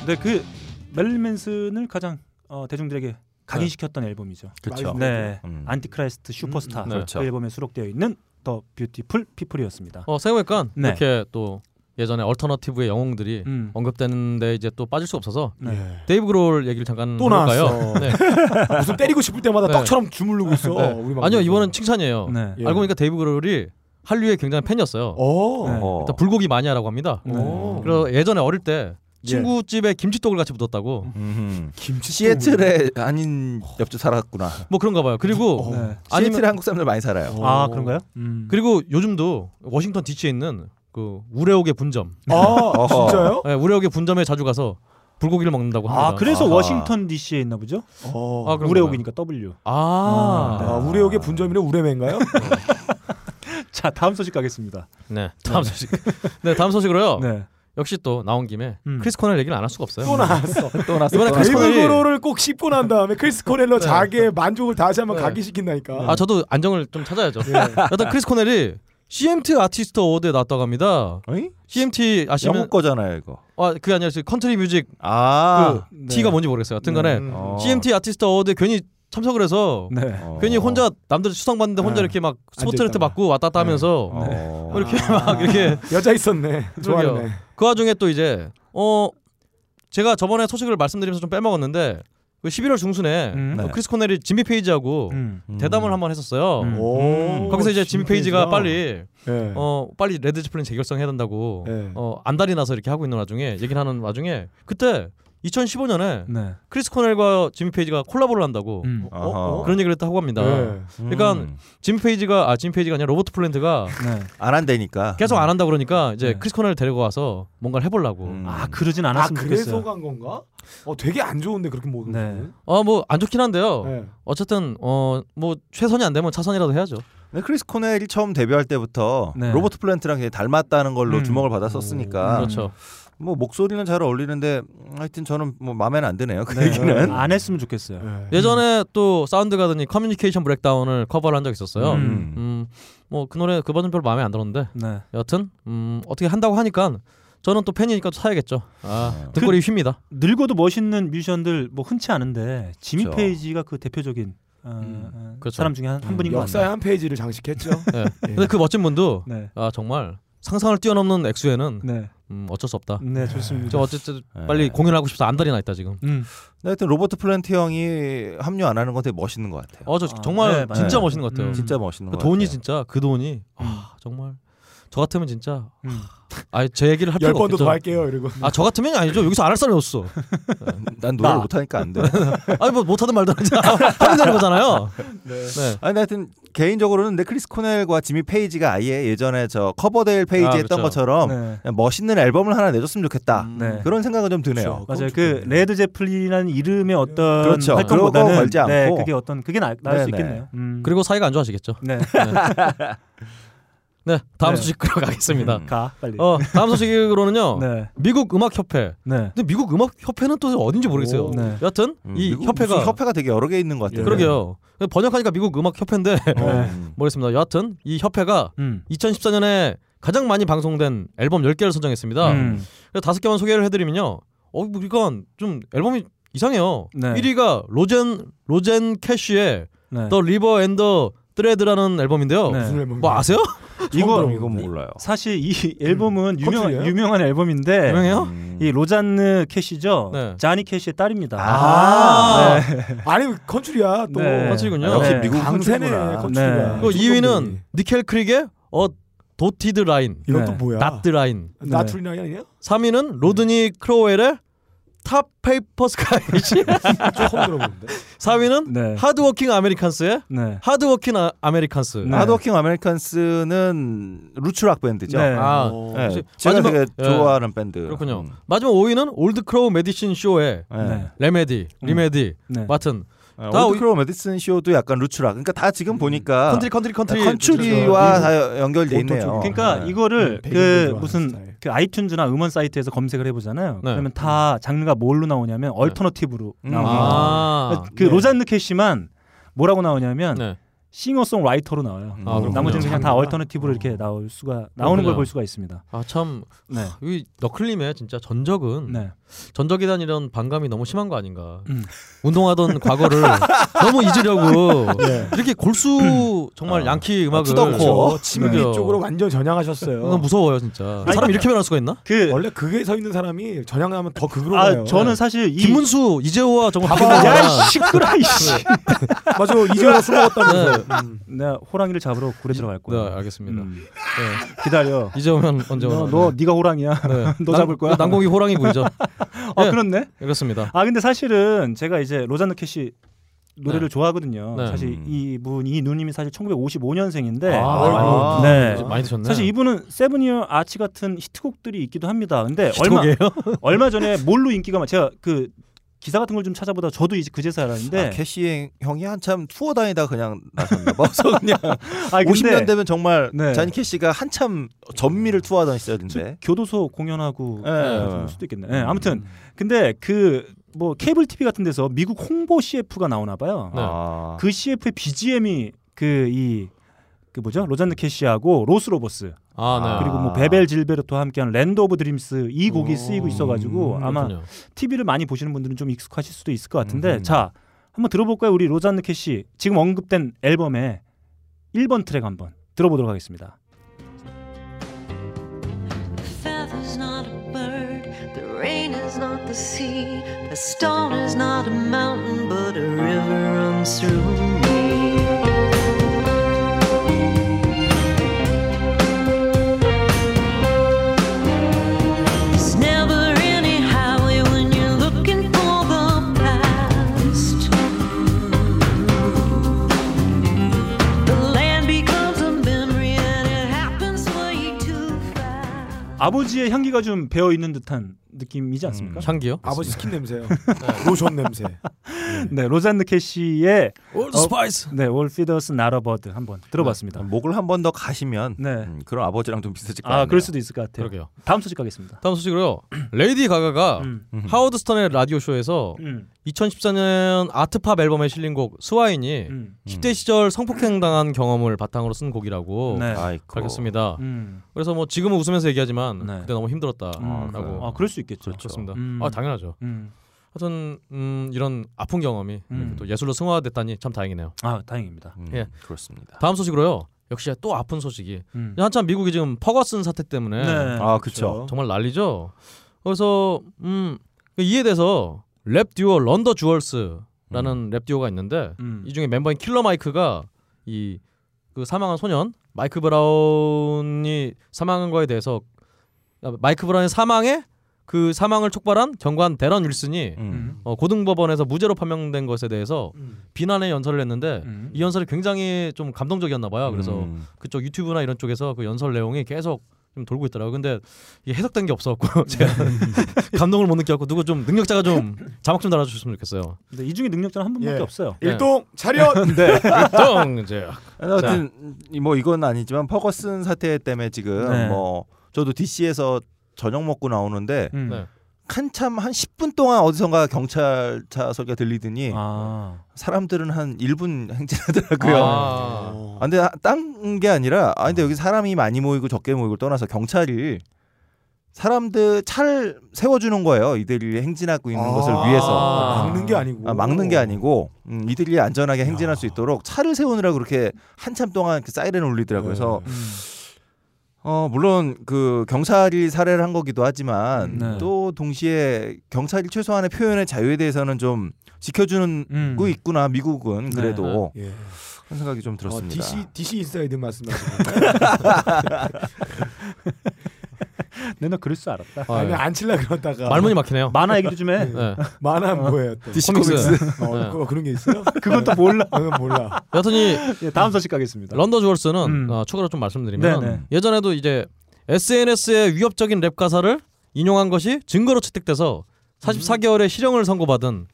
네, 그 멜린 맨슨을 가장 어, 대중들에게 각인시켰던 앨범이죠. 그쵸. 네, 음. 안티크라이스트 슈퍼스타 음, 네. 그 앨범에 수록되어 있는 더 뷰티풀 피플이었습니다. 어 생각해보니까 네. 이렇게 또 예전에 얼터너티브의 영웅들이 음. 언급되는데 이제 또 빠질 수 없어서 예. 네. 데이브 그롤 얘기를 잠깐 또 해볼까요? 나왔어. 아, 무슨 때리고 싶을 때마다 네. 떡처럼 주물르고 있어. 네. 우리 방송에서. 아니요 이번엔 칭찬이에요. 네. 알고 보니까 데이브 그롤이 한류의 굉장히 팬이었어요. 오. 네. 어. 일단 불고기 마니아라고 합니다. 오. 그래서 예전에 어릴 때 친구 집에 김치떡을 같이 묻었다고. 음흠. 김치 시애틀에 아닌 옆집 살았구나. 뭐 그런가 봐요. 그리고 어. 네. 아니면- 어. 시애틀에 한국 사람들 많이 살아요. 아 그런가요? 음. 그리고 요즘도 워싱턴 DC에 있는 그 우레옥의 분점. 아 어허. 진짜요? 네, 우레옥의 분점에 자주 가서 불고기를 먹는다고 합니다. 아 그래서 아하. 워싱턴 D.C.에 있나 보죠? 어. 아, 그런가 우레옥이니까 W. 아. 아, 우레옥의 분점이는 우레맨가요? 자 다음 소식 가겠습니다. 네. 다음 소식. 네, 다음 소식으로요. 네. 역시 또 나온 김에 음. 크리스 코넬 얘기를 안 할 수가 없어요. 또 나왔어. 또 났어. 이번에 또 크리스 났어. 코넬이- 일부러를 꼭 씹고 난 다음에 크리스 코넬러 자기의 만족을 다시 한번 네. 각인시킨다니까. 음. 아 저도 안정을 좀 찾아야죠. 예. 일단 크리스 코넬이 CMT 아티스트 어워드에 나왔다고 합니다. 어이? CMT 영국 아시면 거잖아요 이거. 아 그게 아니라 저 컨트리 뮤직 아. 그 T가 뭔지 모르겠어요. 하여튼간에 음. 어. CMT 아티스트 어워드에 괜히 참석을 해서 네. 어. 그 괜히 혼자 남들 수상 받는데 네. 혼자 이렇게 막 스포트라이트 앉아있다가. 받고 왔다 갔다 하면서 어. 뭐 이렇게 막 이렇게 여자 있었네. 그러게요. 좋아하네. 그 와중에 또 이제 어 제가 저번에 소식을 말씀드리면서 좀 빼먹었는데 그 11월 중순에 음. 어, 네. 크리스 코넬이 지미 페이지하고 음. 음. 대담을 한번 어. 했었어요. 음. 오. 거기서 이제 지미 페이지가 진짜. 빨리 예. 어 빨리 레드 제플린 재결성해야 된다고 예. 어 안달이 나서 이렇게 하고 있는 와중에 얘기를 하는 와중에 그때 2015년에 네. 크리스 코넬과 지미 페이지가 콜라보를 한다고 음. 아하. 어? 그런 얘기를 했다고 합니다. 예. 그러니까 음. 지미 페이지가 아 지미 페이지가 아니라 로버트 플랜트가 네. 안 한다니까. 계속 안 한다 그러니까 이제 네. 크리스 코넬 데리고 와서 뭔가를 해보려고. 음. 아 그러진 아 않았으면 그래서 좋겠어요. 간 건가? 어 되게 안 좋은데 그렇게 모는 네. 거는? 아뭐 안 좋긴 한데요. 예. 어쨌든 어 뭐 최선이 안 되면 차선이라도 해야죠. 근데 네, 크리스 코넬이 처음 데뷔할 때부터 네. 로버트 플랜트랑 되게 닮았다는 걸로 음. 주목을 받았었으니까 그렇죠. 뭐 목소리는 잘 어울리는데 음, 하여튼 저는 뭐 마음에는 안 드네요. 그 얘기는. 안 했으면 좋겠어요. 네. 예. 예전에 또 사운드 가든이 커뮤니케이션 브렉다운을 커버를 한 적이 있었어요. 음. 음 뭐 그 노래 그 버전 별로 마음에 안 들었는데 네. 여튼 음 어떻게 한다고 하니까 저는 또 팬이니까 또 사야겠죠. 아 등골이 휩니다. 늙어도 멋있는 뮤지션들 뭐 흔치 않은데 지미 그쵸. 페이지가 그 대표적인 어, 음, 어, 그렇죠. 사람 중에 한, 한 분인 것 역사의 같아요. 한 페이지를 장식했죠. 예. 근데 그 멋진 분도 네. 아 정말 상상을 뛰어넘는 액수에는 네. 음, 어쩔 수 없다. 네, 좋습니다. 저 어쨌든 네. 빨리 공연하고 싶어서 안달이 나 있다 지금. 음. 근데 하여튼 로버트 플랜트 형이 합류 안 하는 건 되게 멋있는 것 같아요. 어 저 아, 네, 정말 맞아요. 진짜 멋있는 것 같아요. 음. 진짜 멋있는 그 것 돈이 같아요. 진짜 그 돈이 아 정말 저 같으면 진짜 음. 아제 얘기를 할 열 필요가 번도 없죠. 더 할게요. 이러고. 아저 같으면 아니죠. 여기서 안 할 사람이 없어. 난 노래를 나. 못하니까 안 돼. 아니 뭐 못하든 말든 하자. 하면 되는 거잖아요. 네. 네. 아니 근데 하여튼 개인적으로는 내 크리스 코넬과 지미 페이지가 아예 예전에 저 커버데일 페이지 아, 했던 그렇죠. 음. 것처럼 네. 그냥 멋있는 앨범을 하나 내줬으면 좋겠다. 네. 어, 그런 생각은 좀 드네요. 그렇죠. 맞아요. 그건 그 좋겠네요. 레드 제플린이라는 이름의 어떤 그렇죠. 활동보다는 그러고 걸지 네, 않고. 그게 어떤 그게 나, 나을 수 네네. 있겠네요. 음. 그리고 사이가 안 좋아지겠죠. 네. 네 다음 네. 소식으로 가겠습니다. 음. 가 빨리. 어 다음 소식으로는요. 네. 미국 음악 협회. 네. 근데 미국 음악 협회는 또 어딘지 모르겠어요. 오, 네. 여튼 음, 이 미국 협회가 무슨 협회가 되게 여러 개 있는 것 같아요. 그러게요. 번역하니까 미국 음악 협회인데 어. 모르겠습니다. 여하튼 이 협회가 음. 2014년에 가장 많이 방송된 앨범 10개를 선정했습니다. 음. 그래서 다섯 개만 소개를 해드리면요. 어, 뭐 이건 좀 앨범이 이상해요. 네. 1위가 로젠 로젠 캐시의 네. The River and the Thread라는 앨범인데요. 네. 무슨 앨범? 뭐 아세요? 이거 이거 이거 몰라요. 어. 사실 이 앨범은 유명 컨트리예요? 유명한 앨범인데 음. 유명해요? 음. 이 로잔느 캐시죠. 네. 자니 캐시의 딸입니다. 아. 네. 아니 컨츄리야 또. 네. 컨츄리군요. 역시 네. 미국 강세네 컨트리구나. 컨츄리가. 네. 그 2위는 니켈 크릭의 어 도티드 라인, 이건 네. 또 뭐야? 낫드 라인. 네. 나툴이나 아니야? 3위는 로드니 크로웰의 탑 페이퍼 스카이시. 처음 들어보는데. 4위는 네. 하드워킹 아메리칸스의 네. 하드워킹 아, 아메리칸스. 네. 하드워킹 아메리칸스는 루츠락 밴드죠. 네. 아, 어. 네. 혹시 제가 마지막- 되게 예. 좋아하는 밴드. 그렇군요. 음. 마지막 5위는 올드 크로우 메디신 쇼의 네. 레메디, 리메디, 네. 마튼, 네. 다 올드크로우 메디슨 쇼도 약간 루츠락. 그러니까 다 지금 보니까 음. 컨트리 컨트리 컨트리 그렇죠. 음. 컨츄리와 다 연결돼 보통 있네요. 그러니까 네. 이거를 네, 베이글을 그 좋아하는 무슨 스타일. 그 아이튠즈나 음원 사이트에서 검색을 해보잖아요. 그러면 음. 네. 다 장르가 뭘로 나오냐면 얼터너티브로 음. 나옵니다. 아, 그 네. 로잔느 캐시만 뭐라고 나오냐면 네. 싱어송라이터로 나와요. 아, 그렇군요. 나머지는 그냥 다 참가. 얼터너티브로 이렇게 나올 수가 나오는 걸 그렇군요. 볼 수가 있습니다. 아참 네. 이 너클림의 진짜 전적은 전적이란 이런 반감이 너무 심한 거 아닌가. 음. 운동하던 과거를 너무 잊으려고 네. 이렇게 음. 골수 정말 아, 양키 음악을 투덕코 그렇죠. 그죠. 어, 그렇죠. 침미 쪽으로 완전 전향하셨어요. 그건 무서워요 진짜. 사람 이렇게 변할 수가 있나? 네. 그 원래 극에 서 있는 사람이 전향하면 더 극으로 아, 가요. 저는 사실 이- 김문수, 네. 이재호와 정말 봐봐. 바뀌는 야, 거야. 이 시끄러, 이 씨. 맞아, 이재호가 술 먹었다면서. 음. 내가 네, 호랑이를 잡으러 굴에 들어갈 거야. 네, 알겠습니다. 네. 기다려. 이제 오면 언제 음. 너, 오나. 너 네가 호랑이야. 네. 너 난- 잡을 거야. 난공이 호랑이 보이죠. 아 예, 그렇네. 그렇습니다. 아 근데 사실은 제가 이제 로잔느 캐시 노래를 네. 좋아하거든요. 네. 사실 이분 이 누님이 사실 1955년생인데 아, 네. 많이 드셨네. 사실 이분은 세븐이어 아치 같은 히트곡들이 있기도 합니다. 근데 얼마 히트곡이에요? 얼마 전에 뭘로 인기가 많? 제가 그 기사 같은 걸 좀 찾아보다 저도 이제 그제서 알았는데 네. 아, 캐시 형이 한참 투어 다니다 그냥 나셨나 봐. 그래서 그냥 아니, 근데- 50년 되면 정말 네. 잔 캐시가 한참 음. 전미를 투어하던 시절인데. 교도소 공연하고 예. 그럴 수도 있겠네. 예, 아무튼 음. 근데 그 뭐 케이블 TV 같은 데서 미국 홍보 CF가 나오나 봐요. 네. 아. 그 CF의 BGM이 그 이 그 뭐죠? 로잔드 캐시하고 로스 로버스. 아, 네. 그리고 뭐 베벨 질베르토와 함께한 랜드 오브 드림스 이 곡이 쓰이고 있어 가지고 음, 아마 그렇군요. TV를 많이 보시는 분들은 좀 익숙하실 수도 있을 것 같은데 음흠. 자, 한번 들어볼까요? 우리 로잔드 캐시 지금 언급된 앨범의 1번 트랙 한번 들어보도록 하겠습니다. feather's not a bird, the rain is not the sea, the stone is not a mountain, but a river runs through me. There's never any highway when you're looking for the past. The land becomes a memory and it happens for you too. 아버지의 향기가 좀 배어 있는 듯한 느낌이지 않습니까? 향기요? 아버지 스킨 냄새요. 로션 냄새. 네, 로잔드 캐시의 All the Spice. 네, All Feeders Not a Bird 한번 네, 들어봤습니다. 뭐 목을 한 번 더 가시면 음, 그런 아버지랑 좀 비슷해질 것 같아요. 아, 그럴 수도 있을 것 같아요. 그러게요. 다음 소식 가겠습니다. 다음 소식으로요. 레이디 가가가 하워드 스턴의 라디오 쇼에서 음. 2014년 아트팝 앨범에 실린 곡 스와인이 음. 10대 시절 성폭행 당한 경험을 바탕으로 쓴 곡이라고 네. 아이고. 밝혔습니다. 음. 네. 그래서 뭐 지금은 웃으면서 얘기하지만 그때 너무 힘들었다라고. 음. 아, 그럴 수 있겠죠. 그렇습니다. 음. 아 당연하죠. 음. 하여튼 음, 이런 아픈 경험이 음. 또 예술로 승화됐다니 참 다행이네요. 아, 다행입니다. 음, 예. 그렇습니다. 다음 소식으로요. 역시 또 아픈 소식이 음. 한참 미국이 지금 퍼거슨 사태 때문에 네. 아, 그쵸. 정말 난리죠. 그래서 음, 이에 대해서 랩 듀오 런더 주얼스라는 랩 듀오가 있는데 음. 이 중에 멤버인 킬러 마이크가 이 그 사망한 소년 마이크 브라운이 사망한 거에 대해서 아, 마이크 브라운의 사망에 그 사망을 촉발한 경관 데런 윌슨이 어, 고등법원에서 무죄로 판명된 것에 대해서 비난의 연설을 했는데 이 연설이 굉장히 좀 감동적이었나 봐요. 그래서 음. 그쪽 유튜브나 이런 쪽에서 그 연설 내용이 계속 좀 돌고 있더라고요. 근데 이게 해석된 게 없어갖고 제가 감동을 못 느껴갖고 누구 좀 능력자가 좀 자막 좀 달아주셨으면 좋겠어요. 근데 이 중에 능력자는 한 분밖에 예. 없어요. 네. 일동 차렷! 네. 일동 이제. 하여튼 이- 뭐 이건 아니지만 퍼거슨 사태 때문에 지금 네. 뭐 저도 DC에서 저녁 먹고 나오는데 음. 네. 한참 한 10분 동안 어디선가 경찰차 소리가 들리더니 아. 아. 사람들은 한 1분 행진하더라고요. 아. 아, 근데 딴 게 아니라 아 근데 여기 사람이 많이 모이고 적게 모이고 떠나서 경찰이 사람들 차를 세워주는 거예요. 이들이 행진하고 아. 있는 것을 위해서 막는 게 아니고. 어, 아, 막는 게 아니고 음, 이들이 안전하게 행진할 수 있도록 차를 세우느라 그렇게 한참 동안 그 사이렌을 울리더라고요. 그래서 네. 음. 어 물론 그 경찰이 살해를 한 거기도 음. 하지만 또 동시에 경찰이 최소한의 표현의 자유에 대해서는 좀 지켜주는 음. 거 있구나 네. 미국은 그래도 예. 그런 생각이 좀 들었습니다. 어, DC DC 인사이드 말씀하시는 내가 그럴 줄 알았다. 아니 안 칠라 그러다가 말문이 막히네요. 만화 얘기도 좀 해. 예. 만화 뭐예요? 또? 어, 그거 그런 게 있어요? 네. 그건 또 몰라. 그건 몰라. 여튼 이 예, 다음 소식 가겠습니다. 런더 주얼스는 어, 추가로 좀 말씀드리면 네네. 예전에도 이제 SNS의 위협적인 랩 가사를 인용한 것이 증거로 채택돼서 44개월의 실형을 선고받은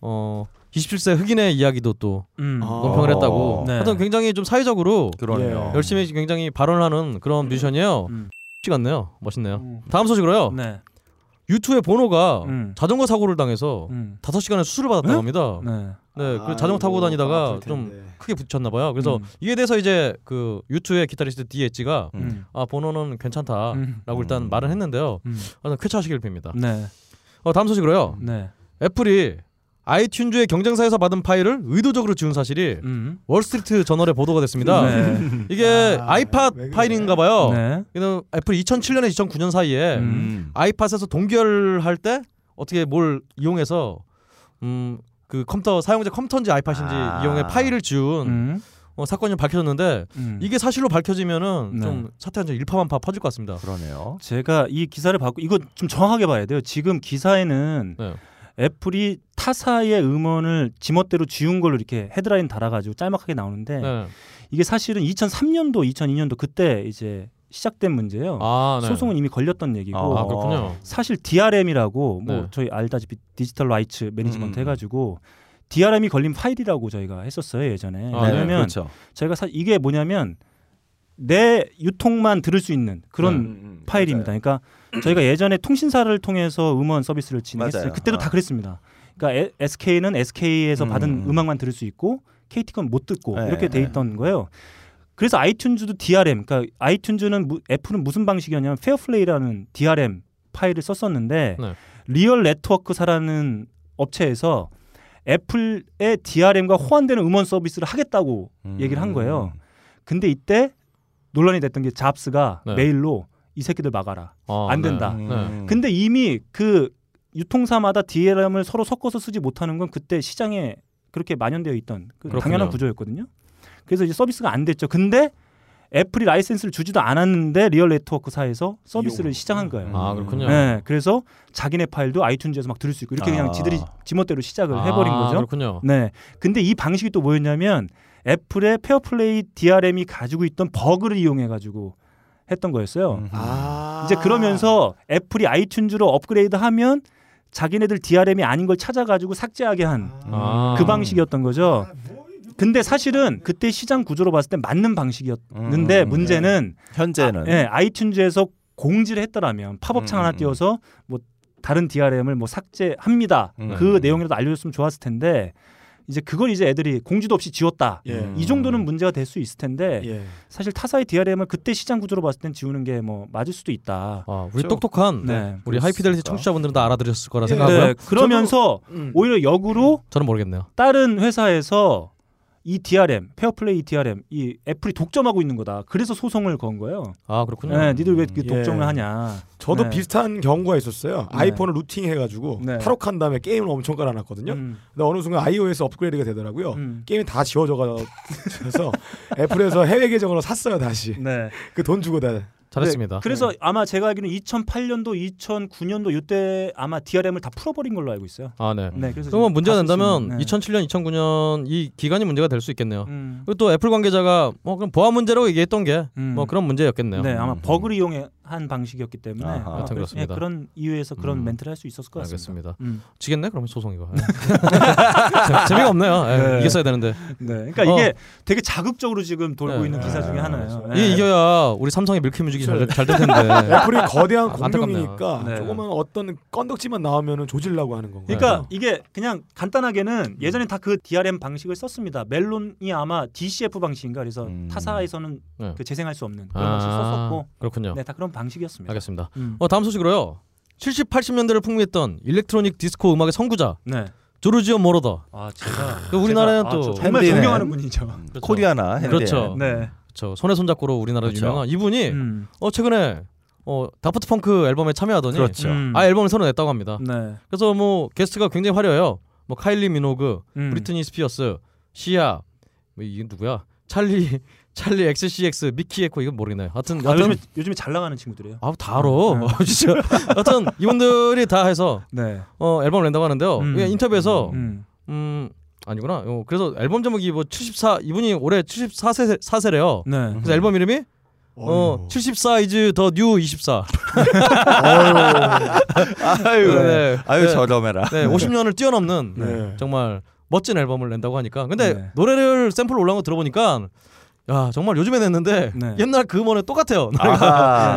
어 27세 흑인의 이야기도 또 음. 논평을 아. 했다고. 네. 하여튼 굉장히 좀 사회적으로 그러네요. 예. 열심히 굉장히 발언하는 그런 뮤지션이에요. 쉽지 않네요. 멋있네요. 다음 소식으로요. 유튜브의 번호가 자전거 사고를 당해서 다섯 시간의 수술을 받았다고 합니다. 음. 네. 그 자전거 타고 다니다가 좀 크게 부딪혔나 봐요. 그래서 이에 대해서 이제 그 유튜브의 기타리스트 DH가 음. 아 번호는 괜찮다라고 일단 말은 했는데요. 음. 아, 쾌차하시길 빕니다. 네. 어, 다음 소식으로요. 네. 애플이 아이튠즈의 경쟁사에서 받은 파일을 의도적으로 지운 사실이 월스트리트 저널에 보도가 됐습니다. 음. 네. 어. 이게 아, 이팟 파일인가 봐요. 네. 그래서 애플이 2007년에 2009년 사이에 음. 아이팟에서 동결할 때 어떻게 뭘 이용해서 음, 그 컴퓨터 사용자 컴퓨터인지 아이팟인지 아. 음. 이용해 파일을 지운 어, 사건이 밝혀졌는데 이게 사실로 밝혀지면은 네. 좀 사태 완전 일파만파 퍼질 것 같습니다. 그러네요. 제가 이 기사를 받고 이거 좀 정확하게 봐야 돼요. 지금 기사에는 네. 애플이 타사의 음원을 지멋대로 지운 걸로 이렇게 헤드라인 달아가지고 짤막하게 나오는데 네. 이게 사실은 2003년도, 2002년도 그때 이제 시작된 문제예요. 아, 네. 소송은 이미 걸렸던 얘기고 아, 그렇군요. 사실 DRM이라고 뭐 네. 저희 알다시피 디지털 라이츠 매니지먼트 음. 해가지고 DRM이 걸린 파일이라고 저희가 했었어요 예전에. 아, 네. 왜냐면 그렇죠. 저희가 사 이게 뭐냐면 내 유통만 들을 수 있는 그런 파일입니다. 그러니까 저희가 예전에 통신사를 통해서 음원 서비스를 진행했어요. 맞아요. 그때도 다 그랬습니다. 그러니까 SK는 SK에서 받은 음악만 들을 수 있고 KT 건 못 듣고 네, 이렇게 돼 네. 있던 거예요. 그래서 아이튠즈도 DRM, 그러니까 아이튠즈는 무- 애플은 무슨 방식이었냐면 페어플레이라는 DRM 파일을 썼었는데 네. 리얼 네트워크사라는 업체에서 애플의 DRM과 호환되는 음원 서비스를 하겠다고 얘기를 한 거예요. 근데 이때 논란이 됐던 게 잡스가 네. 메일로 이 새끼들 막아라. 아, 안 네. 된다. 음. 네. 근데 이미 그 유통사마다 DRM을 서로 섞어서 쓰지 못하는 건 그때 시장에 그렇게 만연되어 있던 그 그렇군요. 당연한 구조였거든요. 그래서 이제 서비스가 안 됐죠. 근데 애플이 라이센스를 주지도 않았는데 리얼 네트워크사에서 서비스를 시작한 거예요. 아, 그렇군요. 네, 그래서 자기네 파일도 아이튠즈에서 막 들을 수 있고 이렇게 아. 그냥 지들이 지멋대로 시작을 해버린 아, 거죠. 그렇군요. 네. 근데 이 방식이 또 뭐였냐면 애플의 페어플레이 DRM이 가지고 있던 버그를 이용해 가지고 했던 거였어요. 이제 그러면서 애플이 아이튠즈로 업그레이드하면 자기네들 DRM이 아닌 걸 찾아가지고 삭제하게 한 그 아. 방식이었던 거죠. 근데 사실은 그때 시장 구조로 봤을 때 맞는 방식이었는데 음, 문제는 현재는 네. 아, 예, 아이튠즈에서 공지를 했더라면 팝업창 음, 하나 띄워서 뭐 다른 DRM을 뭐 삭제합니다. 음. 그 내용이라도 알려줬으면 좋았을 텐데 이제 그걸 이제 애들이 공지도 없이 지웠다. 예. 이 정도는 문제가 될 수 있을 텐데 예. 예. 사실 타사의 DRM을 그때 시장 구조로 봤을 땐 지우는 게 뭐 맞을 수도 있다. 아, 우리 똑똑한 네. 우리 하이피델리티 청취자분들은 다 알아들으셨을 거라 예. 생각하고요. 네, 그러면서 오히려 역으로 저는 모르겠네요. 다른 회사에서 이 DRM, 페어플레이 DRM, 이 애플이 독점하고 있는 거다. 그래서 소송을 건 거예요. 아 그렇군요. 네, 니들 왜 이렇게 예. 독점을 하냐. 저도 네. 비슷한 경우가 있었어요. 네. 아이폰을 루팅 해가지고 네. 탈옥한 다음에 게임을 엄청 깔아놨거든요. 음. 음. 근데 어느 순간 iOS 업그레이드가 되더라고요. 게임이 다 지워져가서 애플에서 해외 계정으로 샀어요 다시. 네. 그 돈 주고 다. 네, 그래서 아마 제가 알기로는 2008년도, 2009년도 이때 아마 DRM을 다 풀어버린 걸로 알고 있어요. 아 네. 네, 그래서 그러면 지금 문제가 다 쓰시는- 된다면 네. 2007년, 2009년 이 기간이 문제가 될 수 있겠네요. 음. 그리고 또 애플 관계자가 뭐 그럼 보안 문제라고 얘기했던 게 뭐 그런 문제였겠네요. 음. 네, 아마 버그를 이용해 한 방식이었기 때문에 아하. 아마 여튼 그- 예, 그렇습니다. 그런 이유에서 그런 음. 멘트를 할 수 있었을 것 같습니다. 알겠습니다. 음. 지겠네 그러면 소송 이거. 재- 재미가 없네요. 예, 네. 이겼어야 되는데. 네, 그러니까 어. 이게 되게 자극적으로 지금 돌고 네. 있는 기사 중에 하나예요. 이게 이겨야 우리 삼성의 밀키뮤직이 잘 될 텐데. 애플이 거대한 아, 안타깝네요. 공룡이니까 조그만 어떤 건덕지만 나오면은 조질라고 하는 네. 건가요? 그러니까 이게 그냥 간단하게는 예전에 다 그 DRM 방식을 썼습니다. 멜론이 아마 DCF 방식인가 그래서 음. 타사에서는 네. 그 재생할 수 없는 그런 아, 방식 썼었고 그렇군요. 네, 다 그런 방식이었습니다. 알겠습니다. 음. 어, 다음 소식으로요. 70, 80년대를 풍미했던 일렉트로닉 디스코 음악의 선구자 네. 조르지오 모로더. 아, 제가 그 우리나라는 제가- 아, 또 저 정말 핸디맨. 존경하는 분이죠. 그렇죠. 코리아나 핸디맨. 그렇죠. 네. 그렇죠. 손에 손잡고로 우리나라 로 그렇죠. 유명한 이분이 음. 어 최근에 어 다프트 펑크 앨범에 참여하더니 그렇죠. 음. 아 앨범을 새로 냈다고 합니다. 네. 그래서 뭐 게스트가 굉장히 화려해요. 뭐 카일리 미노그, 음. 브리트니 스피어스, 시아, 뭐 이게 누구야? 찰리 찰리 XCX, 미키 에코 이건 모르겠네요. 하여튼 아, 음. 하여튼 요즘에 요즘에 잘 나가는 친구들이에요. 아, 다 알아. 어, 진짜. 하여튼 이분들이 다 해서 네. 어, 앨범을 낸다고 하는데요. 음. 예, 인터뷰에서 음. 음. 아니구나. 어, 그래서 앨범 제목이 뭐 74, 이분이 올해 74세, 4세래요. 네. 그래서 앨범 이름이 어, 74 is the new 24. 아유, 아유, 저렴해라. 네, 50년을 뛰어넘는 네. 정말 멋진 앨범을 낸다고 하니까. 근데 노래를 샘플로 올라온 거 들어보니까 야 정말 요즘에 냈는데 옛날 그음원에 똑같아요. 아,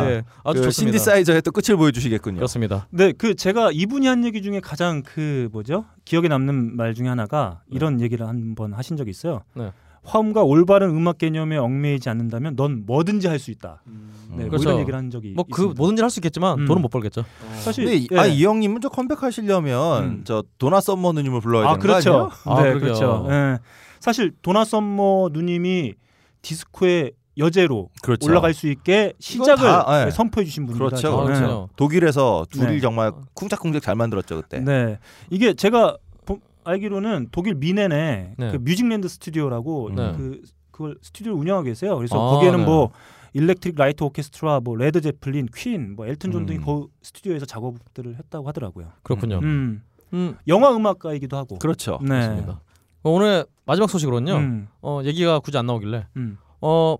아, 예, 아주 그 좋습니다. 신디사이저의 또 끝을 보여주시겠군요. 그렇습니다. 네, 그 제가 이분이 한 얘기 중에 가장 그 뭐죠? 기억에 남는 말 중에 하나가 이런 얘기를 한 번 하신 적이 있어요. 네. 화음과 올바른 음악 개념에 얽매이지 않는다면 넌 뭐든지 할 수 있다. 네, 뭐 그렇죠. 이런 얘기를 한 적이 뭐그 뭐든지 할 수 있겠지만 돈은 못 벌겠죠. 사실- 근데 이- 예. 음. 아, 이 형님은 저 컴백하시려면 저 도나 썸머누님을 불러야 아, 되는 그렇죠. 거 아니에요? 네, 그렇죠. 예. 사실 도나 썸머 누님이 디스코의 여제로 그렇죠. 올라갈 수 있게 시작을 다, 예. 선포해 주신 분입니다. 네. 그렇죠. 그렇죠. 독일에서 둘이 네. 정말 쿵짝쿵짝 잘 만들었죠 그때. 네. 이게 제가 보- 알기로는 독일 미넨에 네. 그 뮤직랜드 스튜디오라고 네. 그 그걸 스튜디오를 운영하고 계세요. 그래서 아, 거기에는 네. 뭐 일렉트릭 라이트 오케스트라, 뭐 레드 제플린, 퀸, 뭐 엘튼 존 음. 등이 그 스튜디오에서 작업들을 했다고 하더라고요. 그렇군요. 음. 영화 음악가이기도 하고. 그렇죠. 네. 그렇습니다. 어, 오늘 마지막 소식으로는요. 음. 어, 얘기가 굳이 안 나오길래 음. 어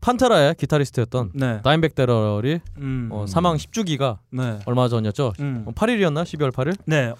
판테라의 기타리스트였던 네. 다인백 데럴이 음. 어, 사망 10주기가 네. 얼마 전이었죠. 음. 어, 8일이었나? 12월 8일? 네.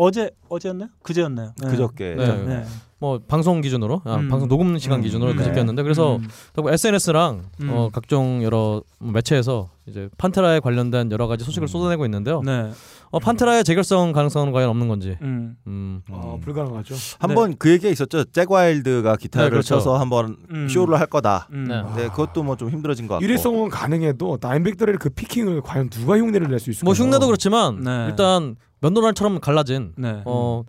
어제 어제였나요? 그제였나요? 네. 그저께. 네. 네. 뭐 방송 기준으로 아, 음. 방송 녹음 시간 음. 기준으로 네. 그저께였는데 그래서 음. SNS랑 음. 어, 각종 여러 매체에서 이제 판테라에 관련된 여러 가지 소식을 쏟아내고 있는데요. 네. 어, 판테라의 재결성 가능성은 과연 없는 건지. 음. 어, 불가능하죠. 네. 한번 그 얘기가 있었죠. 잭와일드가 기타를 네, 그렇죠. 쳐서 한번 음. 쇼를 할 거다. 음. 네. 네. 그것도 뭐 좀 힘들어진 것 같고. 유리성은 가능해도 나인백들의 그 피킹을 과연 누가 흉내를 낼 수 있을까? 뭐 흉내도 그렇죠. 그렇지만 일단 면도날처럼 갈라진 네. 어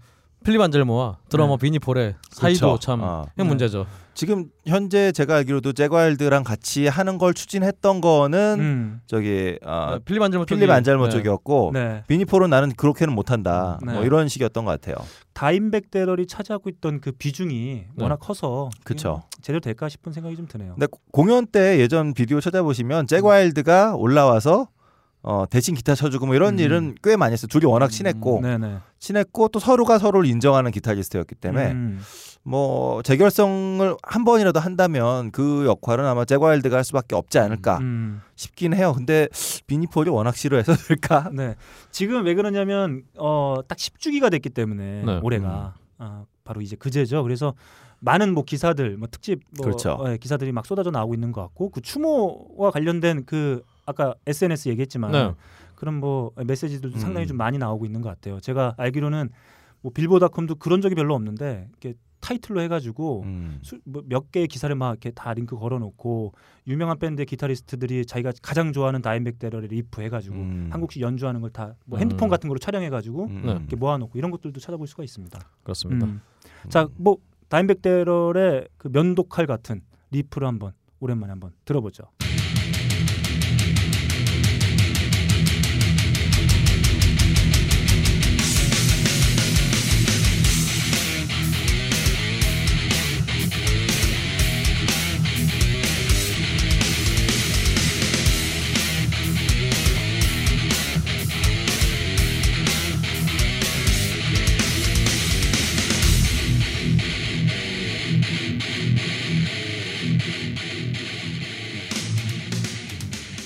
필립 안젤모와 드러머 네. 비니 폴의 사이도 그렇죠. 참 아. 큰 문제죠. 지금 현재 제가 알기로도 잭와일드랑 같이 하는 걸 추진했던 거는 음. 저기 아, 네, 필립 안젤모 필립 쪽이- 안젤모 네. 쪽이었고 네. 비니폴은 나는 그렇게는 못한다. 네. 뭐 이런 식이었던 것 같아요. 다인백 대럴이 차지하고 있던 그 비중이 네. 워낙 커서 그쵸. 이게 제대로 될까 싶은 생각이 좀 드네요. 근데 고- 공연 때 예전 비디오 찾아보시면 잭와일드가 올라와서 어, 대신 기타 쳐주고 뭐 이런 음. 일은 꽤 많이 했어요. 둘이 워낙 친했고 네네. 친했고 또 서로가 서로를 인정하는 기타리스트였기 때문에 음. 뭐 재결성을 한 번이라도 한다면 그 역할은 아마 잭와일드가 할 수밖에 없지 않을까 음. 싶긴 해요. 근데 비니폴이 워낙 싫어해서 그럴까? 네. 지금 왜 그러냐면 어, 딱 10주기가 됐기 때문에 네. 올해가 아, 바로 이제 그제죠. 그래서 많은 뭐 기사들, 뭐 특집 뭐 그렇죠. 예, 기사들이 막 쏟아져 나오고 있는 것 같고 그 추모와 관련된 그 아까 SNS 얘기했지만 네. 그런 뭐 메시지들도 음. 상당히 좀 많이 나오고 있는 것 같아요. 제가 알기로는 뭐 빌보닷컴도 그런 적이 별로 없는데 이렇게 타이틀로 해가지고 수- 뭐몇 개의 기사를 막 이렇게 다 링크 걸어놓고 유명한 밴드의 기타리스트들이 자기가 가장 좋아하는 다인백 대러를 리프 해가지고 한국식 연주하는 걸 다 뭐 핸드폰 음. 같은 걸로 촬영해가지고 네. 이렇게 뭐 모아놓고 이런 것들도 찾아볼 수가 있습니다. 그렇습니다. 음. 자뭐 다인백 대러의 그 면도칼 같은 리프를 한번 오랜만에 한번 들어보죠.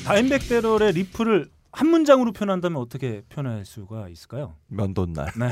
다인백 대러의 리프를 한 문장으로 표현한다면 어떻게 표현할 수가 있을까요? 면도날. 네.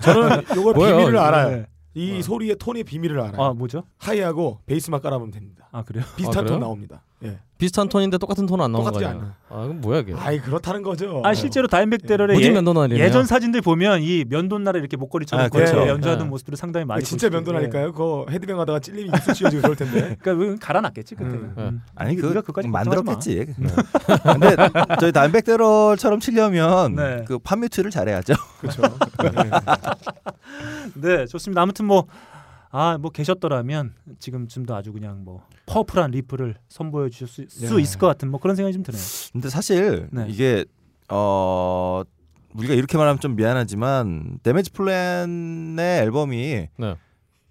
저는 요걸 뭐예요, 비밀을 이거? 알아요. 네. 이 소리의 톤의 비밀을 네. 알아요. 아, 뭐죠? 하이하고 베이스만 깔아보면 됩니다. 아 그래요? 비슷한 아, 그래요? 톤 나옵니다. 예. 비슷한 톤인데 똑같은 톤은 안 나오는 똑같지 거예요. 않아요. 아, 이건 뭐야 이게? 아이 그렇다는 거죠. 아 실제로 예. 다인백 대러의 무지 면도날이네요. 전 사진들 보면 이 면도날에 이렇게 목걸이처럼 아, 걸쳐 그렇죠. 연주하던 네. 모습들을 상당히 많이 네. 진짜 보시고, 면도라니까요. 그거 헤드뱅 하다가 찔리면 입술 찢어지고 그럴 텐데. 그러니까 왜 갈아놨겠지 그때는. 음. 아니 네. 그 네가 그까지 만들었겠지. 걱정하지 네. 근데 저희 담백대럴처럼 치려면 그 판뮤트를 잘해야죠. 그렇죠. 네 좋습니다. 아무튼 뭐. 아, 뭐 계셨더라면 지금쯤도 아주 그냥 뭐 퍼플한 리프를 선보여 주실 수, 수 네. 있을 것 같은 뭐 그런 생각이 좀 드네요. 근데 사실 네. 이게 어 우리가 이렇게 말하면 좀 미안하지만 데메지 플랜의 앨범이 네.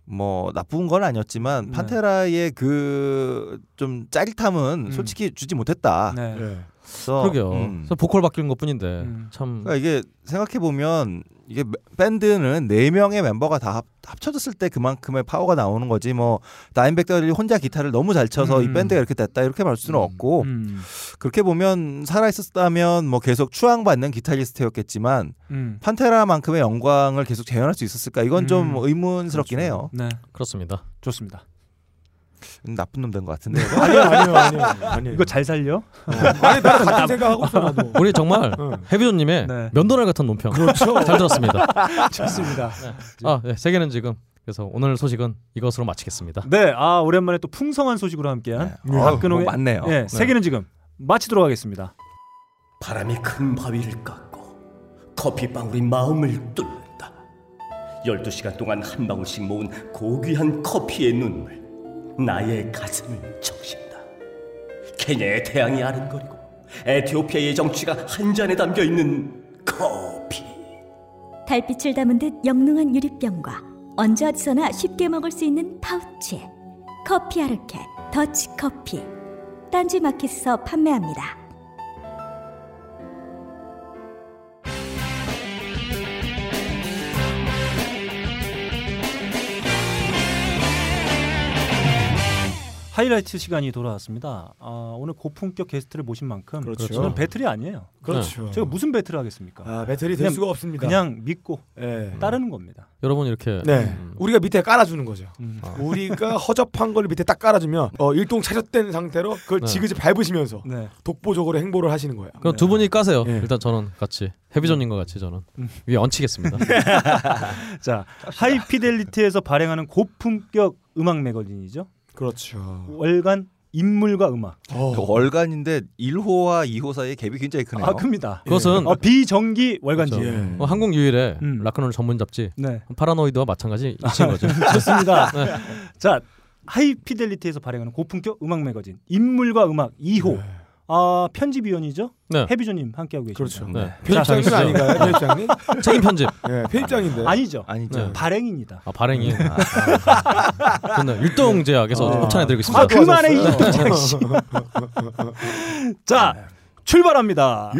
뭐 나쁜 건 아니었지만 판테라의 그 좀 짜릿함은 솔직히 주지 못했다. 네. 그래서 음. 그러게요. 음. 그래서 보컬 바뀐 것뿐인데 참 그러니까 이게 생각해 보면 이게 메- 밴드는 네 명의 멤버가 다 합, 합쳐졌을 때 그만큼의 파워가 나오는 거지 뭐 나인백들이 혼자 기타를 너무 잘 쳐서 음. 이 밴드가 이렇게 됐다 이렇게 말할 수는 없고 음. 그렇게 보면 살아 있었다면 뭐 계속 추앙받는 기타리스트였겠지만 음. 판테라만큼의 영광을 계속 재현할 수 있었을까 이건 좀 의문스럽긴 해요. 음, 네. 그렇습니다. 좋습니다. 나쁜 놈 된 것 같은데. 아니요, 아니요, 아니요, 아니요. 이거 네. 잘 살려? 어. 아니, 나도 같은 생각하고 있어, 나도. 우리 정말 해비조님의 면도날 같은 논평. 그렇죠. 잘 들었습니다. 좋습니다. 네. 아, 네, 세계는 지금 그래서 오늘 소식은 이것으로 마치겠습니다. 네, 아 오랜만에 또 풍성한 소식으로 함께한 네. 박근홍의 어, 맞네요. 네, 네. 세계는 지금 마치도록 하겠습니다. 바람이 큰 바위를 깎고 커피방울이 마음을 뚫는다. 12시간 동안 한 방울씩 모은 고귀한 커피의 눈물 나의 가슴을 적신다. 케냐의 태양이 아른거리고 에티오피아의 정취가 한 잔에 담겨 있는 커피. 달빛을 담은 듯 영롱한 유리병과 언제 어디서나 쉽게 먹을 수 있는 파우치 커피 아르케 더치 커피 딴지 마켓에서 판매합니다. 하이라이트 시간이 돌아왔습니다. 아, 오늘 고품격 게스트를 모신 만큼 그렇죠. 저는 배틀이 아니에요. 그렇죠. 제가 무슨 배틀을 하겠습니까? 아, 배틀이 될 그냥- 수가 없습니다. 예. 그냥 음. 믿고 따르는 겁니다. 여러분 이렇게 네. 음, 우리가 밑에 깔아주는 거죠. 음. 아. 우리가 허접한 걸 밑에 딱 깔아주면 어, 일동 차렷된 상태로 그걸 네. 지그시 밟으시면서 네. 독보적으로 행보를 하시는 거예요. 그럼 두 분이 까세요. 일단 저는 같이 해비조님과 같이 저는 위에 얹히겠습니다. 자, 하이피델리티에서 발행하는 고품격 음악 매거진이죠. 그렇죠. 월간 인물과 음악. 월간인데 1호와 2호 그 사이의 갭이 굉장히 크네요. 아, 큽니다. 그것은 어, 비정기 월간지. 예. 그렇죠. 어, 한국 유일의 락큰롤 전문 잡지 네. 파라노이드와 마찬가지 이치인 거죠. 좋습니다. 네. 자, 하이피델리티에서 발행하는 고품격 음악 매거진 인물과 음악 2호. 아, 편집위원이죠? 네. 해비조님 함께하고 계십니다. 그렇죠. 네. 자, 편집장이죠. 자, 아닌가요, 편집장님? 책임 편집. 예, 편집장인데. 아니죠. 아니죠. 네. 발행입니다. 아 발행이. 아, 좋네. 율동제약에서 아. 협찬해드리고 아, 있습니다. 그만해 네. 이 씨. 자, 출발합니다.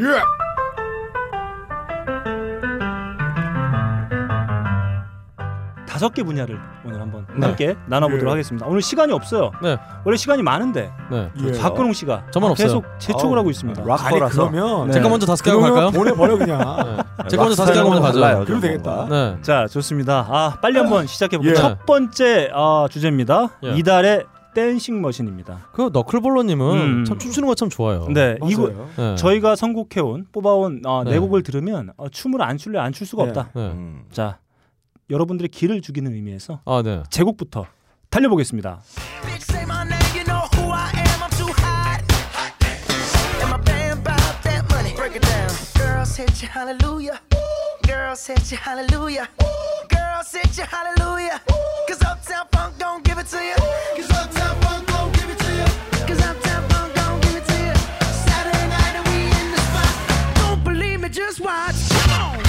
다섯 개 분야를 오늘 한번 네. 함께 나눠보도록 예. 하겠습니다. 오늘 시간이 없어요. 원래 시간이 많은데 네. 예. 박근홍 씨가 저만 없어요. 계속 재촉을 하고 아, 있습니다. 네. 락커라서. 네. 제거 먼저 다섯 개 하고 갈까요? 그러면 뭐 네. 제거 먼저 다섯 개 하고 먼저 가죠. 아? 네. 자, 좋습니다. 아, 빨리 한번 시작해 볼게요. 예. 첫 번째 아, 주제입니다. 예. 이달의 댄싱 머신입니다. 그 너클볼러님은 음. 참 춤추는 거 참 좋아요. 네, 이거 어, 네. 저희가 선곡해 온 뽑아온 아, 네. 네. 곡을 들으면 어, 춤을 안 출래 안 출 수가 네. 없다. 네. 음. 자, 여러분들의 길을 죽이는 의미에서 아, 네. 제곡부터 달려보겠습니다. Bitch, say my name, you know who I am. I'm too hot. And my band bought that money. Break it down. Girls hit you, hallelujah. Girls hit you, hallelujah. Girls hit you, hallelujah. Cause Uptown Funk don't give it to you. Cause Uptown Funk don't give it to you. Cause Uptown Funk don't give it to you. Saturday night and we in the spot. Don't believe me, just watch. Come on.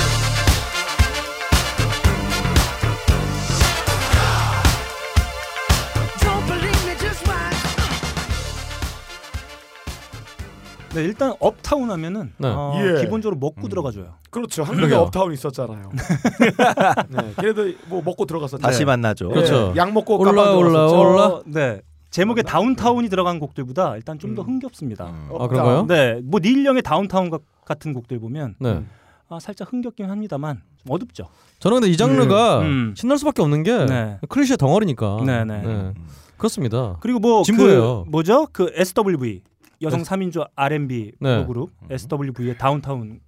Don't believe me, just watch. 네, 일단 업타운 하면은 네. 어, 예. 기본적으로 먹고 들어가줘요. 그렇죠. 한국에 그러게요. 업타운 있었잖아요. 네, 걔네들 뭐 먹고 들어갔었죠. 다시 만나죠. 그렇죠. 예, 약 먹고 올라, 깜빡 올라, 들어갔었죠. 올라. 네. 제목에 다운타운이 들어간 곡들보다 일단 좀 음. 더 흥겹습니다. 어, 아, 그런가요? 네, 뭐 닐령의 다운타운 가- 같은 곡들 보면 네. 아, 살짝 흥겹긴 합니다만 좀 어둡죠. 저는 근데 이 장르가 음. 신날 수밖에 없는 게 네. 클리셰 덩어리니까. 네, 네. 음. 그렇습니다. 그리고 뭐 진보예요. 그 뭐죠? 그 SWV 여성 S- 3인조 R&B 네. 프로 그룹 SWV의 다운타운도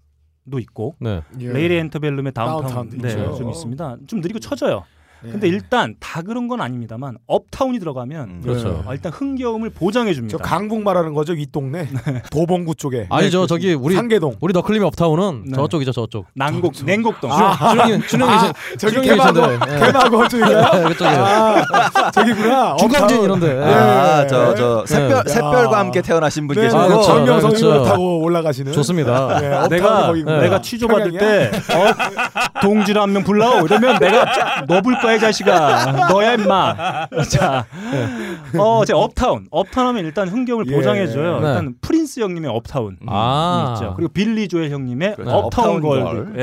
있고 네. 예. 레이리 엔터벨룸의 다운타운 다운타운도 네, 있죠. 좀 있습니다. 좀 느리고 쳐져요. 네. 근데 일단 다 그런 건 아닙니다만 업타운이 들어가면 그렇죠. 어, 일단 흥겨움을 보장해 줍니다. 저 강북 말하는 거죠 이 동네 도봉구 쪽에 네. 네. 아니죠. 저기 우리 상계동 우리 너클림의 업타운은 네. 저쪽이죠. 저쪽. 난곡 냉곡동. 주령이 주령이 네. 아, 저기 개마고 개마고 저기가요? 아, 저기구나. 중간진 업타운. 예. 이런데. 아, 저, 저, 샛별, 야. 샛별과 함께 태어나신 분 네, 아, 아, 계시고. 그렇죠. 네, 그렇죠. 전경성을 타고 올라가시는. 좋습니다. 네, 업타운이 내가 거기구나. 내가 취조 받을 평양이야? 때 어, 동지를 한 명 불러오 이러면 내가 너불 거야 이 자식아 너야 임마 자 어, 제 업타운 업타운 하면 일단 흥겨움을 예. 보장해줘요 네. 일단 프린스 형님의 업타운 음, 아. 있죠 그리고 빌리 조엘 형님의 그렇죠. 업타운 업타운 걸 걸. 음.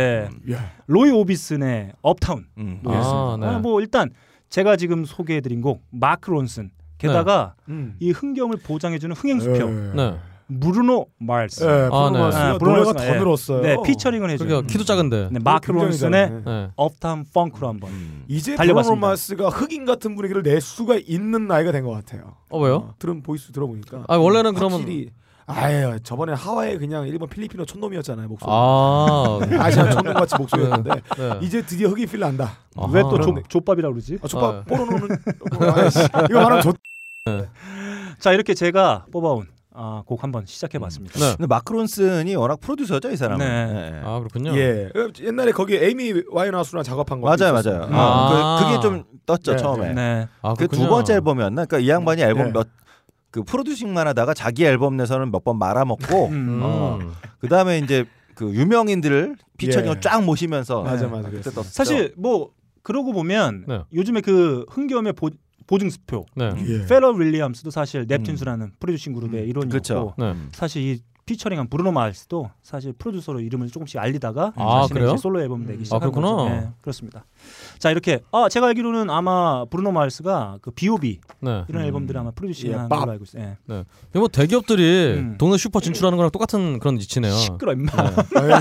예. 로이 오비슨의 업타운 음. 뭐 이랬습니다. 아, 네. 아, 뭐 일단 제가 지금 소개해드린 곡 마크 론슨 게다가 네. 음. 뭐. 이 흥겨움을 보장해주는 흥행수표 네. 브루노 마일스. 아, 예, 브루노 마스가 노래가 더 늘었어요. 네, 피처링을 해줘요. 그러니까 키도 음. 작은데. 네, 마크 굉장히 론슨의 작네. 업타운 펑크로 한번 이제 브루노 달려봤습니다. 마스가 흑인 같은 분위기를 낼 수가 있는 나이가 된 것 같아요. 어 왜요? 들은 보이스 들어보니까. 아, 원래는 그러면- 확실히 아예 저번에 하와이 그냥 일본 필리핀어 촌놈이었잖아요 목소리. 아. 아시아 촌놈 같이 목소리였는데 네, 네. 이제 드디어 흑인 필 난다. 왜 또 그런 족밥이라고 그러지? 아, 족밥 네. 뽀로로는 아이씨, 이거 하나 줬. 자 이렇게 제가 뽑아온 아, 곡 한번 음. 시작해봤습니다. 근데 마크론슨이 워낙 프로듀서죠 이 사람은. 네. 예. 네. 아 그렇군요. 예. 옛날에 거기 에이미 와인하우스랑 작업한 거. 맞아요, 맞아요. 있었어요. 어, 그, 그게 좀 떴죠 네, 처음에. 네. 아, 그 두 그렇군요. 번째 앨범이었나? 그러니까 이 양반이 앨범 네. 몇. 그 프로듀싱만 하다가 자기 앨범 내서는 몇 번 말아먹고 음. 어, 그다음에 이제 그 유명인들을 피처링을 예. 쫙 모시면서 네, 맞아, 맞아, 그때 그랬어요. 떴죠. 사실 뭐 그러고 보면 네. 요즘에 그 흥겨움의 보, 보증수표 네. 예. 페러 윌리엄스도 사실 넵튠스라는 음. 프로듀싱 그룹의 일원이었고 그렇죠. 네. 사실 이 피처링한 브루노 마일스도 사실 프로듀서로 이름을 조금씩 알리다가 아, 자신의 그래요? 이제 솔로 앨범 음. 내기 아, 시작한 그렇구나. 거죠. 네, 그렇습니다. 자 이렇게 아 제가 알기로는 아마 브루노 마일스가 그 B.O.B 네. 이런 앨범들을 아마 프로듀싱한 예, 밥. 걸로 알고 있어요. 예. 네. 근데 뭐 대기업들이 음. 동네 슈퍼 진출하는 거랑 똑같은 그런 어. 이치네요. 시끄러 임마. 아유.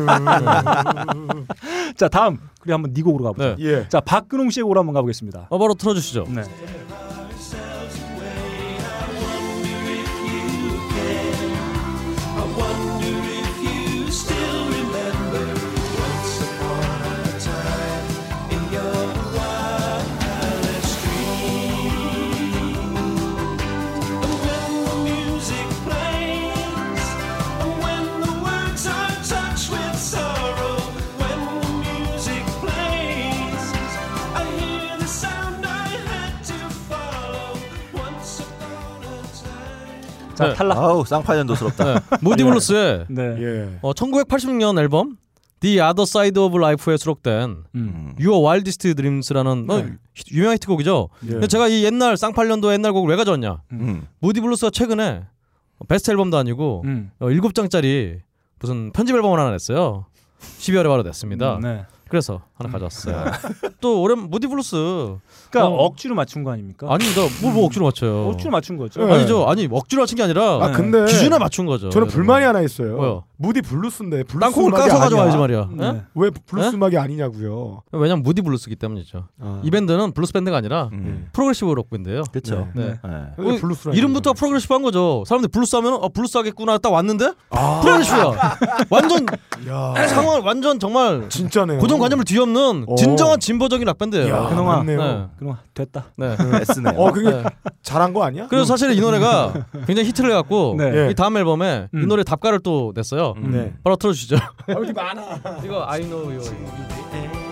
자 다음 그리고 한번 네 곡으로 가보죠. 네. 예. 자 박근홍 씨의 곡으로 한번 가보겠습니다. 어, 바로 틀어주시죠. 네. 자 네. 탈락. 아우 쌍파년도스럽다. 네. 모디 블루스의 네. 예. 어, 1986년 앨범 The Other Side of Life에 수록된 음. 네. Your Wildest Dreams라는 어, 히- 유명한 히트곡이죠. 예. 근데 제가 이 옛날 쌍팔년도 옛날 곡을 왜 가져왔냐? 음. 무디 블루스가 최근에 베스트 앨범도 아니고 음. 어, 7장짜리 무슨 편집 앨범을 하나 냈어요. 12월에 바로 냈습니다. 음, 네. 그래서 하나 가져왔어요. 또 오랜 무디 블루스 그러니까 어. 억지로 맞춘 거 아닙니까? 아닙니다. 뭘, 뭐 억지로 맞춰요? 예. 억지로 맞춘 거죠. 네. 아니죠. 아니 억지로 맞춘 게 아니라 아 근데 기준에 맞춘 거죠. 저는 불만이 하나 있어요. 뭐요? 무디 블루스인데 블루스 땅콩을 음악이 까서 아니야. 가져와야지 말이야. 네. 예? 왜 블루스 네? 음악이 아니냐고요. 왜냐면 무디 블루스기 때문이죠. 아. 네. 이 밴드는 블루스 밴드가 아니라 음. 프로그레시브 록 밴드예요. 그렇죠. 네. 네. 왜 어, 블루스라 이름부터 프로그레시브한 거죠. 사람들이 블루스 하면 어 블루스 하겠구나 딱 왔는데 프로그레시브야. 완전 아. 야 상황 완전 정말 진짜네요. 고정관념을 뒤엎는 오. 진정한 진보적인 락 밴드예요. 야, 그놈아. 맞네요. 네. 그럼 됐다. 네. S네요. 어 그게 네. 잘한 거 아니야? 그래서 사실 이 노래가 굉장히 히트를 해갖고 네. 이 다음 앨범에 이 음. 노래 답가를 또 냈어요. 네. 바로 틀어주시죠. 아, 여기 많아. 이거 I Know You.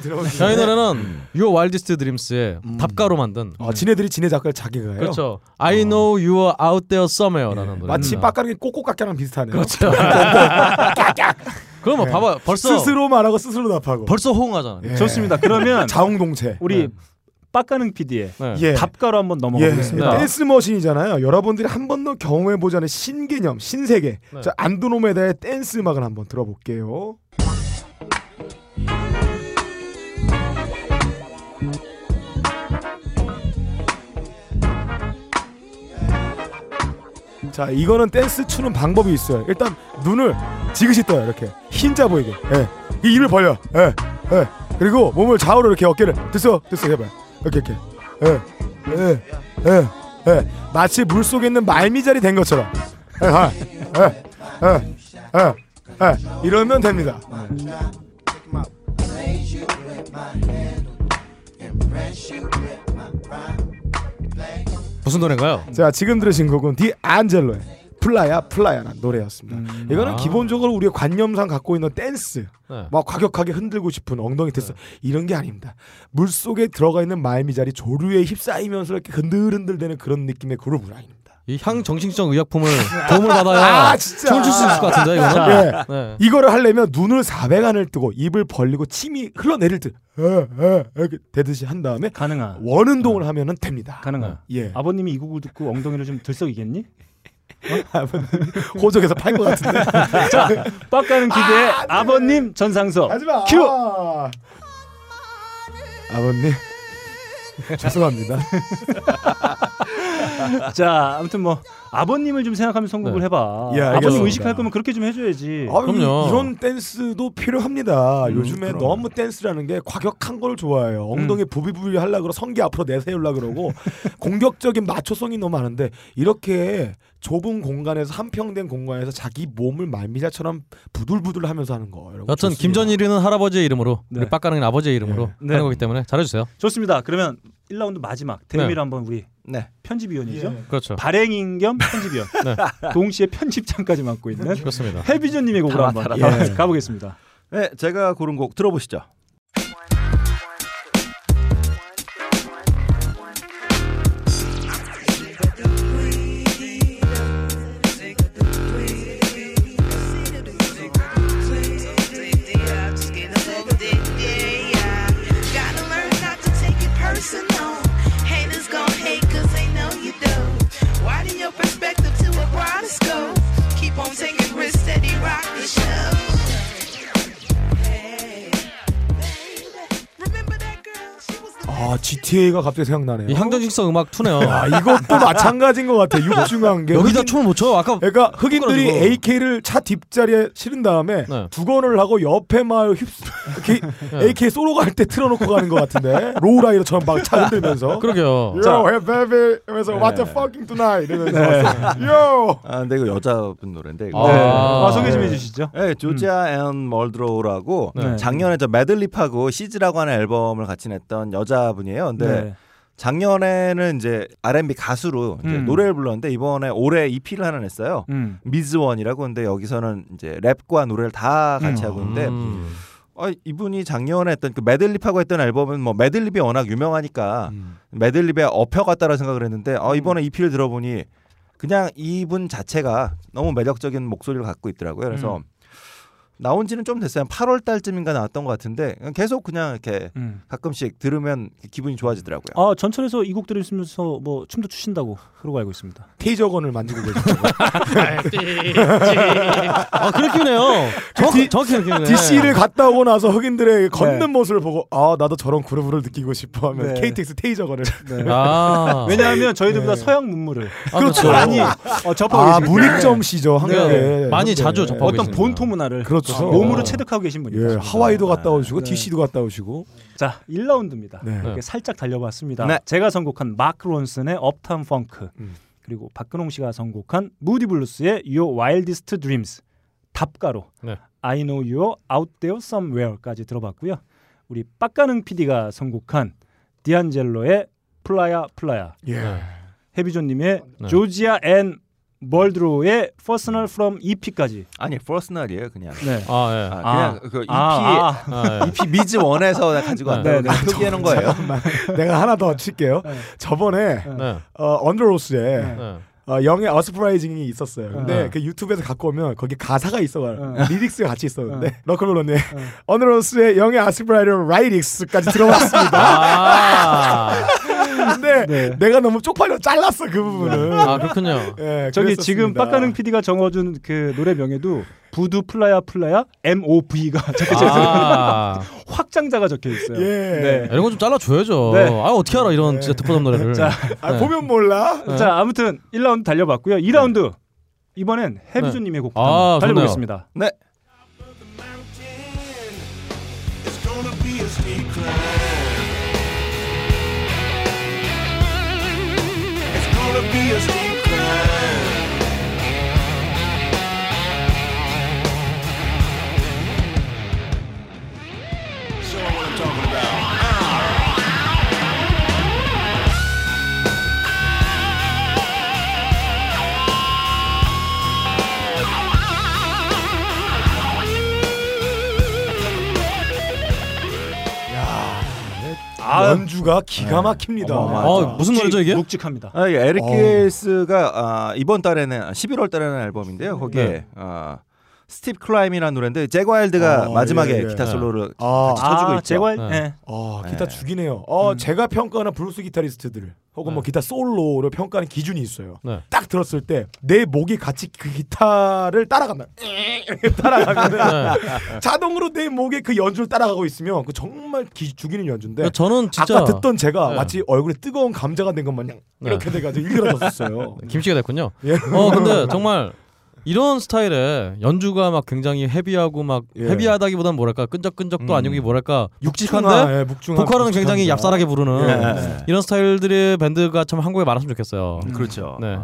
들어보세요. 자, 이 음. 음. 노래는 Your Wildest Dreams의 답가로 만든 아, 지네들이 지네 작가를 자기가 해요. 어. 예. 그렇죠. I know you are out there somewhere라는 노래. 마치 빡가는 게 꼬꼬깍깍랑 비슷하네요. 음. 그렇죠. 그럼 뭐 봐봐. 벌써 예. 스스로 말하고 스스로 답하고. 벌써 호응하잖아. 예. 좋습니다. 그러면 자웅동체. 네. 우리 빡가는 PD의 네. 예. 답가로 한번 예, 넘어가겠습니다. 댄스 머신이잖아요. 여러분들이 한 번도 경험해 보자는 신개념, 신세계. 네. 자, 안드로메다의 댄스 음악을 한번 들어볼게요. 자, 이거는 댄스 추는 방법이 있어요. 일단 눈을 지그시 떠요. 이렇게 흰자 보이게. 예. 이 입을 벌려. 예. 예. 그리고 몸을 좌우로 이렇게 어깨를 들썩 들썩 해봐요. 이렇게 이렇게. 예. 예. 예. 예. 마치 물 속에 있는 말미잘이 된 것처럼. 예. 예. 예. 예. 예. 이러면 됩니다. 무슨 노래인가요? 자, 지금 들으신 곡은 디안젤로의 플라야 플라야란 노래였습니다. 음. 이거는 아. 기본적으로 우리가 관념상 갖고 있는 댄스, 네. 막 과격하게 흔들고 싶은 엉덩이 네. 댄스 이런 게 아닙니다. 물 속에 들어가 있는 말미 자리 조류에 휩싸이면서 이렇게 흔들흔들대는 그런 느낌의 그룹 라인. 이 향 정신성 의약품을 도움을 받아야 아, 진짜. 춤을 출수 있을 것 같은데 이거는. 네. 예. 이거를 하려면 눈을 4배간을 뜨고 입을 벌리고 침이 흘러내릴 듯 에, 에, 이렇게 되듯이 한 다음에 가능한 원 운동을 하면은 됩니다. 가능한. 예. 아버님이 이 곡을 듣고 엉덩이를 좀 들썩이겠니? 호적에서 팔 것 같은데. 자, 빡가는 기대에 아, 버님 전상석. 하지마. 큐. 아버님 죄송합니다. 자, 아무튼 뭐 아버님을 좀 생각하면서 네. 선곡을 해봐. 예, 아버님 알겠습니다. 의식할 거면 그렇게 좀 해줘야지. 아, 이- 이런 댄스도 필요합니다. 음, 요즘에 그럼. 너무 댄스라는 게 과격한 걸 좋아해요. 엉덩이 부비부비 하려 그러고 성기 앞으로 내세우려 그러고 공격적인 마초성이 너무 많은데 이렇게 좁은 공간에서 한평된 공간에서 자기 몸을 말미잘처럼 부들부들 하면서 하는 거. 여러분 여튼 좋습니다. 네. 예. 김전일이는 할아버지의 이름으로 우리 빡가는 아버지의 이름으로 네. 하는 거기 때문에 잘해주세요. 좋습니다. 그러면 1라운드 마지막 대미를 네. 한번 우리 편집위원이죠. 예. 그렇죠. 발행인 겸 편집위원. 네. 동시에 편집장까지 맡고 있는 그렇습니다. 헬비전님의 곡으로 다 한번 예. 맡아라, 다 예. 맡아라. 가보겠습니다. 네, 제가 고른 곡 들어보시죠. Gotta learn not to take it personal. Haters gon' hate 'cause they know you do. Widen your perspective to a broader scope. Keep on taking risks, steady rock the show. 아 GTA가 갑자기 생각나네요. 이 향정식성 음악 투네요. 야, 이것도 마찬가지인 것 같아. 육중한 게 여기다 춤을 못 춰. 아까 그러니까 흑인들이 끌어주고. AK를 차 뒷자리에 실은 다음에 두건을 하고 옆에 막 휩, 이렇게 AK 쏘러 갈 때 틀어놓고 가는 것 같은데 로우라이더처럼 막차 흔들면서. 아, 그러게요. Yo, hey baby, 이러면서 What the fucking tonight 이러면서 Yo. 아, 근데 이거 여자분 노래인데. 이거. 네. 아, 소개 좀 해주시죠. 음. 네, 조지아 앤 멀드로우라고 네. 작년에 저 매들립하고 시즈라고 하는 앨범을 같이 냈던 여자분이에요. 근데 네. 작년에는 이제 R&B 가수로 이제 음. 노래를 불렀는데 이번에 올해 EP를 하나 냈어요. 음. 미즈원이라고 근데 여기서는 이제 랩과 노래를 다 같이 음. 하고 있는데 아, 이분이 작년에 했던 그 매들립하고 했던 앨범은 뭐 매들립이 워낙 유명하니까 음. 매들립에 업혀갔다라 생각을 했는데 아, 이번에 EP를 들어보니 그냥 이분 자체가 너무 매력적인 목소리를 갖고 있더라고요. 그래서 음. 나온 지는 좀 됐어요. 한 8월 달쯤인가 나왔던 것 같은데 계속 그냥 이렇게 음. 가끔씩 들으면 기분이 좋아지더라고요. 아 전철에서 이 곡 들으시면서 뭐 춤도 추신다고 그러고 알고 있습니다. 테이저건을 만들고 계시죠. 아 그렇긴 해요. 정확, 정확히 기억나네. DC를 갔다 오고 나서 흑인들의 걷는 네. 모습을 보고 아 나도 저런 그루브를 느끼고 싶어 하면 네. KTX 테이저건을 아. 왜냐하면 저희들보다 서양 문물을 그렇죠. 네. 많이 어, 접하고 아, 계시기 문익점 때문에. 씨죠, 한국에. 네. 한국에. 어떤 본토 문화를 그렇죠. 어, 몸으로 체득하고 계신 분이죠. 예, 하와이도 갔다 오시고 네. DC도 갔다 오시고 자, 1라운드입니다. 네. 이렇게 살짝 달려봤습니다. 네. 음. 제가 선곡한 마크 론슨의 업타운 펑크 그리고 박근홍 씨가 선곡한 무디 블루스의 Your Wildest Dreams 답가로 네. I Know You're Out There Somewhere까지 들어봤고요. 우리 빡가능 PD가 선곡한 디안젤로의 플라야 플라야 예. 해비존님의 네. 조지아 앤 멀드로의 Personal From E EP까지 아니 퍼스널이에요 그냥. 네. 아, 예. 아, 아. 그냥 그 EP 아, 아. EP 미즈 원에서 가지고 왔다고 네, 네. 표기하는 거예요. 잠깐만. 내가 하나 더 칠게요. 저번에 네. 어, 언더로스에 네. 어, 영의 어스프라이징이 있었어요. 근데 네. 그 유튜브에서 갖고 오면 거기 가사가 있어요. 네. 리릭스가 같이 있었는데 러클롤러님 언더로스의 영의 어스프라이징 라이릭스까지 들어봤습니다. 아. 근데 네. 내가 너무 쪽팔려 잘랐어 그 부분은. 아 그렇군요. 예, 저기 그랬었습니다. 지금 빡가능 PD가 정어준 그 노래 명에도 부두 플라야 플라야 MOV가 적혀져 있어요. 아. 확장자가 적혀 있어요. 네. 이런 건 좀 잘라줘야죠. 네. 아 어떻게 알아 이런 진짜 듣보잡 노래를. 그러니까 자, 아, 보면 몰라. 네. 자, 아무튼 네. 1라운드 달려봤고요. 2라운드 이번엔 해비조님의 곡부터 아, 한번 달려보겠습니다. 네. gonna be a steep climb. It's gonna be a steep climb. Show 'em what I'm talking about. Ah. 아, 연주가 기가 막힙니다. 어마어마하죠. 무슨 노래죠, 이게? 묵직합니다. 아, 이게 에릭 어. 게일스가 아, 이번 달에는 아, 11월 달에는 앨범인데요. 거기에 네. 아, 스티브 클라임이라는 노래인데 제거 와일드가 어, 마지막에 예, 예. 기타 네. 솔로를 아. 같이 쳐주고 아, 있죠. 제거 와일드? 네. 네. 아, 기타 죽이네요. 음. 어, 제가 평가하는 브루스 기타리스트들 혹은 뭐 기타 솔로를 평가하는 기준이 있어요. 네. 딱 들었을 때 내 목이 같이 그 기타를 따라간다. 따라가면 네. 자동으로 내 목에 그 연주를 따라가고 있으면 그 정말 기, 죽이는 연주인데. 저는 그렇죠. 진짜- 네. 아까 듣던 제가 네. 마치 얼굴에 뜨거운 감자가 된 것 마냥 네. 이렇게 돼가지고 일그러졌었어요. 김치가 됐군요. 예. 어 근데 정말 이런 스타일의 연주가 막 굉장히 헤비하고 막 예. 헤비하다기보단 뭐랄까 끈적끈적도 음. 아니고 이게 뭐랄까 묵직한, 묵직한데 예, 묵직한, 네. 보컬은 굉장히 묵직합니다. 얍쌀하게 부르는 예. 이런 스타일들의 밴드가 참 한국에 많았으면 좋겠어요. 음. 그렇죠. 네.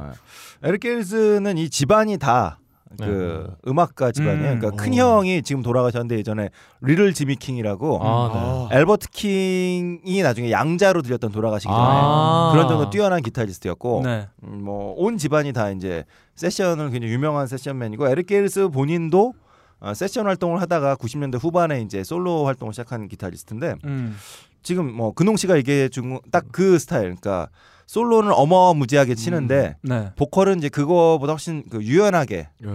에릭 게일스는 이 집안이 다. 네. 그 음악가 집안이에요. 그러니까 큰 형이 지금 돌아가셨는데 예전에 리를 지미 킹이라고 아, 엘버트 킹이 나중에 양자로 들렸던 돌아가시기 전에 아. 그런 정도 뛰어난 기타리스트였고 네. 뭐 온 집안이 다 이제 세션을 굉장히 유명한 세션맨이고 에릭 게일스 본인도 어, 세션 활동을 하다가 90년대 후반에 이제 솔로 활동을 시작한 기타리스트인데 음. 지금 뭐 근홍 씨가 얘기해 준 딱 그 스타일. 그러니까 솔로는 어마무지하게 치는데 음. 네. 보컬은 이제 그거보다 훨씬 그 유연하게 예.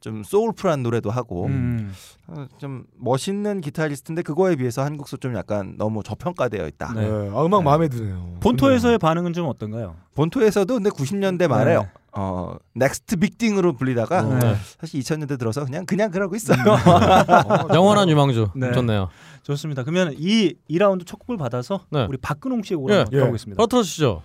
좀 소울풀한 노래도 하고 음. 어, 좀 멋있는 기타리스트인데 그거에 비해서 한국소 좀 약간 너무 저평가되어 있다. 네. 아, 음악 마음에 드네요. 본토에서의 반응은 좀 어떤가요? 본토에서도 근데 90년대 말에 네. 어 넥스트 빅띵으로 불리다가 네. 사실 2000년대 들어서 그냥 그냥 그러고 있어요. 아, 영원한 유망주 좋네요. 좋습니다. 그러면 이 2라운드 첫 곡을 받아서 우리 박근홍 씨의 곡을 예. 한번 들어보겠습니다. 바로 틀어주시죠.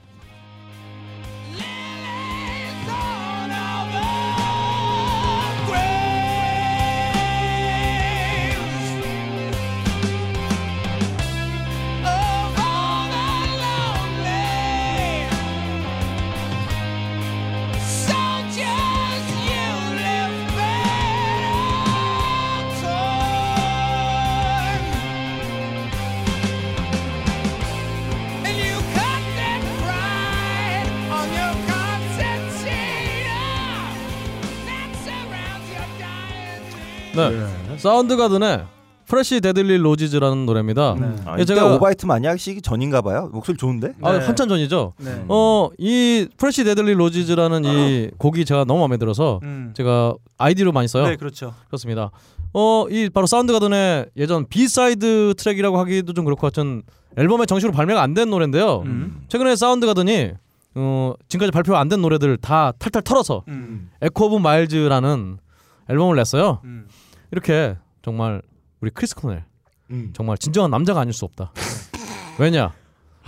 Soldiers, you live And you cut that pride on your concertina that surrounds your dying 네. 사운드 가든의 프레시 데들리 로지즈라는 노래입니다. 네. 아, 이게 이때 오바이트 네. 많이 하시기 전인가 봐요. 목소리 좋은데? 아, 한참 전이죠. 네. 어, 이 프레시 데들리 로지즈라는 이 곡이 제가 너무 마음에 들어서 음. 제가 아이디로 많이 써요. 네, 그렇죠. 그렇습니다. 어, 이 바로 사운드 가든의 예전 B-사이드 트랙이라고 하기도 좀 그렇고 하여튼 앨범에 정식으로 발매가 안 된 노래인데요. 음. 최근에 사운드 가든이 어, 지금까지 발표 안 된 노래들 다 탈탈 털어서 음. 에코 오브 마일즈라는 앨범을 냈어요. 이렇게 정말 우리 크리스 코넬 정말 진정한 남자가 아닐 수 없다. 왜냐?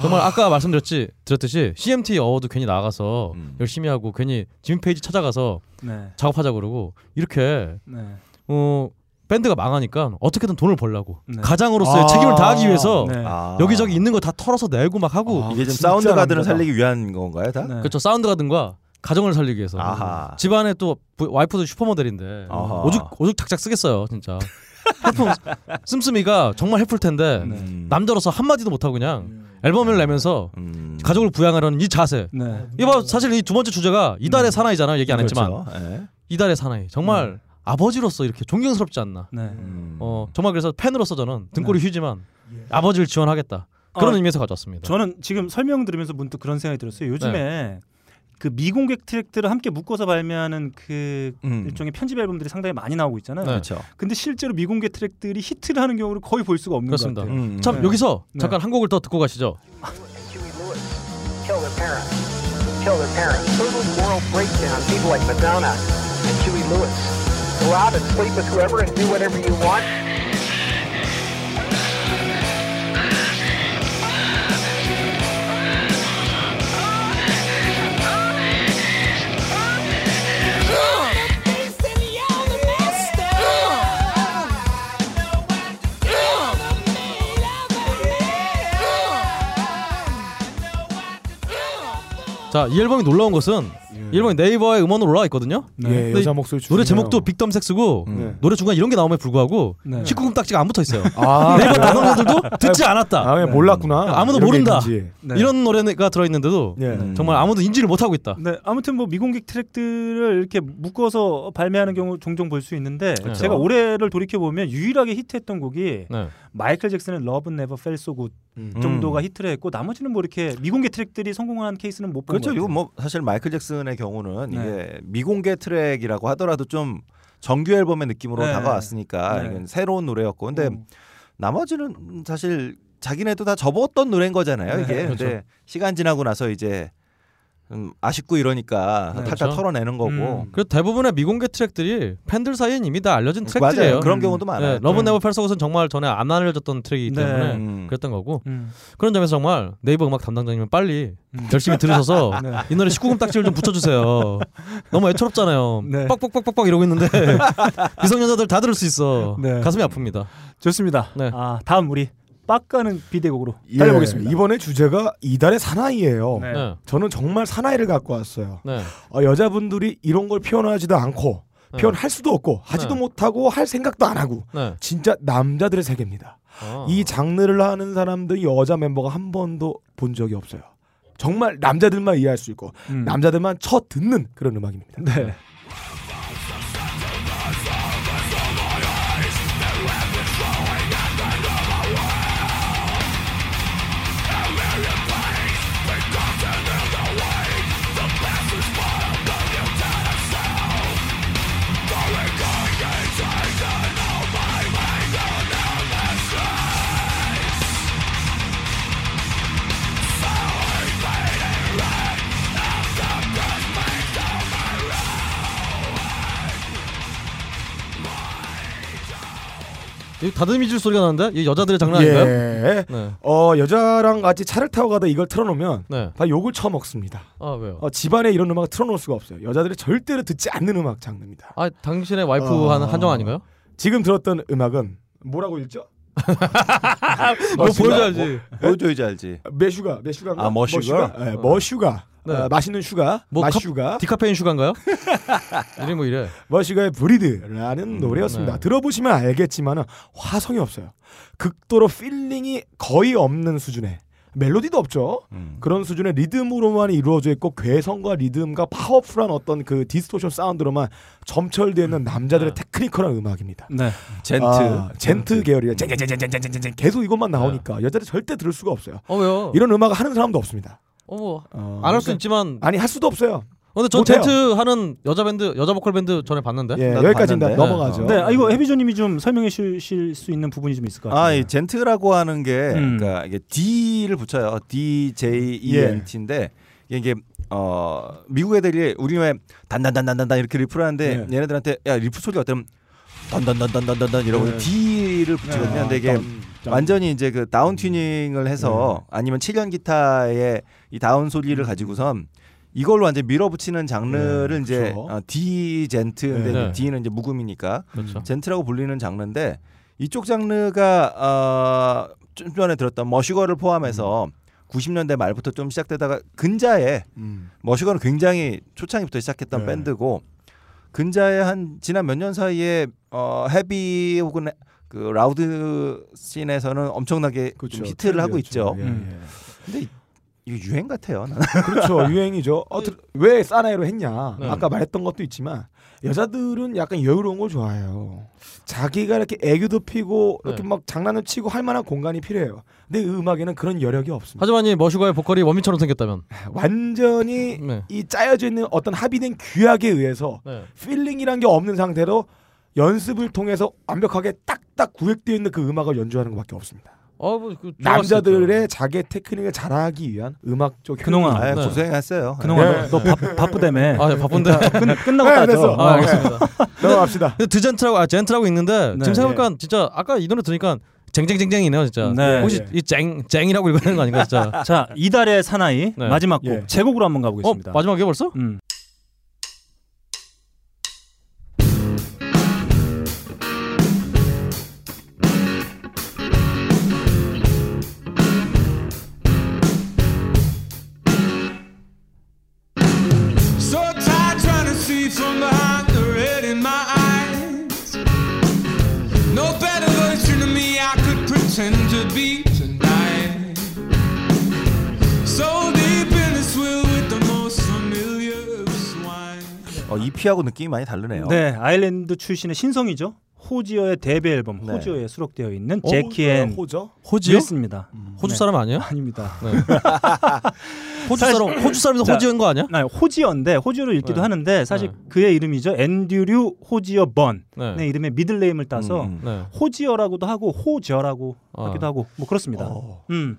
정말 아까 말씀드렸지 드렸듯이 CMT 어워드 괜히 나가서 열심히 하고 괜히 지민 페이지 찾아가서 네. 작업하자 그러고 이렇게 네. 어 밴드가 망하니까 어떻게든 돈을 벌려고 네. 가장으로서의 아. 책임을 다하기 위해서 네. 아. 여기저기 있는 거 다 털어서 내고 막 하고 이게 좀 사운드 가든을 살리기 위한 건가요, 다? 그렇죠 사운드 가든과 가정을 살리기 위해서 네. 아하. 집안에 또 부- 와이프도 슈퍼모델인데 아하. 오죽 오죽 작작 쓰겠어요 진짜 헬프 씀씀이가 정말 헬플 텐데 음. 남자로서 한 마디도 못 하고 그냥 앨범을 내면서 음. 가족을 부양하려는 이 자세 네. 이봐 사실 이 두 번째 주제가 이달의 사나이잖아요 얘기 안 했지만 음. 그렇죠. 음. 예. 이달의 사나이 정말 아버지로서 이렇게 존경스럽지 않나 음. 네. 어 정말 그래서 팬으로서 저는 등골이 네. 휴지만 예. 아버지를 지원하겠다 그런 어, 아, 의미에서 가져왔습니다. 저는 지금 설명 들으면서 문득 그런 생각이 들었어요. 요즘에 네. 그 미공개 트랙들을 함께 묶어서 발매하는 그 일종의 편집 앨범들이 상당히 많이 나오고 있잖아요. 음. 네. 그렇죠. 근데 실제로 미공개 트랙들이 히트를 하는 경우를 거의 볼 수가 없는 그렇습니다. 것 같아요. 참 음. 네. 여기서 네. 잠깐 한 곡을 더 듣고 가시죠. kill their parents, kill their parents. Total moral breakdown. People like Madonna and Huey Lewis. Go out and sleep with whoever and do whatever you want. 자, 이 앨범이 놀라운 것은 일본에 네이버에 음원으로 올라와 있거든요. 예. 네. 예, 근데 여자 목소리 중요해요. 노래 제목도 빅덤 섹스고 네. 노래 중간 이런 게 나오면 불구하고 네. 19금 딱지가 안 붙어 있어요. 아, 그래요? 네이버 단원들도 듣지 아, 않았다. 아, 그냥 몰랐구나. 아무도 이런 게 모른다. 네. 있는지. 예. 네. 이런 노래가 들어 있는데도 정말 아무도 인지를 못 하고 있다. 네, 아무튼 뭐 미공개 트랙들을 이렇게 묶어서 발매하는 경우 종종 볼 수 있는데 음. 그렇죠. 제가 올해를 돌이켜 보면 유일하게 히트했던 곡이 네. 마이클 잭슨의 Love Never Felt So Good 음. 정도가 히트를 했고 나머지는 뭐 이렇게 미공개 트랙들이 성공한 케이스는 못 본 것 그렇죠. 같아요. 이거 뭐 사실 마이클 잭슨의 경우는 네. 이게 미공개 트랙이라고 하더라도 좀 정규 앨범의 느낌으로 네. 다가왔으니까 네. 이건 새로운 노래였고 근데 나머지는 사실 자기네도 다 접었던 노래인 거잖아요. 네. 이게 근데 그렇죠. 시간 지나고 나서 이제 음, 아쉽고 이러니까 네. 탈탈 그렇죠. 털어내는 거고. 그리고 대부분의 미공개 트랙들이 팬들 사이엔 이미 다 알려진 트랙들이에요. 맞아요. 그런 경우도 많아요. 러브 네. 네버 팔서고선 정말 전에 안 알려졌던 트랙이기 네. 때문에 음. 그랬던 거고 음. 그런 점에서 정말 네이버 음악 담당자님은 빨리 열심히 들으셔서 네. 이 노래 19금 딱지를 좀 붙여주세요. 너무 애처롭잖아요. 네. 빡빡빡빡빡 이러고 있는데 미성년자들 다 들을 수 있어. 네. 가슴이 아픕니다. 좋습니다. 네. 아, 다음 우리 빡가는 비대곡으로 예, 달려보겠습니다. 이번에 주제가 이달의 사나이예요. 네. 네. 저는 정말 사나이를 갖고 왔어요. 네. 어, 여자분들이 이런 걸 표현하지도 않고 네. 표현할 수도 없고 하지도 네. 못하고 할 생각도 안 하고 네. 진짜 남자들의 세계입니다. 아. 이 장르를 하는 사람들 여자 멤버가 한 번도 본 적이 없어요. 정말 남자들만 이해할 수 있고 음. 남자들만 쳐 듣는 그런 음악입니다. 네. 이 다듬이질 소리가 나는데 이 여자들의 장난 아닌가요? 예. 네. 어 여자랑 같이 차를 타고 가다 이걸 틀어놓으면 네. 다 욕을 쳐먹습니다. 아 왜요? 어, 집안에 이런 음악 틀어놓을 수가 없어요. 여자들이 절대로 듣지 않는 음악 장르입니다. 아 당신의 와이프 어. 한 한정 아닌가요? 지금 들었던 음악은 뭐라고 읽죠? 뭐 보여줘야지. 보여줘야지 알지. 메슈가 메슈가 뭐 아, 머슈가? 예, 머슈가 네. 어, 맛있는 슈가 뭐 마슈가 카- 디카페인 슈가인가요? 이름이 뭐 이래. 머슈가의 브리드라는 음, 노래였습니다. 네. 들어보시면 알겠지만 화성이 없어요. 극도로 필링이 거의 없는 수준의 멜로디도 없죠. 음. 그런 수준의 리듬으로만 이루어져 있고 괴성과 리듬과 파워풀한 어떤 그 디스토션 사운드로만 점철되어 있는 남자들의 테크니컬한 음악입니다. 네. 음. 네. 젠트. 네. 아, 젠트 계열이에요. 젠젠젠젠젠젠젠 계속 이것만 나오니까 여자들 절대 들을 수가 없어요. 어 왜요? 이런 음악을 하는 사람도 없습니다. 어머 어, 안 할 수 그러니까- 있지만 아니 할 수도 없어요. 근데 전 못해요. 젠트 하는 여자 밴드 여자 보컬 밴드 전에 봤는데 예, 여기까지입니다. 넘어가죠. 음. 네, 아, 이거 해비조님이 좀 설명해 주실 수 있는 부분이 좀 있을 것 같아요. 아, 이 젠트라고 하는 게 음. 그러니까 이게 D를 붙여요. D J E 예. N T인데 이게 어 미국 애들이 우리말 단단단단단단 이렇게 리프를 하는데 예. 얘네들한테 야 리프 소리가 들으면 단단단단단단단 이러고 네. D를 붙이거든요. 네. 근데 이게 단, 단. 완전히 이제 그 다운 튜닝을 해서 아니면 7년 기타의 이 다운 소리를 가지고선 이걸로 완전 히 밀어붙이는 장르를 이제 그렇죠. 어, D 젠트인데 네. 이제 D는 이제 묵음이니까 그렇죠. 젠트라고 불리는 장르인데 이쪽 장르가 어, 좀 전에 들었던 머시거를 포함해서 90년대 말부터 좀 시작되다가 근자에 음. 머시거는 굉장히 초창기부터 시작했던 네. 밴드고 근자에 한 지난 몇 년 사이에 어, 헤비 혹은 그 라우드 씬에서는 엄청나게 좀 그렇죠. 히트를 하고 있죠. 트렌드였죠. 예, 음. 근데 이- 이거 유행 같아요. 나는. 그렇죠 유행이죠. 어, 들- 왜 사나이로 했냐? 네. 아까 말했던 것도 있지만 여자들은 약간 여유로운 걸 좋아해요. 자기가 이렇게 애교도 피고 이렇게 네. 막 장난을 치고 할 만한 공간이 필요해요. 근데 이 음악에는 그런 여력이 없습니다. 하지만 이 머슈가의 보컬이 원민처럼 생겼다면 완전히 네. 이 짜여져 있는 어떤 합의된 규약에 의해서 네. 필링이란 게 없는 상태로 연습을 통해서 완벽하게 딱딱 구획되어 있는 그 음악을 연주하는 것밖에 없습니다. 어, 뭐, 그 남자들의 자기의 테크닉을 잘하기 위한 음악적 그동안 효능입니다. 아, 고생했어요. 그동안 네. 너, 너 바, 바쁘다며. 아, 네, 바쁜데. 끝, 끝나고 네, 따져. 됐어. 아, 알겠습니다. 넘어갑시다. 근데 드젠트라고 아 젠트라고 있는데 네. 지금 생각하니까 진짜 아까 이 노래 들으니까 쟁쟁쟁쟁이네요 진짜. 네. 혹시 네. 이쟁 쟁이라고 읽는 거 아닌가 진짜. 자, 이달의 사나이 네. 마지막 곡 예. 제곡으로 한번 어 가보겠습니다. 마지막에 벌써? 음. So No better version of me I could pretend to be tonight. So deep in this will with the most familiar of swine. 어, EP하고 느낌이 많이 다르네요. 네, 아일랜드 출신의 신성이죠. 호지어의 데뷔 앨범 네. 호지어에 수록되어 있는 어, 제키 앤 호지어? 호지요? 윌스입니다. 음. 호주 사람 아니에요? 아닙니다. 네. 호주 사람 호주 사람에서 호지어인 거 아니야? 네, 호지어인데 호지어로 읽기도 네. 하는데 사실 그의 이름이죠. 앤드류 호지어 번의 네. 이름의 미들네임을 따서 음, 음. 네. 호지어라고도 하고 호저라고 아. 하기도 하고 뭐 그렇습니다. 어. 음.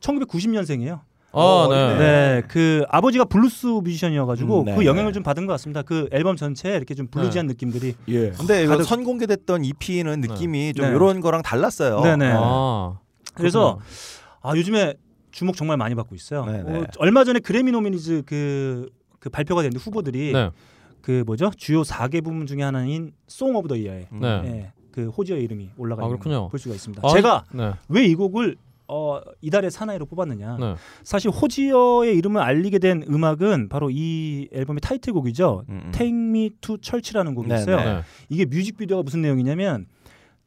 1990년생이에요. 아, 어, 네. 그 아버지가 블루스 뮤지션이어가지고 음, 네, 그 영향을 좀 받은 것 같습니다. 그 앨범 전체에 이렇게 좀 블루지한 네. 느낌들이. 예. 근데 이거 가득- 선공개됐던 EP는 느낌이 좀 네. 이런 거랑 달랐어요. 네네. 아, 그래서 아 요즘에 주목 정말 많이 받고 있어요. 네네. 어, 얼마 전에 그래미 노미니즈 그, 그 발표가 됐는데 후보들이 네. 그 뭐죠 주요 4개 부문 중에 하나인 송 오브 더 이어에 네. 예, 그 호지의 이름이 올라가 아, 있는 그렇군요. 걸볼 수가 있습니다. 아, 제가 네. 왜 이 곡을 어, 이달의 사나이로 뽑았느냐. 네. 사실 호지어의 이름을 알리게 된 음악은 바로 이 앨범의 타이틀곡이죠. Take Me to Church라는 곡이 음, 네, 있어요. 네. 이게 뮤직비디오가 무슨 내용이냐면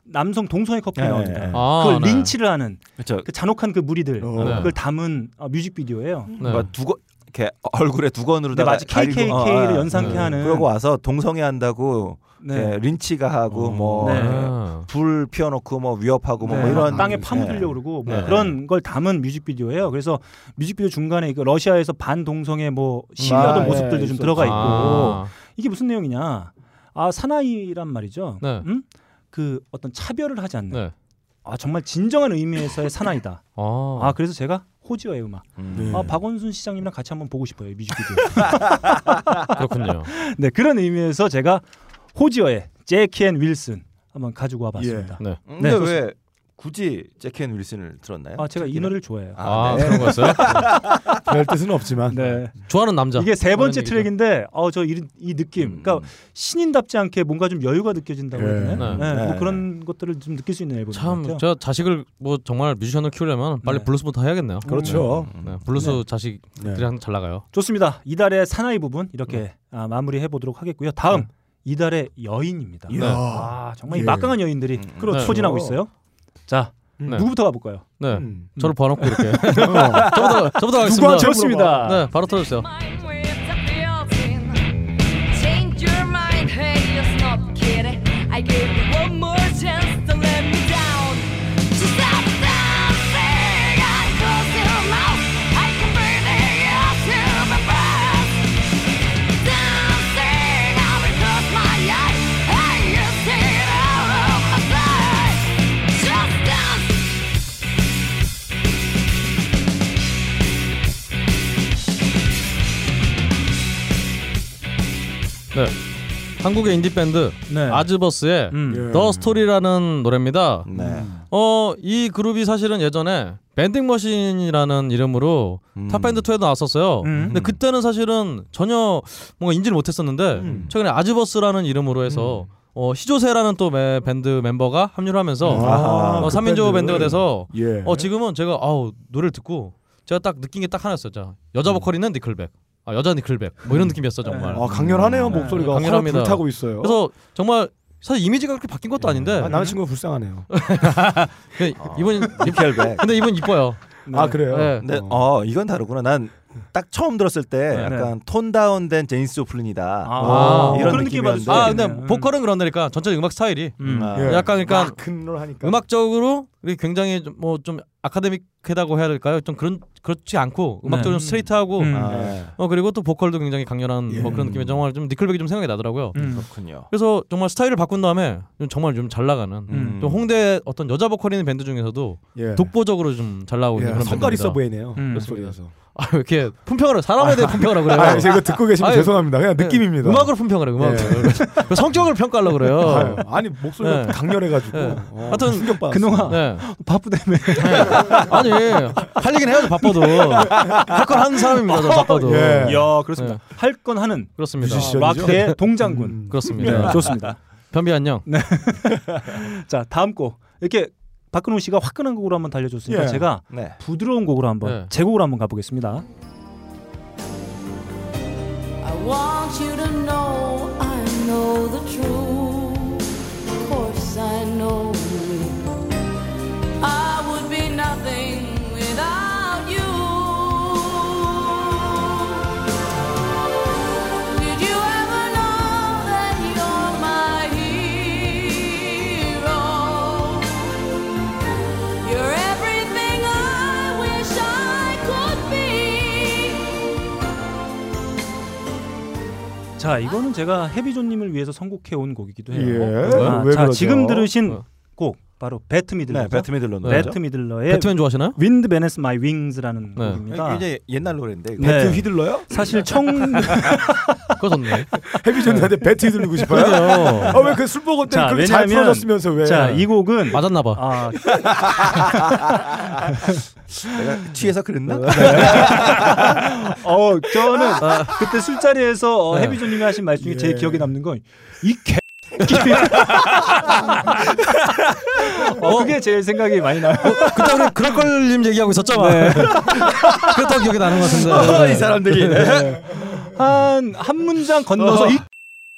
남성 동성애 커플이 네, 나옵니다. 네. 그걸 아, 네. 린치를 하는 그쵸. 그 잔혹한 그 무리들 네. 그걸 담은 어, 뮤직비디오예요. 네. 뭔가 뭐 두건 이렇게 얼굴에 두건으로 어, 네, 마치 KKK 를 연상케 하는. 음. 그러고 와서 동성애 한다고 네. 이렇게 예, 린치가 하고 뭐 네. 아. 불 피워놓고 뭐 위협하고 뭐, 네, 뭐 이런 막 땅에 네. 파묻으려고 그러고 뭐 네. 그런 걸 담은 뮤직비디오예요. 그래서 뮤직비디오 중간에 그 러시아에서 반동성애 뭐 아, 시위하던 예, 모습들도 좀 있었죠. 들어가 있고 아. 이게 무슨 내용이냐? 아 사나이란 말이죠. 네. 음? 그 어떤 차별을 하지 않는. 아 정말 진정한 의미에서의 사나이다. 아. 아 그래서 제가 호지어의 음악. 음. 아 박원순 시장님이랑 같이 한번 보고 싶어요 이 뮤직비디오. 그렇군요. 네 그런 의미에서 제가 호지어의 제키 앤 윌슨 한번 가지고 와봤습니다. 네. 음, 근데 좋습니다. 왜 굳이 제키 앤 윌슨을 들었나요? 아, 제가 이 특히나? 노래를 좋아해요. 아, 네. 그런 거였어요? 별 뜻은 없지만. 네. 좋아하는 남자. 이게 세 번째 그런 얘기죠. 트랙인데 어저이 이 느낌. 그러니까 신인답지 않게 뭔가 좀 여유가 느껴진다고 예. 해야 되나? 네. 네, 뭐 네. 그런 것들을 좀 느낄 수 있는 앨범인 것 참, 같아요. 저 자식을 뭐 정말 뮤지션을 키우려면 빨리 블루스부터 해야겠네요. 그렇죠. 네. 네. 블루스 네. 자식들이 항상 잘 나가요. 좋습니다. 이달의 사나이 부분 이렇게 아, 마무리해 보도록 하겠고요. 다음 이달의 여인입니다. 이야. 아, 정말 이 예. 막강한 여인들이 그렇죠. 소진하고 있어요. 자, 네. 누구부터 가볼까요? 네, 저를 봐놓고 이렇게. 어. 저부터, 저부터 가겠습니다. 음. 누구한테 좋습니다. 네, 바로 틀어주세요. Change your mind, hey, you're not kidding. I gave you one more chance to let me down. So stop dancing and close your mouth. I can breathe in your human breath. Dancing, I will close my eyes. And you see it all of my face. Just dance. 네. 한국의 인디 밴드 아즈버스의 예. 더 스토리라는 노래입니다. 네. 어, 이 그룹이 사실은 예전에 밴딩 머신이라는 이름으로 음. 탑 밴드 2에도 나왔었어요. 근데 그때는 사실은 전혀 뭔가 인지를 못했었는데 음. 최근에 아즈버스라는 이름으로 해서 어, 시조세라는 또 매- 밴드 멤버가 합류를 하면서 아, 어, 그 3인조 밴드를. 밴드가 돼서 예. 어, 지금은 제가 아우 노래를 듣고 제가 딱 느낀 게 딱 하나였어요. 자, 여자 보컬이는 니클백. 아, 여자 니클백. 뭐 이런 느낌이었어 정말. 음. 음. 아, 강렬하네요, 목소리가. 화가 불타고 있어요. 그래서 네. 정말 사실 이미지가 그렇게 바뀐 것도 아닌데 아, 어. 남자친구가 불쌍하네요. 그 이분 니켈백. 근데 이분 이뻐요. 아, 그래요? 네. 근데 어 이건 다르구나. 난 딱 처음 들었을 때 약간 톤 다운된 제인스 오플린이다. 어, 아, 이런 그런 느낌이 네, 느낌이었는데. 아 근데 보컬은 그런다니까 전체 음악 스타일이 음. 예. 아. 약간 그러니까 막 큰롤 하니까. 음악적으로 굉장히 뭐 좀 아카데믹하다고 해야 될까요? 좀 그런 그렇지 않고 음악적으로 네. 좀 스트레이트하고 음. 네. 아. 어 그리고 또 보컬도 굉장히 강렬한 예. 뭐 그런 느낌의 정말 좀 니클백이 좀 생각이 나더라고요. 음. 그렇군요. 그래서 정말 스타일을 바꾼 다음에 좀 정말 좀 잘 나가는 음. 또 홍대 어떤 여자 보컬 있는 밴드 중에서도 예. 독보적으로 좀 잘 나오고 있는 예, 그런 성깔 밴드입니다. 있어 보이네요. 음. 목소리라서. 아, 왜 이렇게 품평을 사람에 대해 아, 품평을 하고 그래요. 아, 제가 듣고 계시면 죄송합니다. 그냥 느낌입니다. 네. 음악으로 품평을 해요. 음악으로. 성격을 평가하려고 그래요. 예. 아유, 아니, 목소리가 강렬해가지고. 네. 어, 하여튼 충격받았어요. 그놈아. 바쁘다며. 아니 할 얘기는 해야죠 바빠도 할 건 하는 사람입니다. 저 바빠도. 예. 이야, 그렇습니다. 할 건 하는 그렇습니다. 뮤지션이죠. 락의 동장군. 그렇습니다. 네, 좋습니다. 변비 안녕. 네. 자 다음 곡 이렇게 박근홍 씨가 화끈한 곡으로 한번 달려줬으니까 예. 제가 네. 부드러운 곡으로 한번 네. 제곡으로 한번 가보겠습니다. I want you to know I know the truth. Of course, I know 자 이거는 제가 해비조님을 위해서 선곡해 온 곡이기도 해요. 예. 아, 왜 자 그러죠? 지금 들으신 곡 바로 배트 미들러. 네, 배트 미들러죠. 배트 미들러의 배트맨 좋아하시나요? Wind Beneath My Wings라는 네. 곡입니다. 굉장히 옛날 노래인데 네. 이거. 배트 휘둘러요? 사실 청 꺼졌네. 해비존한테 배트 휘둘리고 싶어요? 아, 왜 그 술버거 때 그렇게 잘 풀어졌으면서 왜? 자이 곡은 맞았나 봐. 아, 내가 취해서 그랬나? 네. 어 저는 아. 그때 술자리에서 어, 해비조님이 하신 말씀 중에 예. 제일 기억에 남는 건이개 어, 그게 제일 생각이 많이 나요. 그때 우리 그럴 걸님 얘기하고 있었잖아. 그렇다고 기억이 나는 것 같은데. 이 사람들이. 네. 한, 한 문장 건너서 어. 이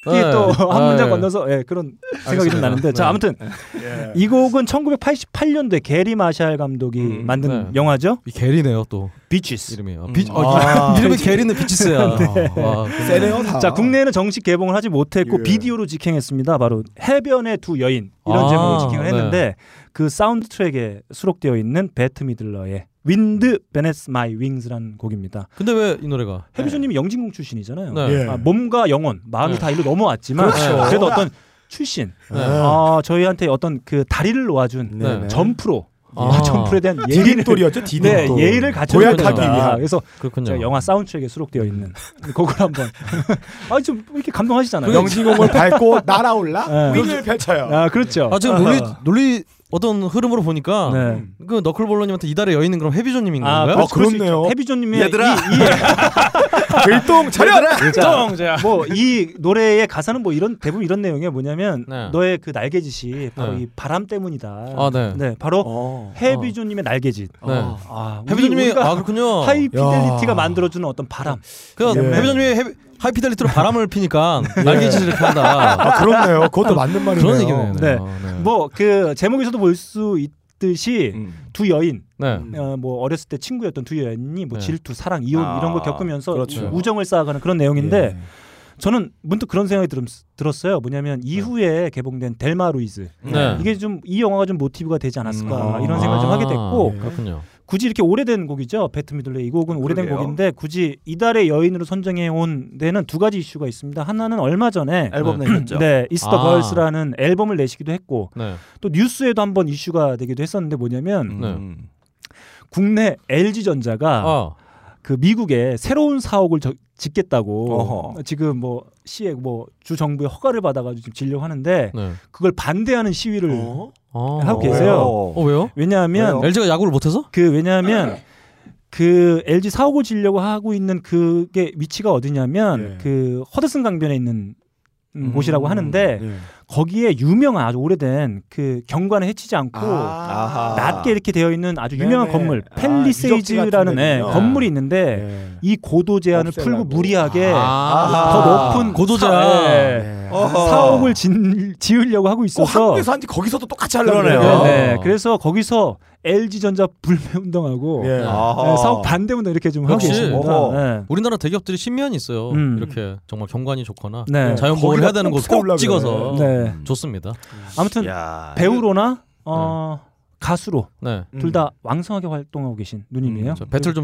네. 또 한 문장 네. 건너서 예, 그런 생각이 알겠습니다. 좀 나는데 네. 자 아무튼 예. 이 곡은 1988년도에 게리 마샬 감독이 만든 네. 영화죠. 이 게리네요 또. 비치스 이름이. 아, 비, 어, 이름이 게리는 비치스야. 아, 와, 근데- 음. 세네요, 다. 자 국내에는 정식 개봉을 하지 못했고 예. 비디오로 직행했습니다. 바로 해변의 두 여인 이런 아, 제목으로 직행을 네. 했는데 그 사운드 트랙에 수록되어 있는 배트 미들러의 윈드 베네스 마이 윙스라는 곡입니다. 근데 왜 이 노래가? 해비조님이 영진공 출신이잖아요. 네. 예. 아, 뭐- 몸과 영혼, 마음이 네. 다 일로 넘어왔지만 그렇죠. 그래도 어떤 출신, 네. 아, 저희한테 어떤 그 다리를 놓아준 네. 점프로. 아. 아, 점프에 대한 예의를 디딤돌이었죠, 디딤돌. 네, 예의를 도약 갖춰야 아, 타기 위한. 그래서 그렇군요. 음. 제가 영화 사운드트랙에 수록되어 있는 곡을 한번 아좀 이렇게 감동하시잖아요. 영지공을 밟고 날아올라 네. 윙을 펼쳐요. 아 그렇죠. 아 지금 논리 논리 어떤 흐름으로 보니까 네. 그 너클볼러님한테 이달의 여인은 그럼 해비조님인 아, 건가요? 그렇- 그럴 수 있죠. 해비조님의 얘들아. 아. 길동 차렷. 뭐이 노래의 가사는 뭐 이런 대부분 이런 내용이 뭐냐면 네. 너의 그 날개짓이 바로 네. 이 바람 때문이다. 아, 네. 바로 해비조님의 날개짓. 네. 아, 우리- 해비조님이 우리가 아 그렇군요. 하이피델리티가 만들어주는 어떤 바람. 그 예. 해비조님이 해비- 하이피델리티로 바람을 피니까 날개짓을 이렇게 한다. 아, 그렇네요. 그것도 맞는 그런 말이네요. 얘기네요. 네. 음. 뭐 그 제목에서도 볼 수 있듯이 두 여인, 네. 어, 뭐 어렸을 때 친구였던 두 여인이 뭐 네. 질투, 사랑, 이혼 아, 이런 걸 겪으면서 그렇죠. 예. 우정을 쌓아가는 그런 내용인데 저는 문득 그런 생각이 들, 들었어요. 뭐냐면 이후에 개봉된 델마 루이즈 네. 이게 좀 이 영화가 좀 모티브가 되지 않았을까 음. 이런 생각을 좀 아, 하게 됐고 예. 그렇군요. 굳이 이렇게 오래된 곡이죠. 배트 미들레 이 곡은 오래된 그러게요. 곡인데 굳이 이달의 여인으로 선정해 온 데는 두 가지 이슈가 있습니다. 하나는 얼마 전에 앨범 네. 내셨죠? 네, 이스터 아. 걸스라는 앨범을 내시기도 했고 네. 또 뉴스에도 한번 이슈가 되기도 했었는데 뭐냐면 네. 음. 국내 LG 전자가 어. 아, 그 미국에 새로운 사옥을 저- 짓겠다고 어허. 지금 뭐 시에 뭐주 정부의 허가를 받아가지고 지금 진려고 하는데 네. 그걸 반대하는 시위를 어. 아, 하고 왜요? 계세요. 어, 왜요? 왜냐하면 왜요? LG가 야구를 못해서? 그 네. 왜냐하면 그 LG 사옥을 지려고 하고 있는 그게 위치가 어디냐면 네. 그 허드슨 강변에 있는 음, 곳이라고 하는데 네. 거기에 유명한 아주 오래된 그 경관에 해치지 않고 아하. 낮게 이렇게 되어 있는 아주 유명한 네네. 건물 아, 유적지 펠리세이즈라는 같은 예, 데군요. 네. 건물이 있는데 이 고도 제한을 풀고 무리하게 아. 더 높은 고도 사- 제한. 예, 네. 어허. 사옥을 짓- 지으려고 하고 있어서 한국에서 한지 거기서도 똑같이 하려고 그렇죠. 그러네요. 그래요. 네, 네. 그래서 거기서 LG 전자 불매 운동하고 예. 네, 아하. 사업 반대 운동 이렇게 좀 하고 역시 있습니다. 어허. 네. 우리나라 대기업들이 신면이 있어요. 음. 이렇게 정말 경관이 좋거나 네. 자연 보호를 거기다 해야 되는 꼭 곳 꼭 세우려고 찍어서 그래요. 네. 좋습니다. 아무튼 배우로나 어, 가수로 네. 둘 다 왕성하게 활동하고 계신 누님이에요. 음, 저 배틀 좀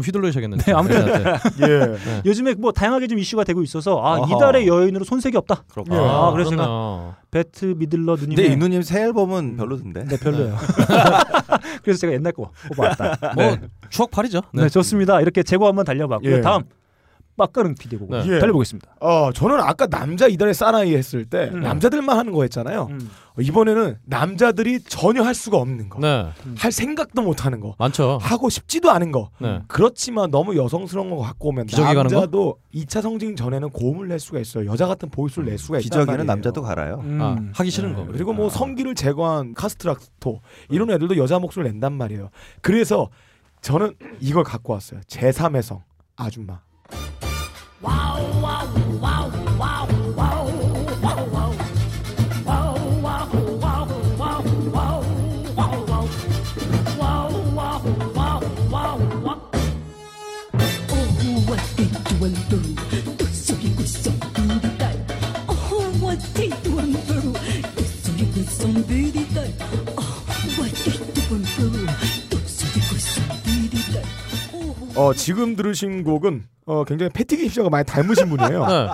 음. 휘둘러주셔야겠는데. 네, 아무튼 예. 네. 네. 요즘에 뭐 다양하게 좀 이슈가 되고 있어서 아 어허. 이달의 여인으로 손색이 없다. 그렇구나. 아, 그래서 그렇네요. 제가 배트 미들러 누님. 근데 이 누님 새 앨범은 별로던데. 네, 별로예요. 그래서 제가 옛날 거 뽑아왔다. 뭐, 추억팔이죠. 네. 네. 좋습니다. 이렇게 제고 한번 달려봤고요. 예. 다음 빡가릉 PD 곡 예. 달려보겠습니다. 어, 저는 아까 남자 이달의 사나이 했을 때 음. 남자들만 하는 거 했잖아요. 어, 이번에는 남자들이 전혀 할 수가 없는 거, 네. 할 생각도 못 하는 거, 어. 많죠. 하고 싶지도 않은 거. 네. 그렇지만 너무 여성스러운 거 갖고 오면 기저귀 가는 거? 남자도 2차 성징 전에는 고음을 낼 수가 있어요. 여자 같은 보이스를 낼 수가 있단 기저귀는 말이에요. 남자도 갈아요. 음. 아, 하기 싫은 거. 그리고 아. 뭐 성기를 제거한 네. 카스트락토 이런 애들도 여자 목소리를 낸단 말이에요. 그래서 저는 이걸 갖고 왔어요. 제3의 성 아줌마. Oh, what 어, 지금 들으신 곡은 어, 굉장히 패티기 십자가 많이 닮으신 분이에요. 네.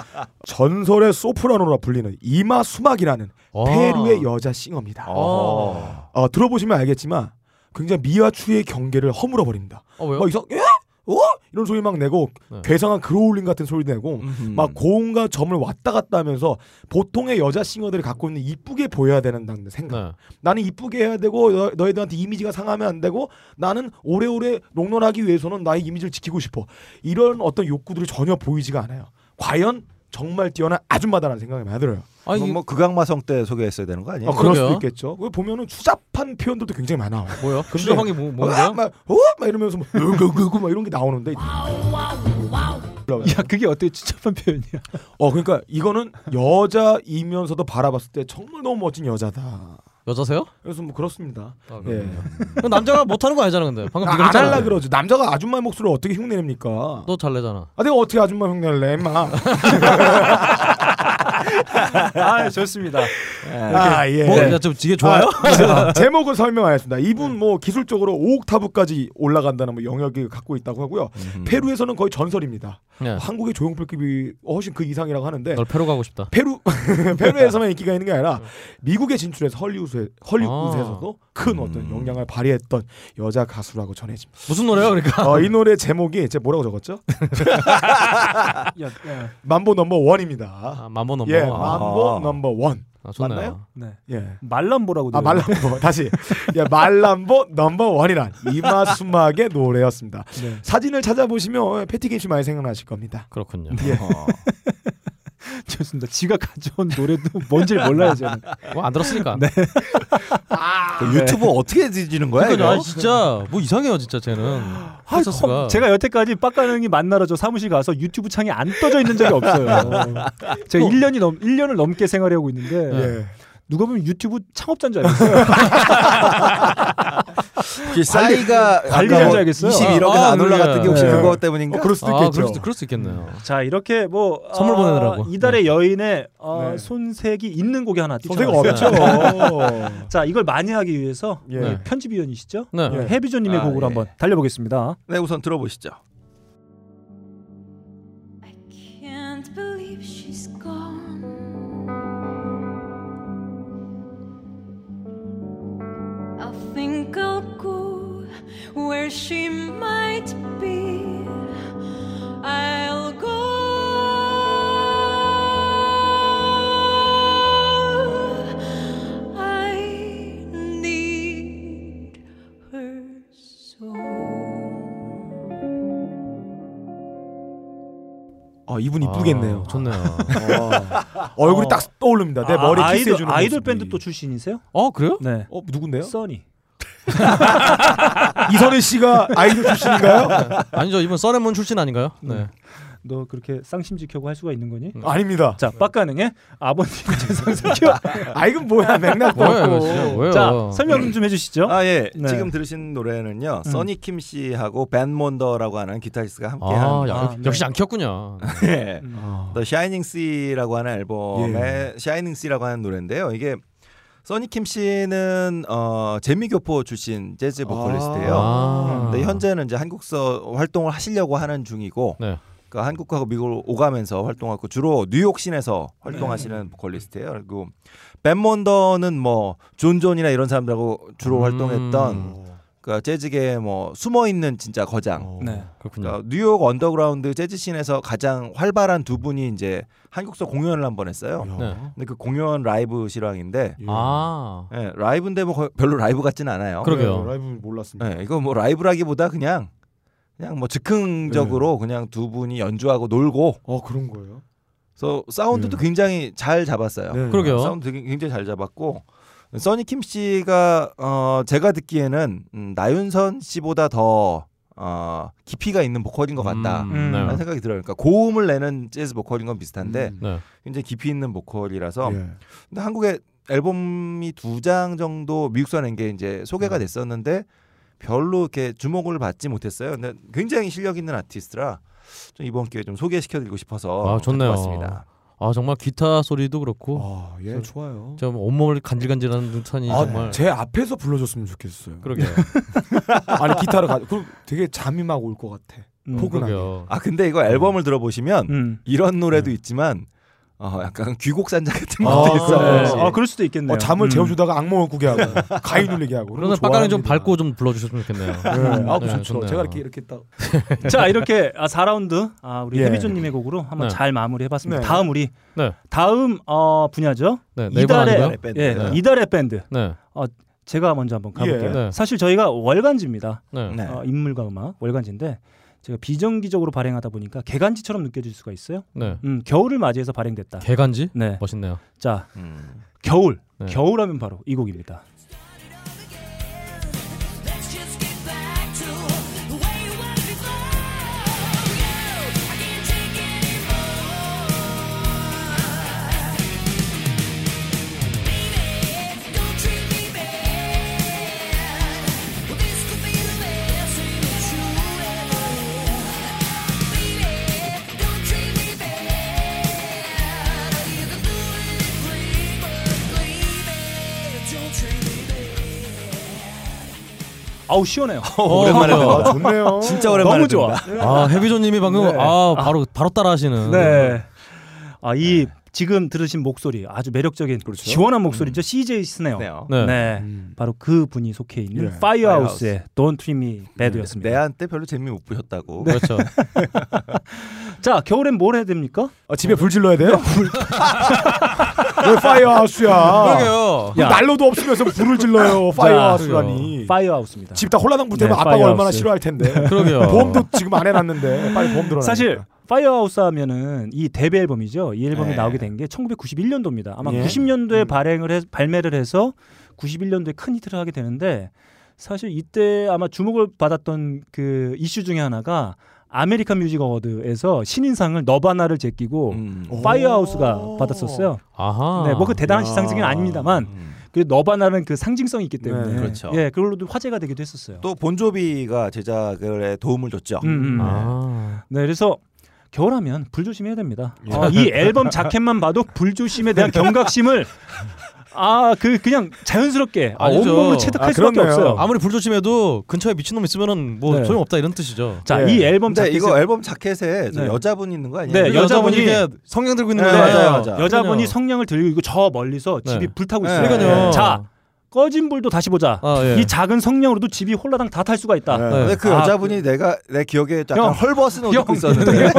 전설의 소프라노라 불리는 이마 수막이라는 아. 페루의 여자 싱어입니다. 아. 어, 들어보시면 알겠지만 굉장히 미와 추의 경계를 허물어 버립니다. 어, 왜요? 막 이상 예? 어? 이런 소리 막 내고 괴상한 그로울링 같은 소리도 내고 막 고음과 점을 왔다 갔다 하면서 보통의 여자 싱어들이 갖고 있는 이쁘게 보여야 된다는 생각. 나는 이쁘게 해야 되고 너, 너희들한테 이미지가 상하면 안 되고 나는 오래오래 롱런하기 위해서는 나의 이미지를 지키고 싶어. 이런 어떤 욕구들이 전혀 보이지가 않아요. 과연 정말 뛰어난 아줌마다라는 생각이 많이 들어요. 아니, 뭐 극악마성 때 소개했어야 되는 거 예. 아니에요? 아, 그럴 수도 있겠죠. 왜 보면은 추잡한 표현들도 굉장히 많아. 뭐요? 근데 추잡한 게 뭐- 뭔데요? 어? 막, 어? 막 이러면서 막, 으그그그 막 이런 게 나오는데. 야 그게 어떻게 추잡한 표현이야? 어 그러니까 이거는 여자이면서도 바라봤을 때 정말 너무 멋진 여자다. 여자세요? 그래서 뭐 그렇습니다. 아, 그렇군요. 그럼 남자가 못하는 거 아니잖아 근데 방금 네가 안 했잖아. 할라 그러지. 남자가 아줌마 목소리를 어떻게 흉내냅니까? 너 잘 내잖아. 아 내가 어떻게 아줌마 흉내를 내? 마. 아 좋습니다. 아, 예. 뭐, 야, 좀 이게 좋아요? 아, 제목을 설명하겠습니다. 이분 뭐 기술적으로 5옥타브까지 올라간다는 뭐 영역이 갖고 있다고 하고요. 페루에서는 거의 전설입니다. 음. 네. 한국의 조용필급이 훨씬 그 이상이라고 하는데 널 패러 가고 싶다. 페루 페루에서만 인기가 있는 게 아니라 미국에 진출해서 헐리우드에 헐리우드에서도 아. 큰 음. 어떤 영향을 발휘했던 여자 가수라고 전해집니다. 무슨 노래요, 그러니까? 어, 이 노래 제목이 제 뭐라고 적었죠? 만보 넘버 원입니다. 만보 아, 넘버 예, 원. 만보 아. 넘버 원. 아, 좋네요. 맞나요? 네. 예. 말람보라고 아 말람보 다시 예, 말람보 넘버 원이란 이마수막의 노래였습니다. 네. 사진을 찾아보시면 패티김씨 많이 생각나실 겁니다. 그렇군요. 예. 좋습니다. 지가 가져온 노래도 뭔지 몰라요 저는. 뭐안 들었으니까. 네. 그 유튜브 어떻게 뒤지는 거야? 그러니까요. 이거? 아, 진짜 뭐 이상해요 진짜 쟤는. 아, 컴, 제가 여태까지 빡가능이 만나러 저 사무실 가서 유튜브 창이 안 떠져 있는 적이 없어요. 제가 1년이 넘 1년을 넘게 생활하고 있는데 예. 누가 보면 유튜브 창업자인 줄 알겠어요. 이게 싸이가 관리 아까 좀 뭐 해야겠어요. 21억에는 아, 안 올라갔던 게 혹시 네. 그거 때문인가? 어, 그럴 수도 있겠죠. 아, 그럴 수 있겠네요. 자 이렇게 뭐 선물 아, 보내느라고. 이달의 여인의 아, 네. 손색이 있는 곡이 하나 손색이 뛰쳐나왔어요. 없죠. 자 이걸 만회하기 위해서 예. 이 편집위원이시죠? 네. 예, 해비조님의 아, 곡을 예. 한번 달려보겠습니다. 네, 우선 들어보시죠. Can't believe she's gone. I think I'll go where she might be. I'll go. I need her so. 아 이분 이쁘겠네요. 좋네요. 와. 얼굴이 딱 떠오릅니다. 내 아, 머리 아이돌- 키스해 주는 아이돌 밴드 또 출신이세요? 어 그래요? 네. 어 누군데요? 써니. 이선희 씨가 아이돌 출신인가요? 아니죠 이번 써레몬 출신 아닌가요? 네. 너 그렇게 쌍심 지켜고 할 수가 있는 거니? 음. 아닙니다. 자, 빡가능의 아버님 재산 지켜. 아 이건 뭐야 맥락 뭐야, 이거 진짜 뭐예요? 음. 자, 설명 좀 해주시죠. 아 예, 네. 지금 들으신 노래는요. 음. 써니킴 씨하고 벤 몬더라고 하는 기타리스트가 함께한 아, 야, 역시 안 켰군요. 예. 음. The Shining Sea라고 하는 예. 앨범의 Shining Sea라고 하는 노래인데요. 이게 써니킴 씨는 어, 재미교포 출신 재즈 보컬리스트예요. 아. 근데 현재는 이제 한국서 활동을 하시려고 하는 중이고 네. 그러니까 한국하고 미국을 오가면서 활동하고 주로 뉴욕 시내에서 네. 활동하시는 보컬리스트예요. 그리고 밴몬더는 뭐 존존이나 이런 사람들하고 주로 음. 활동했던 그러니까 재즈계에 뭐 숨어 있는 진짜 거장. 네. 어, 그렇군요. 그러니까 뉴욕 언더그라운드 재즈씬에서 가장 활발한 두 분이 이제 한국서 공연을 한 번 했어요. 네. 아, 근데 그 공연 라이브 실황인데 음. 아. 예, 라이브인데 뭐 거의 별로 라이브 같진 않아요. 그러게요. 라이브 몰랐습니다. 네, 이거 뭐 라이브라기보다 그냥 그냥 뭐 네. 즉흥적으로 그냥 두 분이 연주하고 놀고. 어 그런 거예요. 그래서 사운드도 음. 굉장히 잘 잡았어요. 네. 그러게요. 사운드 되게- 굉장히 잘 잡았고 써니 킴 씨가 어 제가 듣기에는 음, 나윤선 씨보다 더 어, 깊이가 있는 보컬인 것 같다라는 음, 네. 생각이 들어요. 그러니까 고음을 내는 재즈 보컬인 건 비슷한데 음, 네. 굉장히 깊이 있는 보컬이라서 아, 예. 근데 한국에 앨범이 두 장 정도 미국서 낸 게 이제 소개가 음. 됐었는데 별로 이렇게 주목을 받지 못했어요. 근데 굉장히 실력 있는 아티스트라 좀 이번 기회에 좀 소개시켜드리고 싶어서 아 좋네요. 왔습니다. 아 정말 기타 소리도 그렇고. 예, 저- 좋아요. 좀 온몸을 간질간질하는 듯하니 아, 정말. 제 앞에서 불러줬으면 좋겠어요. 그러게요. 아니 기타를 가. 음, 그럼 되게 잠이 막 올 것 같아. 포근하게. 아 근데 이거 음. 앨범을 들어보시면 이런 노래도 있지만 어, 약간 귀곡 음, 산자 같은 것도 네. 있어. 아, 그래. 아, 그럴 수도 있겠네요. 어, 잠을 음. 재워주다가 악몽을 꾸게 하고 가위 눌리게 하고. 그러면 빡가는 좀 밝고 좀 불러주셨으면 좋겠네요. 아, 그 네, 좋죠. 좋네요. 제가 이렇게 이렇게 딱. 자 이렇게 아, 4라운드 아, 우리 예. 해비조님의 곡으로 한번 네. 잘 마무리해봤습니다. 네. 다음 우리 네. 다음 어, 분야죠. 네, 네이버는 이달의 아니고요? 밴드. 예, 네. 이달의 밴드. 네. 어, 제가 먼저 한번 가볼게요. 예. 네. 사실 저희가 월간지입니다. 네. 네. 어, 인물과 음악 월간지인데 제가 비정기적으로 발행하다 보니까 개간지처럼 느껴질 수가 있어요. 네. 음, 겨울을 맞이해서 발행됐다. 개간지? 네. 멋있네요. 자, 겨울. 네. 겨울하면 바로 이 곡입니다. 아우 시원해요. 오랜만에 어, 듣는다. 좋네요. 진짜 오랜만에 너무 좋아. 듣는다. 아, 해비조님이 방금, 아, 바로- 바로 따라하시는. 네. 아, 이 네. 지금 들으신 목소리 아주 매력적인 그렇죠. 시원한 음. 목소리죠. CJ 스네어. 네. 네. 바로 그 분이 속해 있는 예. 파이어하우스의 Don't Treat Me Bad였습니다. 내한테 별로 재미 못 음. 보셨다고. 네. 그렇죠. 네. 자, 겨울엔 뭘 해야 됩니까? 아, 집에 불 질러야 돼요? 왜 파이어하우스야? 그러게요. 그 야. 난로도 없으면서 불을 질러요. 네. 파이어하우스라니. 파이어하우스입니다. 집다 홀라당 네, 불태면 아빠가 파이어하우스. 얼마나 싫어할 텐데. 그러게요. 보험도 지금 안 해놨는데 빨리 보험 아, 들어. 사실 그러니까. 파이어하우스 하면은 이 데뷔 앨범이죠. 이 앨범이 예. 네. 나오게 된 게 1991년도입니다. 아마 예. 음. 90년도에 발행을 해, 발매를 해서 91년도에 큰 히트를 하게 되는데 사실 이때 아마 주목을 받았던 그 이슈 중에 하나가 아메리칸 뮤직 어워드에서 신인상을 너바나를 제끼고 음. 파이어하우스가 받았었어요. 아하. 네, 뭐 그 대단한 야. 시상식은 아닙니다만 그 너바나는 그 상징성이 있기 때문에 음. 네. 그렇죠. 예, 그걸로도 화제가 되기도 했었어요. 또 본조비가 제작에 도움을 줬죠. 음, 음. 네. 아. 네, 그래서 겨울하면 불 조심해야 됩니다. 예. 어, 이 앨범 자켓만 봐도 불 조심에 대한 경각심을 아 그 그냥 자연스럽게 아, 아니죠. 온몸으로 체득할 수밖에 없어요. 아무리 불조심해도 근처에 미친놈 있으면은 뭐 네. 소용없다 이런 네. 뜻이죠. 자, 이 앨범 근데 자켓에- 이거 앨범 자켓에 저 네. 여자분 있는 거 아니에요? 그 네, 여자분이 이게 성냥 들고 있는 네, 거잖아요. 맞아요. 맞아. 여자분이 그러네요. 성냥을 들고 있고 저 멀리서 네. 집이 불타고 네, 있어요. 그러니까요. 자. 꺼진 불도 다시 보자. 아, 예. 이 작은 성냥으로도 집이 홀라당 다 탈 수가 있다. 네. 그렇죠. 네. 근데 그 아, 여자분이 내가 내 기억에 약간 형. 헐벗은 형. 옷 네, 입고 있었는데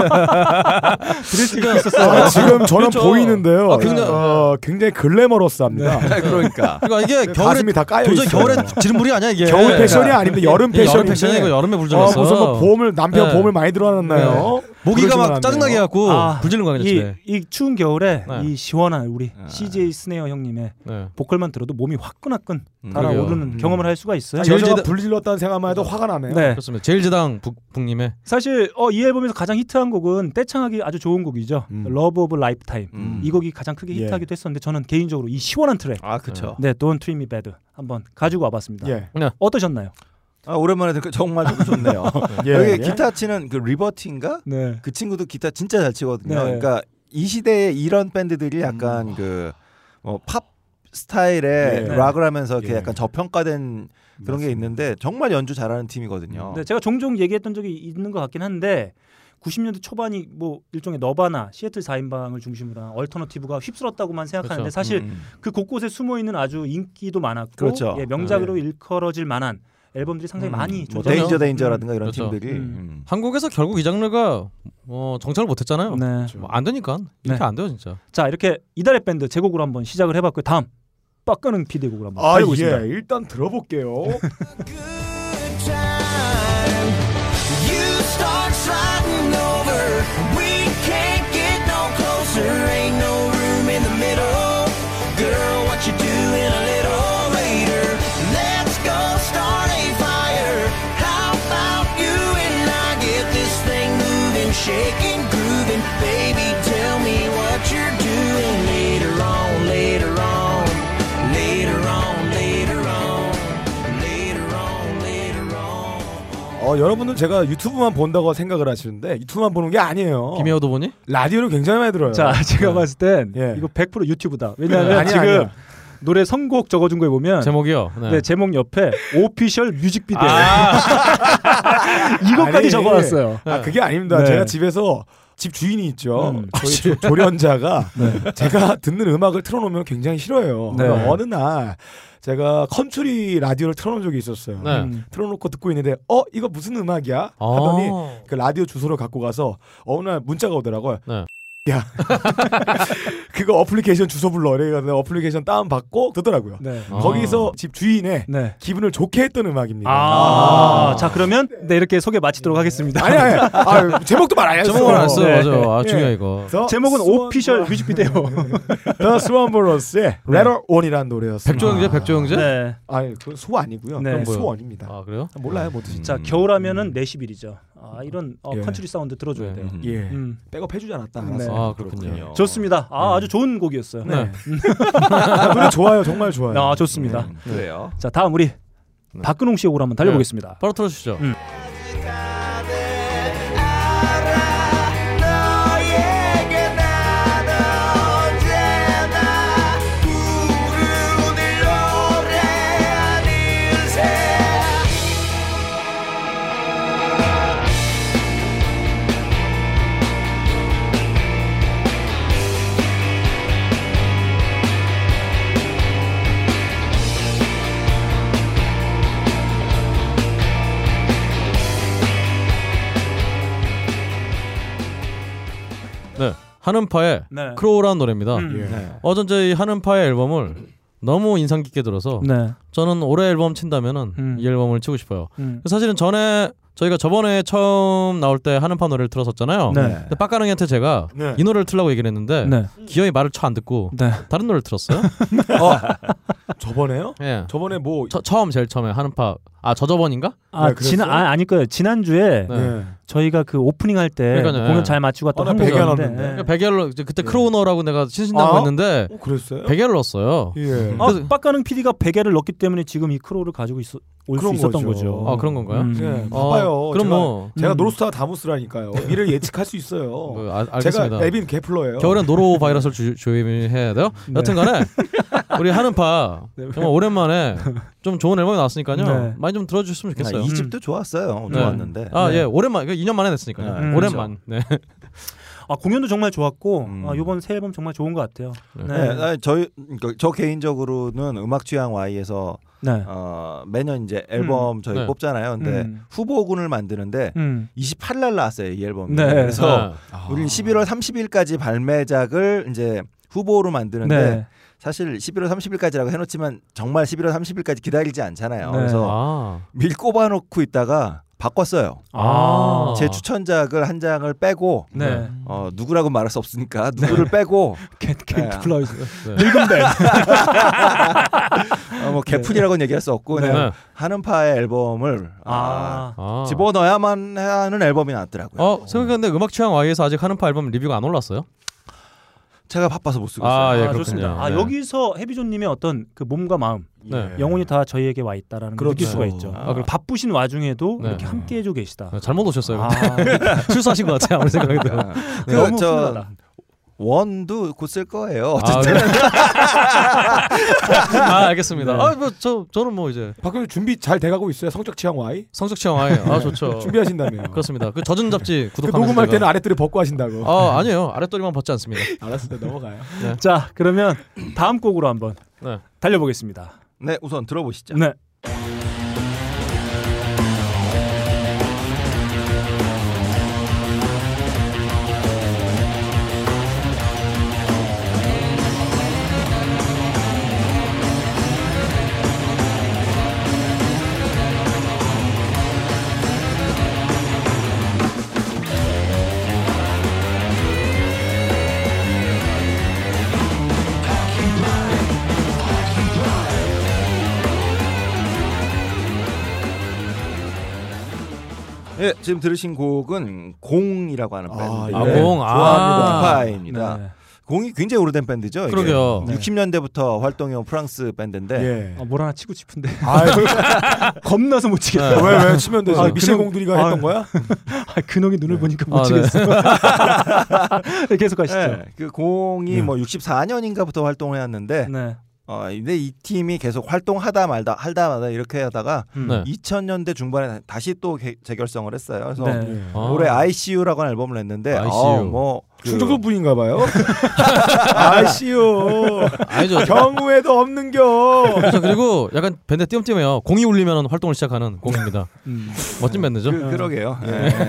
드레스 입고 아, 지금 저는 보이는데요. 아, 굉장히- 어, 굉장히 글래머러스합니다. 네, 그러니까. 그러니까 이게 겨울에 가슴이 다 깔려 도저히 있어요. 겨울에 지름불이 아니야 이게. 겨울 패션이 아닌데 여름 이게 예, 패션. 여름 패션이고 여름에 불 질렀어. 무슨 뭐 보험을 남편 네. 보험을 많이 들어놨나요? 모기가 막 그러시면 안 돼요. 짜증나게 해갖고 불 지르는 거 아니야, 네. 이, 집에. 이 추운 겨울에 네. 이 시원한 우리 CJ 스네어 형님의 네. 보컬만 들어도 몸이 화끈화끈 음, 달아오르는 그러게요. 경험을 할 수가 있어요. 아, 여자가 불 질렀다는 생각만 해도 화가 나네요. 네. 그렇습니다. 제일제당 북, 북님의 사실 어, 이 앨범에서 가장 히트한 곡은 떼창하기 아주 좋은 곡이죠. 음. 러브 오브 라이프타임. 이 곡이 가장 크게 예. 히트하기도 했었는데 저는 개인적으로 이 시원한 트랙. 아, 그쵸. 네, Don't Treat Me Bad 한번 가지고 와봤습니다. 예. 어떠셨나요? 아, 오랜만에 듣고 정말 좀 좋네요. 예, 여기 예. 기타 치는 그 리버티인가? 네. 그 친구도 기타 진짜 잘 치거든요. 네. 음. 그러니까 이 시대에 이런 밴드들이 약간 그뭐팝 스타일의 예. 락을 하면서 이렇게 예. 약간 저평가된 그런 게 있는데 정말 연주 잘하는 팀이거든요. 네, 제가 종종 얘기했던 적이 있는 것 같긴 한데 90년대 초반이 뭐 일종의 너바나 시애틀 4인방을 중심으로 한 얼터너티브가 휩쓸었다고만 생각하는데 그렇죠. 사실 음. 그 곳곳에 숨어 있는 아주 인기도 많았고 그렇죠. 예, 명작으로 일컬어질 만한 앨범들이 상당히 음. 많이 뭐 존재해요. 데인저 데인저라든가 이런 그렇죠. 팀들이 음. 음. 한국에서 결국 이 장르가 어, 정착을 못했잖아요. 네. 뭐안 되니까 이렇게 네. 안 돼요 진짜. 어. 자 이렇게 이달의 밴드 제곡으로 한번 시작을 해봤고요. 다음 빡가는 피디 곡으로 한번 아, 달고 있습니다. 예. 일단 들어볼게요. You start sliding over. We can't get no closer. Ain't no room in the middle. Girl, what you doing a little later? Let's go start a fire. How about you and I get this thing moving, shaking, grooving? Baby, tell me what you're doing later on, later on, later on, later on, later on, later on. 어, 여러분들 제가 유튜브만 본다고 생각을 하시는데 유튜브만 보는 게 아니에요. 김혜호도 보니? 네. 라디오를 굉장히 많이 들어요. 자 제가 봤을 땐 이거 100% 유튜브다. 왜냐하면 네. 예. 아니야, 지금 아니야. 노래 선곡 적어준 거에 보면 제목이요. 네. 네. 제목 옆에 오피셜 뮤직비디오 이것까지 아. 아니, 적어놨어요. 아 그게 아닙니다. 네. 제가 집에서 집 주인이 있죠. 음. 저희 조- 조련자가 제가 듣는 음악을 틀어놓으면 굉장히 싫어해요. 네. 그러니까 어느 날 제가 컨츄리 라디오를 틀어놓은 적이 있었어요. 네. 음. 틀어놓고 듣고 있는데 어 이거 무슨 음악이야? 하더니 아. 그 라디오 주소를 갖고 가서 어느 날 문자가 오더라고요. 네. 야 그거 어플리케이션 주소 불러 이래가지고 어플리케이션 다운 받고 듣더라고요. 네. 거기서 집 주인의 네. 기분을 좋게 했던 음악입니다. 아, 자 그러면 네, 이렇게 소개 마치도록 하겠습니다. 아니, 아니, 아니. 아, 제목도 말안 했어. 제목은 안 했어요. 맞아요. 네, 아, 중요해, 이거. 그래서 제목은 수원- 오피셜 뮤직비디오. The Swan 네. Brothers의 Letter One이라는 노래였어요. 백조형제, 백조형제? 네. 아니 예, 그건 소 아니고요. 네. 그건 뭐요? 소원입니다. 아 그래요? 몰라요 못 드시죠. 자 겨울하면은 네 내시빌이죠. 아 이런 어, 예. 컨트리 사운드 들어줘야 돼요. 예. 음. 백업 해주지 않았다. 네. 알았어요. 아, 그렇군요. 좋습니다. 아 아주 좋은 곡이었어요. 네. 노래 좋아요, 정말 좋아요. 아 좋습니다. 네. 그래요. 자 다음 우리 네. 박근홍 씨 곡으로 한번 달려보겠습니다. 바로 틀어주시죠. 음. 네. 한음파의 네. 크로우라는 노래입니다. 음. 예. 네. 어전제 이 한음파의 앨범을 너무 인상 깊게 들어서 네. 저는 올해 앨범 친다면은 이 앨범을 치고 싶어요. 음. 사실은 전에 저희가 저번에 처음 나올 때 한음파 노래를 들었었잖아요. 네. 근데 빡가능이한테 제가 네. 이 노래를 틀라고 얘기를 했는데 네. 기어이 말을 쳐 안 듣고 네. 다른 노래를 들었어요. 저번에요? 예. 저번에 뭐 처음 제일 처음에 한음파 아 저저번인가? 아 지난 아 아닐 거예요. 지난 주에 네. 저희가 그 오프닝 할 때 그러니까요. 공연 잘 마치고 왔던 한국 그러니까 백열로 이제 그때 크로우너라고 내가 신신다고 네. 아? 했는데 예. 그랬어요? 백열을 넣었어요. 예. 아, 빡가는 PD가 베개를 넣기 때문에 지금 이 크로우를 가지고 있, 올수 그런 있었던 거죠. 거죠. 아, 그런 건가요? 음. 네, 어, 봐봐요. 그럼 제가, 뭐. 제가 음. 노스타 다무스라니까요. 미를 예측할 수 있어요. 아, 알겠습니다. 제가 네. 에빈 개플러예요. 겨울엔 노로 바이러스를 주- 조심해야 돼요. 네. 여튼간에 우리 하는파 정말 오랜만에 좀 좋은 앨범이 나왔으니까요. 네. 많이 좀 들어주셨으면 좋겠어요. 음. 아, 이 집도 좋았어요. 네. 좋았는데. 아 네. 예, 오랜만. 그 2년 만에 냈으니까요. 네, 오랜만. 네. 아 공연도 정말 좋았고 아, 이번 새 앨범 정말 좋은 것 같아요. 네. 네. 아니, 저희 그러니까 저 개인적으로는 음악 취향 Y에서 네. 어, 매년 이제 앨범 음. 저희 네. 뽑잖아요. 근데 음. 후보군을 만드는데 음. 28날 나왔어요 이 앨범이. 네. 그래서 네. 우리는 11월 30일까지 발매작을 이제 후보로 만드는데 네. 사실 11월 30일까지라고 해놓지만 정말 11월 30일까지 기다리지 않잖아요. 네. 그래서 아. 밀 꼽아놓고 있다가 바꿨어요. 아. 제 추천작을 한 장을 빼고 네. 어, 누구라고 말할 수 없으니까 누구를 네. 빼고 캔 네. 플라이즈. 네. 늙은 뱀. 어, 뭐 개풀이라고는 얘기할 수 없고 그냥 네. 한음파의 앨범을 아, 집어넣어야만 하는 앨범이 나왔더라고요. 어 생각했는데 음악 취향 Y에서 아직 하는파 앨범 리뷰가 안 올랐어요? 제가 바빠서 못 쓰고 아, 있어요. 예, 좋습니다. 그렇군요. 아 네. 여기서 해비존님의 어떤 그 몸과 마음, 네. 영혼이 다 저희에게 와 있다라는 걸 그렇죠. 느낄 수가 있죠. 아, 그럼- 바쁘신 와중에도 네. 이렇게 함께 해주고 계시다. 아, 잘못 오셨어요. 아. 실수하신 것 같아요. 아무리 생각해도. 그, 네. 너무 저, 훈훈하다. 원도 곧 쓸 거예요. 아, 어쨌든. 아 알겠습니다. 네. 아 뭐 저 저는 뭐 이제 박근혜 준비 잘 돼가고 있어요. 성적 취향 Y. 성적 취향 Y. 아 좋죠. 준비하신다며. 그렇습니다. 그 젖은 잡지 그 구독하면서 녹음할 제가- 때는 아랫도리 벗고 하신다고. 아 아니에요. 아랫도리만 벗지 않습니다. 알았어요. 넘어가요. 네. 자 그러면 다음 곡으로 한번 네. 달려보겠습니다. 네, 우선 들어보시죠. 네. 예, 지금 들으신 곡은 공이라고 하는 밴드. 예. 아, 공. 아. 좋아합니다. 네. 공이 굉장히 오래된 밴드죠. 이게. 그러게요. 네. 60년대부터 활동해온 프랑스 예. 밴드인데. 아, 뭘 하나 치고 싶은데. 아유. 겁나서 못 치겠다. 네. 왜, 왜? 치면 되지. 근홍- 미셸 공들이가 했던 아, 거야? 아, 근홍이 눈을 보니까 못 아, 네. 치겠어. 계속 하시죠. 네. 예. 네, 그 공이 뭐 64년인가부터 활동을 해왔는데 어 근데 이 팀이 계속 활동하다 말다 하다 말다 이렇게 하다가 음. 네. 2000년대 중반에 다시 또 개- 재결성을 했어요. 그래서 네. 올해 아. ICU라고 하는 앨범을 냈는데 ICU. 어, 뭐그 충청도 분인가 봐요. 아시오. 아니죠. 경우에도 없는 겨. 그렇죠. 그리고 약간 밴드 띄엄띄엄해요. 공이 울리면 활동을 시작하는 공입니다. 음. 멋진 밴드죠. 그- 그러게요. 예.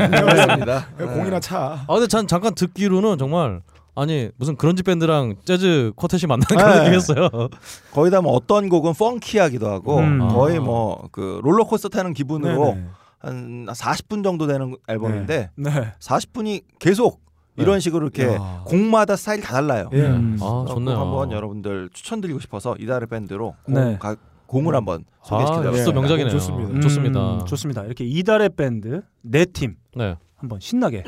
그렇습니다. 네. 공이나 차. 아 근데 전 잠깐 듣기로는 정말 아니 무슨 그런지 밴드랑 재즈 쿼텟이 만나는 그런 네. 느낌이었어요. 거의 다 뭐 어떤 곡은 펑키하기도 하고 음. 거의 아. 뭐 그 롤러코스터 타는 기분으로 네네. 한 40분 정도 되는 앨범인데 네. 네. 40분이 계속 이런 식으로 이렇게 네. 야. 곡마다 스타일 다 달라요. 예. 음. 어, 그래서 아, 좋네요. 꼭 한번 여러분들 추천드리고 싶어서 이달의 밴드로 공, 네. 가- 공을 한번 아, 소개시켜드립니다. 진짜 명작이네요. 좋습니다. 음. 좋습니다. 좋습니다. 이렇게 이달의 밴드 네 팀 한번 신나게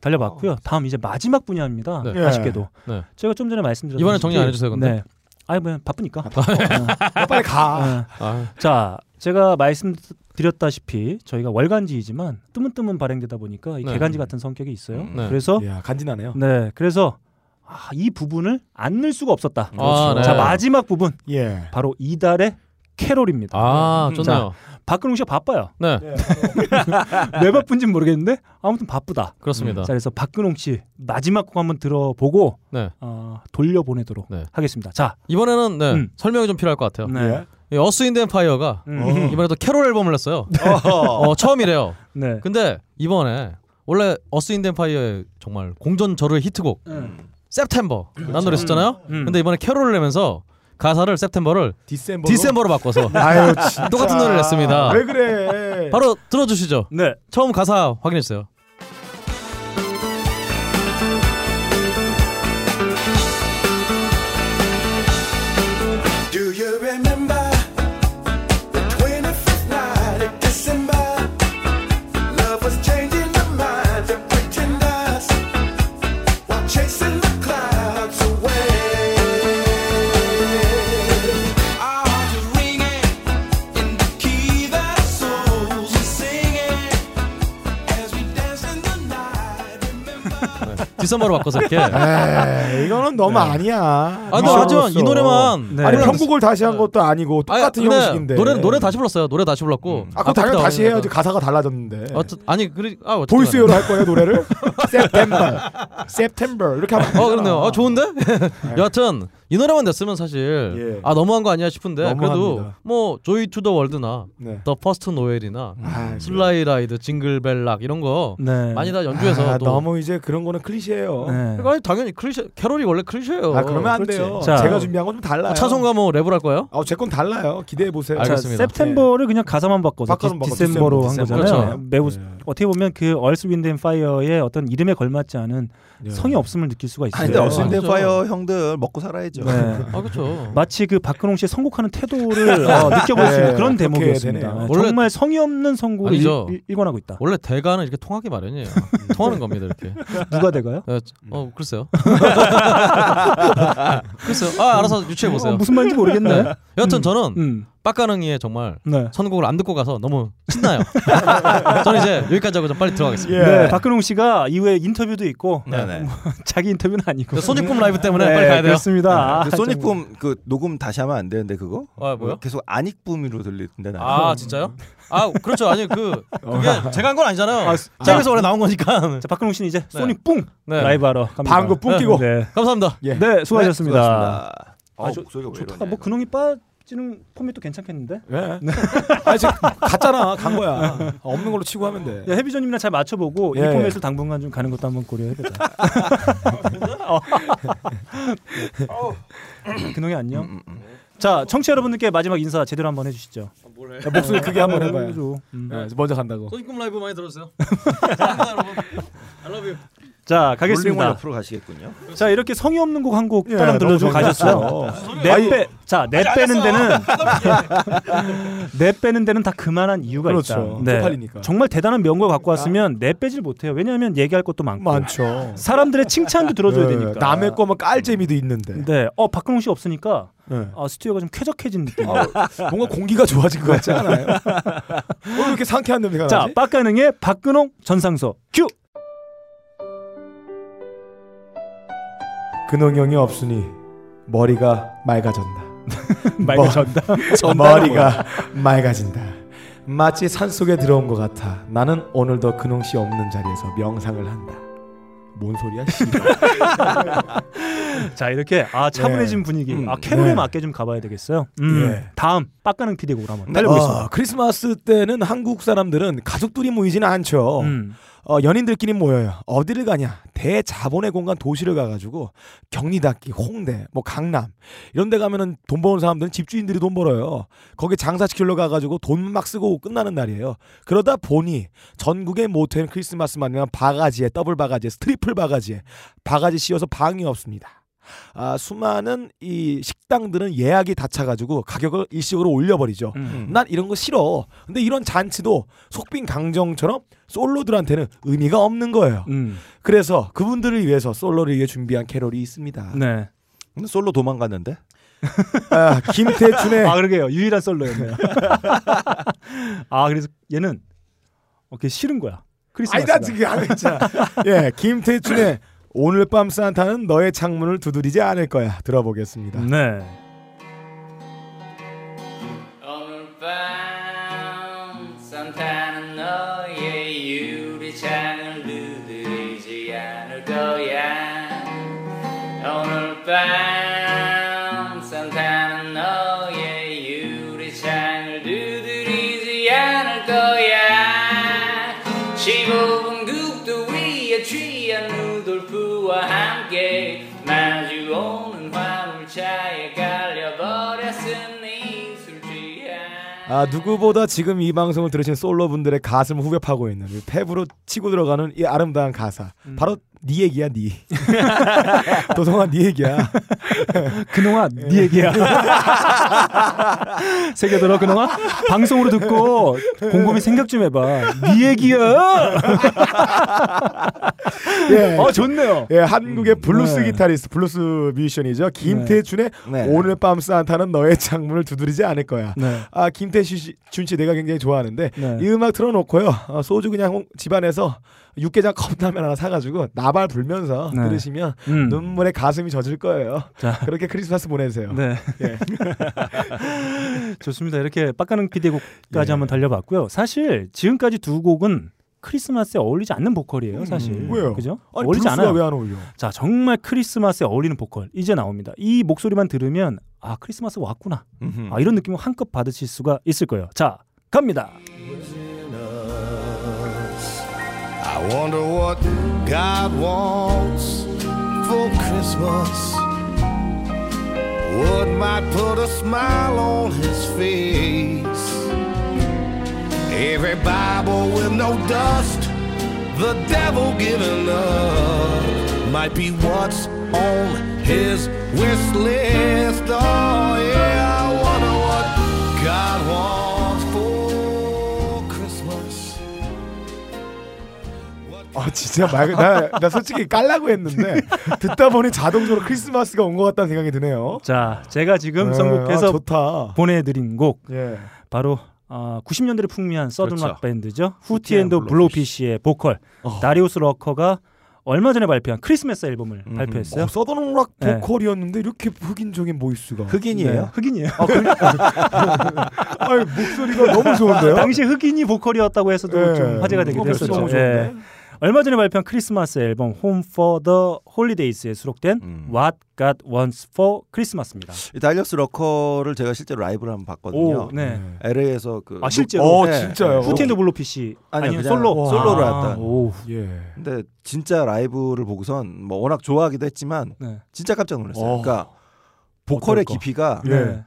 달려봤고요. 다음 이제 마지막 분야입니다. 아. 네. 아쉽게도 네. 제가 좀 전에 말씀드렸 이번에 정리 안 해주세요, 근데. 네. 아니 뭐 바쁘니까. 어, 빨리 아, 가. 어. 자, 제가 말씀드렸다시피 저희가 월간지이지만 뜨문뜨문 발행되다 보니까 이 네. 개간지 같은 성격이 있어요. 네. 그래서 예. 이야, 간지나네요. 네, 그래서 아, 이 부분을 안 넣을 수가 아, 없었다. 그렇죠. 네. 자, 마지막 부분. 예. 바로 이달의 캐롤입니다. 아, 음. 좋네요. 자, 박근홍 씨가 바빠요. 네. 왜 바쁜지 모르겠는데 아무튼 바쁘다. 그렇습니다. 자, 그래서 박근홍 씨 마지막 곡 한번 들어보고 네. 어, 돌려보내도록 하겠습니다. 자, 이번에는 네, 음. 설명이 좀 필요할 것 같아요. 네. 이 네. 예. 어스 인덴 파이어가 음. 이번에도 캐롤 앨범을 냈어요. 어, 처음이래요. 네. 근데 이번에 원래 어스 인덴 파이어의 정말 공전 저루의 히트곡 음. September 라는 그렇죠. 노래 썼잖아요. 음. 근데 이번에 캐롤을 내면서 가사를 September를 디셈버로? 디셈버로 바꿔서 아유, 진짜. 똑같은 노래를 냈습니다. 왜 그래? 바로 들어주시죠. 네. 처음 가사 확인해 주세요. Do you remember the 25th night of December? Love was changing the minds of pretenders while chasing the clouds away. Ours is ringing in the key that our souls are singing as we dance in the night. 디셈버로 바꿔서 이렇게. 네. 에이, 이거는 너무 네. 아니야. 아, 근데 미션으로서. 하지만 이 노래만 아니 네. 편곡을 다시 한 것도 아니고 똑같은 근데 형식인데 노래 노래 다시 불렀어요. 노래 다시 불렀고. 아, 그거 당연히 다시 해야지 가사가 달라졌는데. 어쩌, 아니 그래 아 어쨌든 보이스요로 간에. 할 거예요 노래를? September, September 이렇게 하면 어 그렇네요. 아 좋은데? 여하튼 이 노래만 냈으면 사실 아 너무한 거 아니야 싶은데 그래도 예. 너무합니다. 뭐 조이 투 더 월드나 네. 음. 더 퍼스트 노엘이나 아, 슬라이 라이드 징글벨락 이런 거 네. 많이 다 연주해서 아, 또 너무 이제 그런 거는 클리셰예요. 네. 그러니까 아니, 당연히 클리셰 캐롤이 원래 클리셰예요. 아 그러면 안 돼요. 제가 준비한 건 좀 달라요. 차송가 뭐 랩을 할 거예요? 아, 제 건 달라요. 기대해 보세요. 어, 자, september를 그냥 가사만 바꿔서 바꿔서 디, 바꿔, 셈버로 디셈버, 한 디셈버. 거잖아요. 그렇죠. 매우 어떻게 보면 그 얼스 윈드 앤 파이어의 어떤 이름에 걸맞지 않은 네. 성의 없음을 느낄 수가 있어요. 아니, 근데 어스 인덴 파이어 형들 먹고 살아야죠. 네. 아, 그쵸. 마치 그 박근홍 씨의 선곡하는 태도를 어, 느껴볼 수 있는 네, 그런 그렇게 대목이었습니다. 되네요. 정말 성의 없는 선곡을 일, 아니죠. 일- 일관하고 있다. 원래 대가는 이렇게 통하기 마련이에요. 통하는 겁니다 이렇게. 누가 대가요? 어, 음. 어 글쎄요. 글쎄요. 아 알아서 유추해 보세요. 어, 무슨 말인지 모르겠네. 여하튼 음, 저는 음. 빡가능이의 정말 네. 선곡을 안 듣고 가서 너무 신나요. 저는 이제 여기까지 하고 좀 빨리 들어가겠습니다. 네, 박근홍 씨가 이후에 인터뷰도 있고 네네. 뭐, 자기 인터뷰는 아니고 네, 소닉붐 라이브 때문에 빨리 가야 돼요. 그렇습니다. 아, 네, 그 소닉붐 그 녹음 다시 하면 안 되는데 그거? 아, 뭐요? 계속 아닉붐으로 들리는데 나는. 아 진짜요? 아 그렇죠. 아니 그 그게 제가 한 건 아니잖아요. 아, 짝에서 아. 원래 나온 거니까. 자 박근홍 씨는 이제 네. 소닉 뿡 네. 라이브 하러 갑니다. 방구 뿡 끼고. 감사합니다. 네, 네, 수고하셨습니다. 수고하셨습니다. 아, 아우, 저- 목소리가 왜 좋다. 이러냐, 뭐 근홍이 빠지는 포맷도 괜찮겠는데? 왜? 네. 아니 지금 갔잖아 네, 간 거야. 없는 걸로 치고 하면 돼. 야, 해비전님이랑 잘 맞춰보고 예. 이 포맷을 당분간 좀 가는 것도 한번 고려해보자. 어. 근홍이 안녕. 자, 청취 자 여러분들께 마지막 인사 제대로 한번 해주시죠. 뭘 해? 야, 네, 목소리 크게 한번 해봐요. 해줘. 네. 음. 야, 먼저 간다고. 소닉붐 라이브 많이 들어주세요. 감사합니다 여러분. I love you. 자 롤링원 가겠습니다. 옆으로 가시겠군요. 자 이렇게 성의 없는 곡 한 곡 예, 네, 따라 들려주고 너무 가셨어요. 재밌었어요. 내 아니, 빼, 자내 아니, 안 빼는 했어. 데는 내 빼는 데는 다 그만한 이유가 그렇죠. 있다. 네. 쪽팔리니까. 정말 대단한 명곡 갖고 왔으면 내 빼질 못해요. 왜냐하면 얘기할 것도 많고 많죠. 사람들의 칭찬도 들어줘야 네, 되니까. 남의 거만 깔 재미도 있는데. 네, 어 박근홍 씨 없으니까 네. 아, 스튜디오가 좀 쾌적해진 느낌. 아, 네. 뭔가 공기가 좋아진 것 같지 않아요? 왜 이렇게 상쾌한 냄새가 자, 나지? 빡가능의 박근홍 전상서 큐. 근홍형이 없으니 머리가 맑아졌나. 맑아졌다. 머리가 맑아진다. 마치 산속에 들어온 것 같아. 나는 오늘도 근홍씨 없는 자리에서 명상을 한다. 뭔 소리야? 자 이렇게 아 차분해진 분위기. 아 캐롤에 네. 맞게 좀 가봐야 되겠어요. 음. 예. 다음 빡가는 피디곡으로 한번 달려보겠습니다. 어, 크리스마스 때는 한국 사람들은 가족들이 모이지는 않죠. 음. 어, 연인들끼리 모여요. 어디를 가냐? 대자본의 공간 도시를 가가지고 경리단기, 홍대, 뭐 강남 이런 데 가면은 돈 버는 사람들은 집주인들이 돈 벌어요. 거기 장사 시키러 가가지고 돈 막 쓰고 끝나는 날이에요. 그러다 보니 전국의 모텔 크리스마스만 되면 바가지에 더블 바가지에 트리플 바가지에 바가지 씌워서 방이 없습니다. 아, 수많은 이 식당들은 예약이 다 차가지고 가격을 일시적으로 올려버리죠. 음. 난 이런 거 싫어. 근데 이런 잔치도 속빈 강정처럼 솔로들한테는 의미가 없는 거예요. 음. 음. 그래서 그분들을 위해서 솔로를 위해 준비한 캐롤이 있습니다. 네. 음. 근데 솔로 도망갔는데? 아, 김태춘의 아 그러게요 유일한 솔로였네요. 아 그래서 얘는 어게 싫은 거야. 크리스마스. 아니다 지금 안 했잖아. 예, 김태춘의 오늘 밤 산타는 너의 창문을 두드리지 않을 거야. 들어보겠습니다. 네. 오늘 밤 산타는 너의 유리창을 두드리지 않을 거야 오늘 밤 산타는 너의 유리창을 두드리지 않을 거야 15분 국도 위에 취한 루돌프와 함께 마주오는 화물차에 깔려버렸으니 술취한 아 누구보다 지금 이 방송을 들으신 솔로분들의 가슴을 후벼 파고 있는 이 탭으로 치고 들어가는 이 아름다운 가사 음. 바로 네 얘기야 네 도성아 네 얘기야 그놈아 네 얘기야 새겨들어 그놈아 방송으로 듣고 곰곰이 생각 좀 해봐 네 얘기야 예. 어 좋네요 예, 음, 한국의 블루스 네. 기타리스트, 블루스 뮤지션이죠. 김태준의 오늘 밤 산타는 너의 창문을 두드리지 않을 거야. 네. 아, 김태준 씨, 준 씨, 내가 굉장히 좋아하는데 이 음악 틀어놓고요. 어, 소주 그냥 홍- 집안에서 육개장 컵라면 하나 사가지고 나발 불면서 네. 들으시면 음. 눈물에 가슴이 젖을 거예요. 자. 그렇게 크리스마스 보내세요. 네. 예. 예. 좋습니다. 이렇게 빡가는 피디곡까지 한번 달려봤고요. 사실 지금까지 두 곡은 크리스마스에 어울리지 않는 보컬이에요, 사실. 음, 왜요? 그죠? 아니, 어울리지 블루스가 않아요. 왜안 어울려? 자, 정말 크리스마스에 어울리는 보컬 이제 나옵니다. 이 목소리만 들으면 아 크리스마스 왔구나. 음흠. 아 이런 느낌을 한껏 받으실 수가 있을 거예요. 자, 갑니다. I wonder what God wants for Christmas. What might put a smile on his face? Every Bible with no dust, the devil giving up, might be what's on his wish list. Oh, yeah, I wonder what God wants for Christmas. 아 진짜 말나 나 솔직히 깔라고 했는데 듣다 보니 자동적으로 크리스마스가 온 것 같다는 생각이 드네요. 자, 제가 지금 네, 선곡해서 아, 좋다. 보내드린 곡 예. 바로 아, 90년대를 풍미한 서든락 그렇죠. 밴드죠. 후티 후티 앤드 어. 앤드 블로피쉬의 보컬 다리우스 러커가 얼마 전에 발표한 크리스마스 앨범을 발표했어요. 어, 서든락 네. 보컬이었는데 이렇게 흑인적인 보이스가 네, 흑인이에요. 아, 목소리가 너무 좋은데요? 당시 흑인이 보컬이었다고 해서도 예. 좀 화제가 되기도 어, 목소리 했었죠. 너무 좋은데? 예. 얼마 전에 발표한 크리스마스 앨범 Home for the Holidays에 수록된 What God Wants for Christmas입니다. 이 다이어스 러커를 제가 실제로 라이브를 한번 봤거든요. 오, 네. LA에서 그 아 실제로 네. 후티 앤드 블로피쉬 아니요, 아니면 그냥 솔로 솔로로 아, 했다. 오. 예. 근데 진짜 라이브를 보고선 뭐 워낙 좋아하기도 했지만 네. 진짜 깜짝 놀랐어요. 어. 그러니까 보컬의 어떨까? 깊이가 네.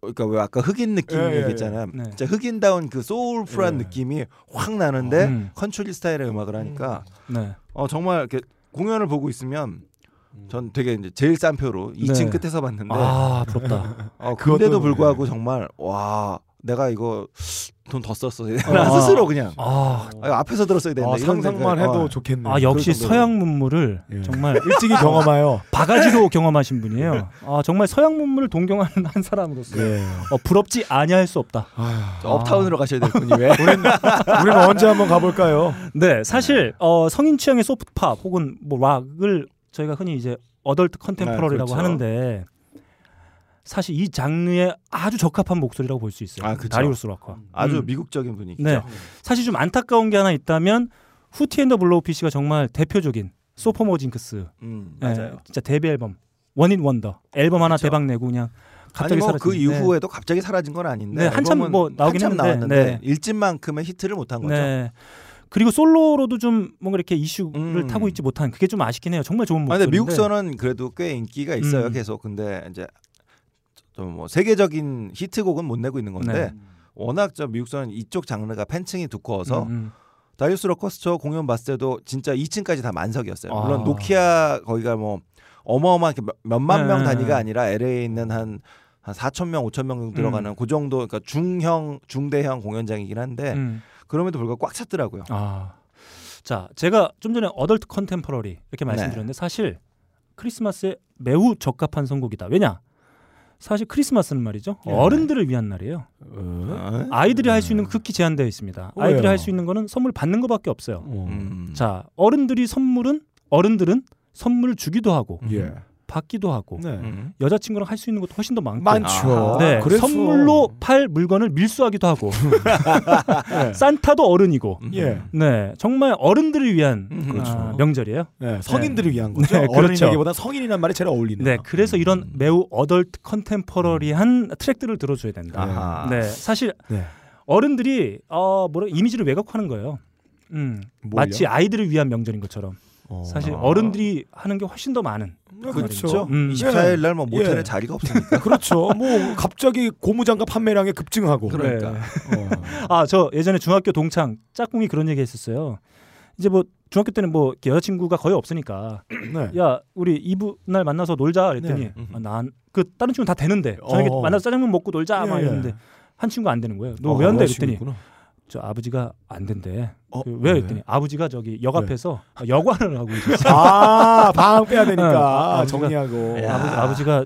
그러니까 왜 아까 흑인 느낌 예, 예, 얘기했잖아요. 예. 네. 예. 진짜 흑인다운 그 소울풀한 느낌이 확 나는데 음. 컨트리 스타일의 음악을 하니까 네. 어 정말 이렇게 공연을 보고 있으면 전 되게 이제 제일 싼 표로 2층 음. 네. 끝에서 봤는데 아, 부럽다. 어, 그것도- 근데도 불구하고 정말 와 내가 이거 돈 더 썼어. 나 아. 스스로 그냥 아. 아, 앞에서 들었어야 되는데 아, 이런 상상만 생각이- 해도 어. 좋겠네요. 아 역시 그 정도로. 서양 문물을 정말 일찍이 경험하여. 바가지로 경험하신 분이에요. 아 정말 서양 문물을 동경하는 한 사람으로서 예. 어, 부럽지 아니할 수 없다. 저 업타운으로 가셔야 될 분이 왜? 우린 우리는 언제 한번 가볼까요? 네, 사실 어, 성인 취향의 소프트팝 혹은 뭐 락을 저희가 흔히 이제 어덜트 컨템퍼러리라고 네, 그렇죠. 하는데 사실 이 장르에 아주 적합한 목소리라고 볼 수 있어요. 아, 그쵸. 다리우스 라카. 아주 미국적인 분위기죠. 네. 사실 좀 안타까운 게 하나 있다면 후티 앤더 블로우피쉬가 정말 대표적인 소포모 징크스. 음, 예, 맞아요. 진짜 데뷔 앨범 원인 원더 앨범 하나 대박 내고 그냥 갑자기 아니 뭐 그 사라졌는데 이후에도 갑자기 사라진 건 아닌데 네, 한참 앨범은 뭐 나오긴 한참 했는데, 나왔는데 네. 일집만큼의 히트를 못한 거죠. 아, 네. 그리고 솔로로도 좀 뭔가 이렇게 이슈를 타고 있지 못한 그게 좀 아쉽긴 해요. 정말 좋은 음. 아, 목소리. 근데 미국서는 그래도 꽤 인기가 있어요 음. 계속. 근데 이제 좀 뭐 세계적인 히트곡은 못 내고 있는 건데 네. 워낙 저 미국서는 이쪽 장르가 팬층이 두꺼워서 음, 음. 다이우스 러커스처 공연 봤을 때도 진짜 2층까지 다 만석이었어요. 물론 아. 노키아 거기가 뭐 어마어마하게 몇- 몇만 명 네. 단위가 아니라 LA에 있는 한 한 4천 명, 5천 명 정도 들어가는 그 정도 그러니까 중형, 중대형 공연장이긴 한데 음. 그럼에도 불구하고 꽉 찼더라고요. 아. 자, 제가 좀 전에 어덜트 컨템퍼러리 네. 이렇게 말씀드렸는데 사실 크리스마스에 매우 적합한 선곡이다. 왜냐? 사실 크리스마스는 말이죠. 예. 어른들을 위한 날이에요. 아이들이 할 수 있는 건 극히 제한되어 있습니다. 아이들이 어? 음. 왜요? 음. 할 수 있는 거는 선물 받는 거밖에 없어요. 음. 자, 어른들이 선물은 어른들은 선물 주기도 하고 예. 받기도 하고 네. 음. 여자친구랑 할 수 있는 것도 훨씬 더 많고 많죠. 네, 아, 그래서- 음. 선물로 팔 물건을 밀수하기도 하고 네. 산타도 어른이고 예. 네 정말 어른들을 위한 아, 그렇죠. 명절이에요. 네, 그렇죠. 성인들을 위한 거죠. 어른에게보다 성인이란 말이 제일 어울리는. 네, 음. 그래서 이런 매우 어덜트 컨템퍼러리한 트랙들을 들어줘야 된다. 아하. 네, 사실 네. 어른들이 어 뭐라 이미지를 왜곡하는 거예요. 음, 뭘요? 어. 마치 아이들을 위한 명절인 것처럼. 사실 어른들이 하는 게 훨씬 더 많은. 그렇죠. 음. 24일 날뭐 모텔에 예. 자리가 없으니까. 그렇죠. 뭐 갑자기 고무장갑 판매량이 급증하고. 네. 어. 그러니까. 아 저 예전에 중학교 동창 짝꿍이 그런 얘기 했었어요. 이제 뭐 중학교 때는 뭐 이렇게 여자친구가 거의 없으니까 네. 야 우리 이브 날 만나서 놀자 그랬더니 네. 아, 난그 다른 친구 는다 되는데 저녁에 어. 만나서 짜장면 먹고 놀자 막 예, 이러는데 예. 한 친구 안 되는 거예요. 너 어, 왜 안 돼? 여자친구 그랬더니 있구나. 저 아버지가 안 된대. 어, 그왜 네. 그랬더니 아버지가 저기 역 앞에서 여관을 하고 있었어. 아, 방 빼야 되니까. 아버지가- 정리하고. 야. 아버지, 가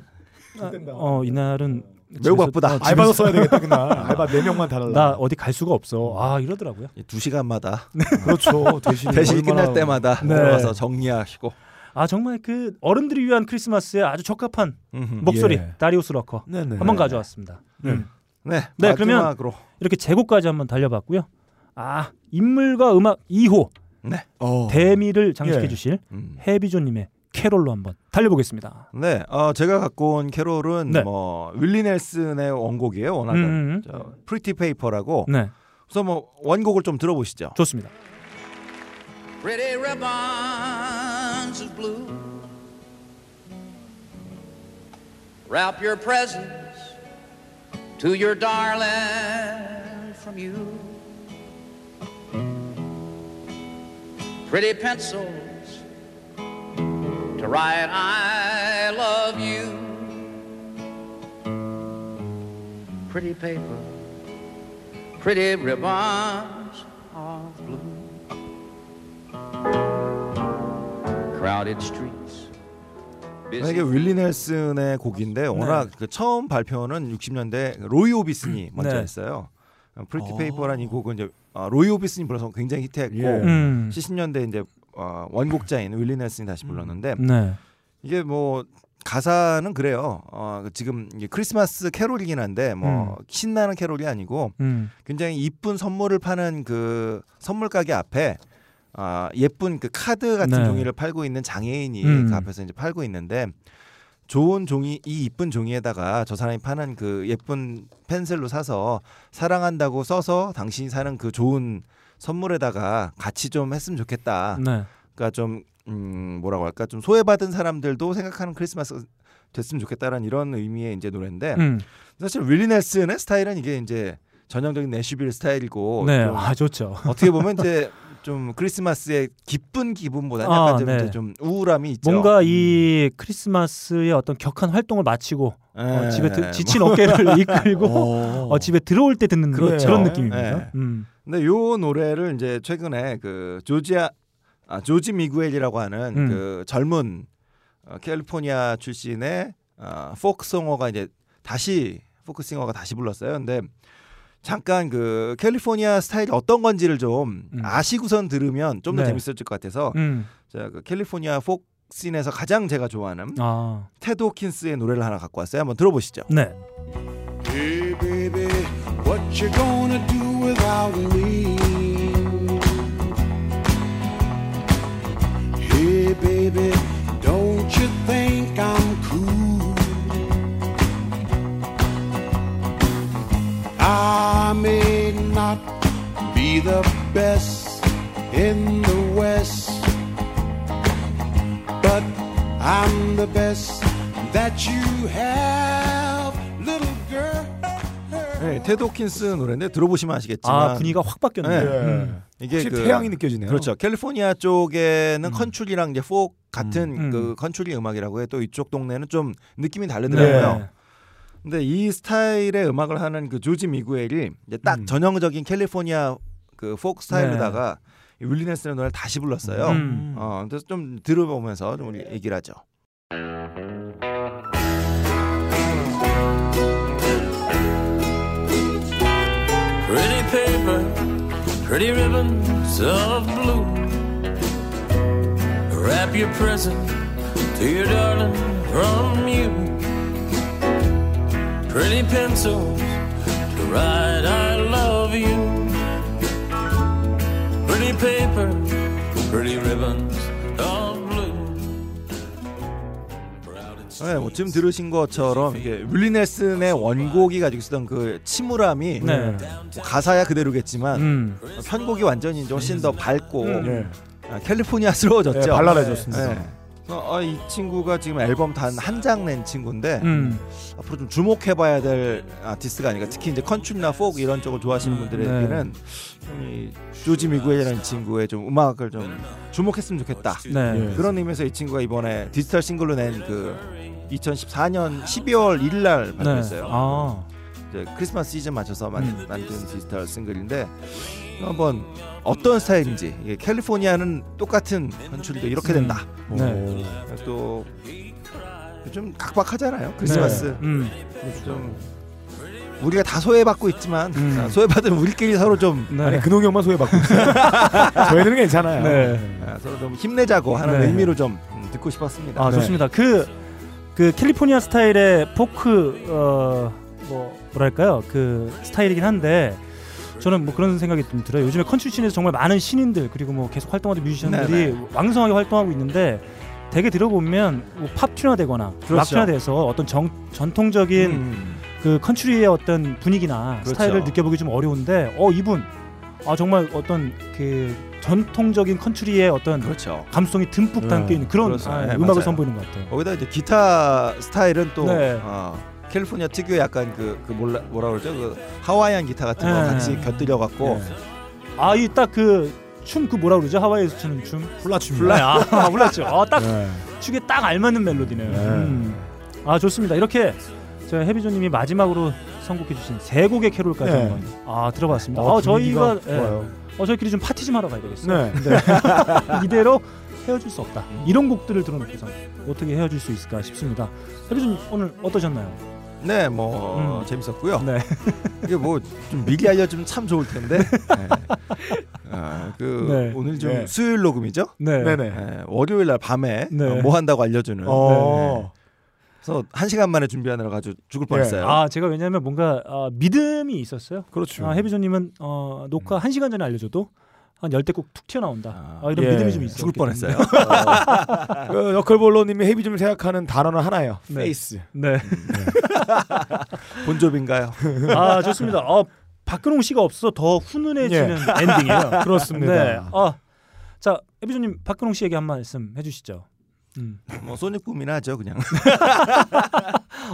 어 이날은 매우 집에서- 바쁘다. 집에서- 알바도 써야 되겠다 그날. 알바 네 명만 달라. 나 어디 갈 수가 없어. 아 이러더라고요. 두 시간마다 그렇죠. 대신 대신 끝날 때마다 네. 들어가서 정리하시고 아 정말 그 어른들이 위한 크리스마스에 아주 적합한 음흠. 목소리 예. 다리우스 러커 네네. 한번 가져왔습니다. 네. 음. 네, 네 그러면 마지막으로. 이렇게 제곡까지 한번 달려봤고요. 아 인물과 음악 2호 네. 대미를 장식해 예. 주실 해비조님의 캐롤로 한번 달려보겠습니다. 네, 어, 제가 갖고 온 캐롤은 네. 뭐 윌리 넬슨의 원곡이에요. 워낙 음, 음. 저 프리티 페이퍼라고. 네. 그래서 뭐 원곡을 좀 들어보시죠. 좋습니다. Pretty ribbons of blue. Wrap your presents to your darling from you. Pretty pencils to write I love you. Pretty paper, pretty ribbons of blue. crowded streets. 네, 이게 윌리 넬슨의 네. 곡인데 워낙 그 처음 발표는 60년대 로이 오비슨이 먼저 네. 했어요. 어, 프리티 페이퍼라는 이 곡은 이제 아, 로이 오비슨이 불러서 굉장히 히트했고 예. 음. 70년대 이제 어, 원곡자인 윌리 넬슨이 다시 불렀는데 네. 이게 뭐 가사는 그래요. 어, 지금 이게 크리스마스 캐롤이긴 한데 뭐 신나는 캐롤이 아니고 음. 굉장히 이쁜 선물을 파는 그 선물 가게 앞에 아, 예쁜 그 카드 같은 네. 종이를 팔고 있는 장애인이 음. 그 앞에서 이제 팔고 있는데 좋은 종이 이 이쁜 종이에다가 저 사람이 파는 그 예쁜 펜슬로 사서 사랑한다고 써서 당신이 사는 그 좋은 선물에다가 같이 좀 했으면 좋겠다. 네. 그러니까 좀 음, 뭐라고 할까 좀 소외받은 사람들도 생각하는 크리스마스 됐으면 좋겠다라는 이런 의미의 이제 노래인데 음. 사실 윌리 넬슨의 스타일은 이게 이제 전형적인 내슈빌 뭐 스타일이고 네, 좀 아 좋죠. 어떻게 보면 이제 좀 크리스마스의 기쁜 기분보다는 아, 약간 좀, 네. 이제 좀 우울함이 있죠. 뭔가 이 크리스마스의 어떤 격한 활동을 마치고 어, 예, 집에 뭐. 드, 지친 어깨를 이끌고 오. 어, 집에 들어올 때 듣는 그런 느낌입니다. 네. 음. 근데 요 노래를 이제 최근에 그 조지아 아, 조지 미구엘이라고 하는 음. 그 젊은 어, 캘리포니아 출신의 어, 포크송어가 이제 다시 포크싱어가 다시 불렀어요. 근데 잠깐 그 캘리포니아 스타일이 어떤 건지를 좀 아시고선 들으면 좀 더 음. 네. 재밌을 것 같아서 음. 제가 그 캘리포니아 포크 씬에서 가장 제가 좋아하는 어. 아. 테드 호킨스의 노래를 하나 갖고 왔어요. 한번 들어보시죠. 네. Hey baby, what you gonna do without me? Hey baby, don't you think I'm cool? I may not be the best in the West, but I'm the best that you have, little girl. 네, 테드 호킨스 노래인데 들어보시면 아시겠지만 아, 분위기가 확 바뀌었네요. 네. 음. 이게 확실히 태양이 느껴지네요. 음. 그렇죠. 캘리포니아 쪽에는 컨츄리랑 이제 포크 같은 그 컨츄리 음악이라고 해또 이쪽 동네는 좀 느낌이 다르더라고요. 네. 근데 이 스타일의 음악을 하는 그 조지 미구엘이 이제 딱 전형적인 캘리포니아 그 포크 스타일로다가 이 윌리 넬슨의 노래를 다시 불렀어요. 음. 어, 그래서 좀 들어보면서 좀 우리 얘기를 하죠. Pretty paper, pretty ribbons of blue. Wrap your present to your darling from you. Pretty pencils to write I love you. Pretty paper, pretty ribbons of blue. 네, 뭐 지금 들으신 것처럼 이게 윌리 넬슨의 원곡이 가지고 있었던 그 침울함이 네. 뭐 가사야 그대로겠지만 음. 편곡이 완전히 이제 훨씬 더 밝고 음. 아, 캘리포니아스러워졌죠. 네, 발랄해졌습니다. 그래서 아, 이 친구가 지금 앨범 단 한 장 낸 친구인데 음. 앞으로 좀 주목해봐야 될 아티스트가 아닌가. 특히 이제 컨츄리나 포크 이런 쪽을 좋아하시는 음, 분들에게는 네. 이 조지 미구엘이라는 친구의 좀 음악을 좀 주목했으면 좋겠다. 네. 그런 의미에서 이 친구가 이번에 디지털 싱글로 낸 그 2014년 12월 1일 날 발표했어요. 아. 음. 이제 크리스마스 시즌 맞춰서 만, 든 디지털 싱글인데 한번 어떤 스타일인지 이게 캘리포니아는 똑같은 컨츄리도 이렇게 된다. 어, 음. 네. 또좀 각박하잖아요. 크리스마스. 네. 음. 좀 우리가 다 소외받고 있지만 음. 아, 소외받은 우리끼리 서로 좀 아니 네. 근홍형만 소외받고 있어요. 저희들은 괜찮아요. 아, 서로 좀 힘내자고 하는 네. 의미로 좀 음, 듣고 싶었습니다. 아 좋습니다. 그, 그 캘리포니아 스타일의 포크 어, 뭐 뭐랄까요 그 스타일이긴 한데 저는 뭐 그런 생각이 좀 들어요. 요즘에 컨츄리 씬에서 정말 많은 신인들 그리고 뭐 계속 활동하던 뮤지션들이 네네. 왕성하게 활동하고 있는데 되게 들어보면 뭐 팝튜나 되거나 그렇죠. 음. 락튜나 돼서 어떤 정, 전통적인 그 컨츄리의 어떤 분위기나 그렇죠. 스타일을 느껴보기 좀 어려운데 어 이분 아 정말 어떤 그 전통적인 컨츄리의 어떤 감성이 음, 듬뿍 담겨 있는 그런 그렇죠. 아, 네, 음악을 맞아요. 선보이는 것 같아요. 거기다 이제 기타 스타일은 또 네. 어, 캘리포니아 특유의 약간 그, 그 몰라, 뭐라 그러죠? 그 하와이안 기타 같은 거 네. 같이 곁들여 갖고 네. 아 이 딱 그 춤 그 뭐라 그러죠? 하와이에서 추는 춤? 훌라춤. 훌라. 아, 훌라춤. 아, 딱 네. 축에 딱 알맞는 멜로디네요. 음. 아 좋습니다. 이렇게 저희 해비조님이 마지막으로 선곡해 주신 세 곡의 캐롤까지 네. 한번 아 들어봤습니다. 어, 아, 저희가 분위기가 좋아요. 어 저희끼리 좀 파티 좀 하러 가야 되겠어요. 아, 네, 네. 이대로 헤어질 수 없다. 이런 곡들을 들어놓고서 어떻게 헤어질 수 있을까 싶습니다. 해비조님 오늘 어떠셨나요? 네, 뭐 재밌었고요. 네. 이게 뭐 좀 미리 알려주면 참 좋을 텐데. 네. 아, 그 네. 오늘 좀 네. 수요일 녹음이죠? 네. 네네. 예, 월요일 날 밤에 네. 어, 뭐 한다고 알려주는. 어. 네. 그래서 한 시간 만에 준비하느라 가지고 죽을 뻔했어요. 아 제가 왜냐하면 뭔가 아, 믿음이 있었어요. 그렇죠. 아, 해비조님은 어, 녹화 음. 한 시간 전에 알려줘도 한 열대 꼭 툭 튀어나온다. 아, 이런 예. 믿음이 좀 있어요. 죽을 뻔했어요. 그 너클볼로님이 헤비 좀 생각하는 단어는 하나예요. 네. 페이스. 네. 본조인가요? 아 좋습니다. 어, 박근홍 씨가 없어서 더 훈훈해지는 예. 엔딩이에요. 그렇습니다. 네. 어, 자 해비조님 박근홍 씨에게 한 말씀 해주시죠. 음. 뭐 소닉붐이나 하죠 그냥.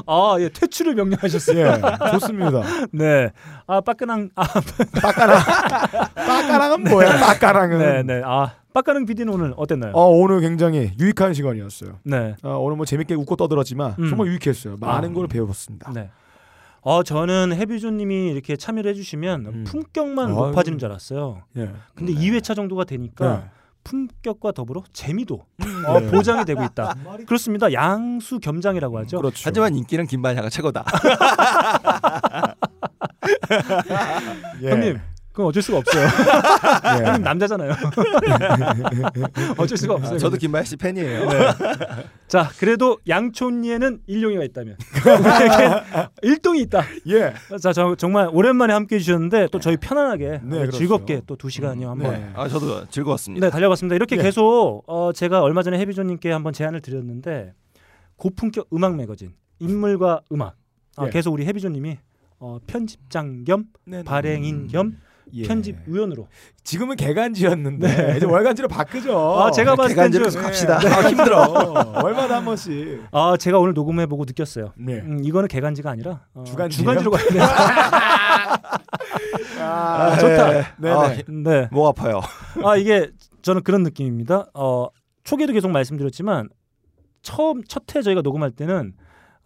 아, 예, 퇴출을 명령하셨어요. 예, 좋습니다. 네. 아, 빠까랑 아, 빠까랑은 뭐야? 빠까랑은. 네, 네. 아, 빠까랑 비디는 오늘 어땠나요? 어 오늘 굉장히 유익한 시간이었어요. 네. 어, 오늘 뭐 재밌게 웃고 떠들었지만 음. 정말 유익했어요. 많은 아. 걸 배웠습니다. 네. 어 저는 해비조님이 이렇게 참여를 해주시면 품격만 아유. 높아지는 줄 알았어요. 예. 근데 2회차 정도가 되니까 네. 품격과 더불어 재미도 어, 네. 보장이 되고 있다. 그렇습니다. 양수 겸장이라고 하죠. 하지만 인기는 김반야가 최고다. 형님 그럼 어쩔 수가 없어요. 형님 남자잖아요. 어쩔 수가 없어요. 저도 김마희 씨 팬이에요. 네. 자, 그래도 양촌리에는 일용이가 있다면 우리에겐 일동이 있다. 예. 자, 저- 정말 오랜만에 함께해 주셨는데 또 저희 편안하게 그렇죠. 즐겁게 또 두 시간이요 한번. 네. 아 저도 즐거웠습니다. 네, 달려봤습니다. 이렇게 예. 계속 어, 제가 얼마 전에 해비조님께 한번 제안을 드렸는데 고품격 음악 매거진 인물과 음악 아, 예. 계속 우리 해비조님이 어, 편집장 겸 네, 네. 발행인 겸 편집 위원으로 예. 지금은 개간지였는데 네. 이제 월간지로 바꾸죠. 아, 제가 봤을 땐 개간지로 좀- 갑시다. 네. 아, 힘들어. 월마다 한 번씩. 아 제가 오늘 녹음해보고 느꼈어요. 네. 음, 이거는 개간지가 아니라 어, 주간지예요? 주간지로 가야 돼. 아, 아, 좋다. 예. 네, 아, 네. 네. 목 아파요. 뭐. 아 이게 저는 그런 느낌입니다. 어 초기도 계속 말씀드렸지만 처음 첫 회 저희가 녹음할 때는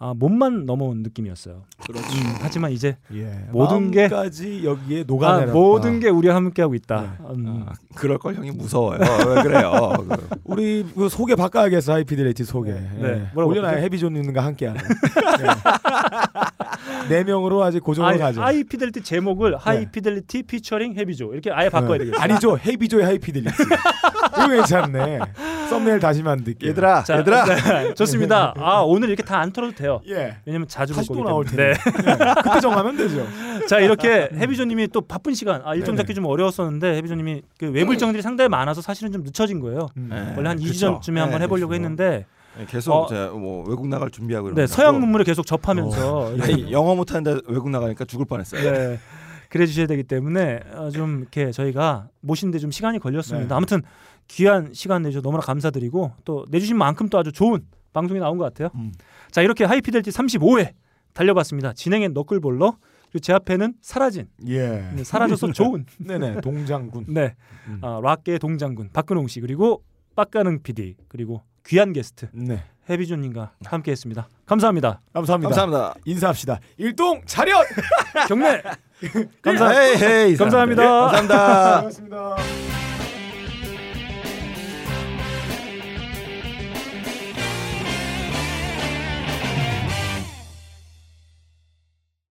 아, 몸만 넘어온 느낌이었어요. 음, 그렇죠. 하지만 이제 예, 모든 게 마음까지 여기에 아, 녹아내라. 모든 게 우리와 함께하고 있다. 네. 음. 아, 그럴 걸 형이 무서워요. 왜 그래요? 우리 그 소개 바꿔야겠어 하이피델레이티 소개. 네. 뭐라고 올려놔요 바꾸죠? 해비존님과 함께하는. 네. 네 명으로 아직 고정으로 아니, 가죠. 네. 하이피델리티 제목을 하이피델리티 피처링 헤비조 이렇게 아예 바꿔야 네. 되겠어요. 아니죠 헤비조의 하이피델레이티. 이거 괜찮네. 썸네일 다시 만들게. 얘들아 자, 네, 좋습니다. 아 오늘 이렇게 다 안 털어도 돼요. 예. 왜냐면 자주 다시 볼 또 거기 나올 때문에. 네. 텐데. 예. 그때 정하면 되죠. 자 이렇게 해비조님이 또 바쁜 시간 아 일정 네네. 음. 잡기 좀 어려웠었는데 해비조님이 그 외부 일정들이 상당히 많아서 사실은 좀 늦춰진 거예요. 네, 원래 한 그쵸. 2주 전쯤에 한번 네, 해보려고 그렇죠. 했는데 네, 계속 어, 제가 뭐 외국 나갈 준비하고 네 그렇죠. 이러면서 서양 문물을 계속 접하면서 어. 이렇게 아니, 영어 못하는데 외국 나가니까 죽을 뻔했어요. 네. 그래 주셔야 되기 때문에 어, 좀 이렇게 저희가 모시는데 좀 시간이 걸렸습니다. 네. 아무튼 귀한 시간 내주셔서 너무나 감사드리고 또 내주신 만큼 또 아주 좋은 방송이 나온 것 같아요. 자 이렇게 하이피델티 35회 달려봤습니다. 진행엔 너클볼러 그리고 제 앞에는 사라진 예. 네, 사라져서 좋은 네네 동장군. 네 아, 락계 동장군 박근홍 씨 그리고 빡가능 PD 그리고 귀한 게스트 네. 해비준님과 함께했습니다. 감사합니다. 감사합니다. 인사합시다. 일동 차렷. 경례. 감사- 에이, 에이, 감사합니다. 감사합니다. 고맙습니다.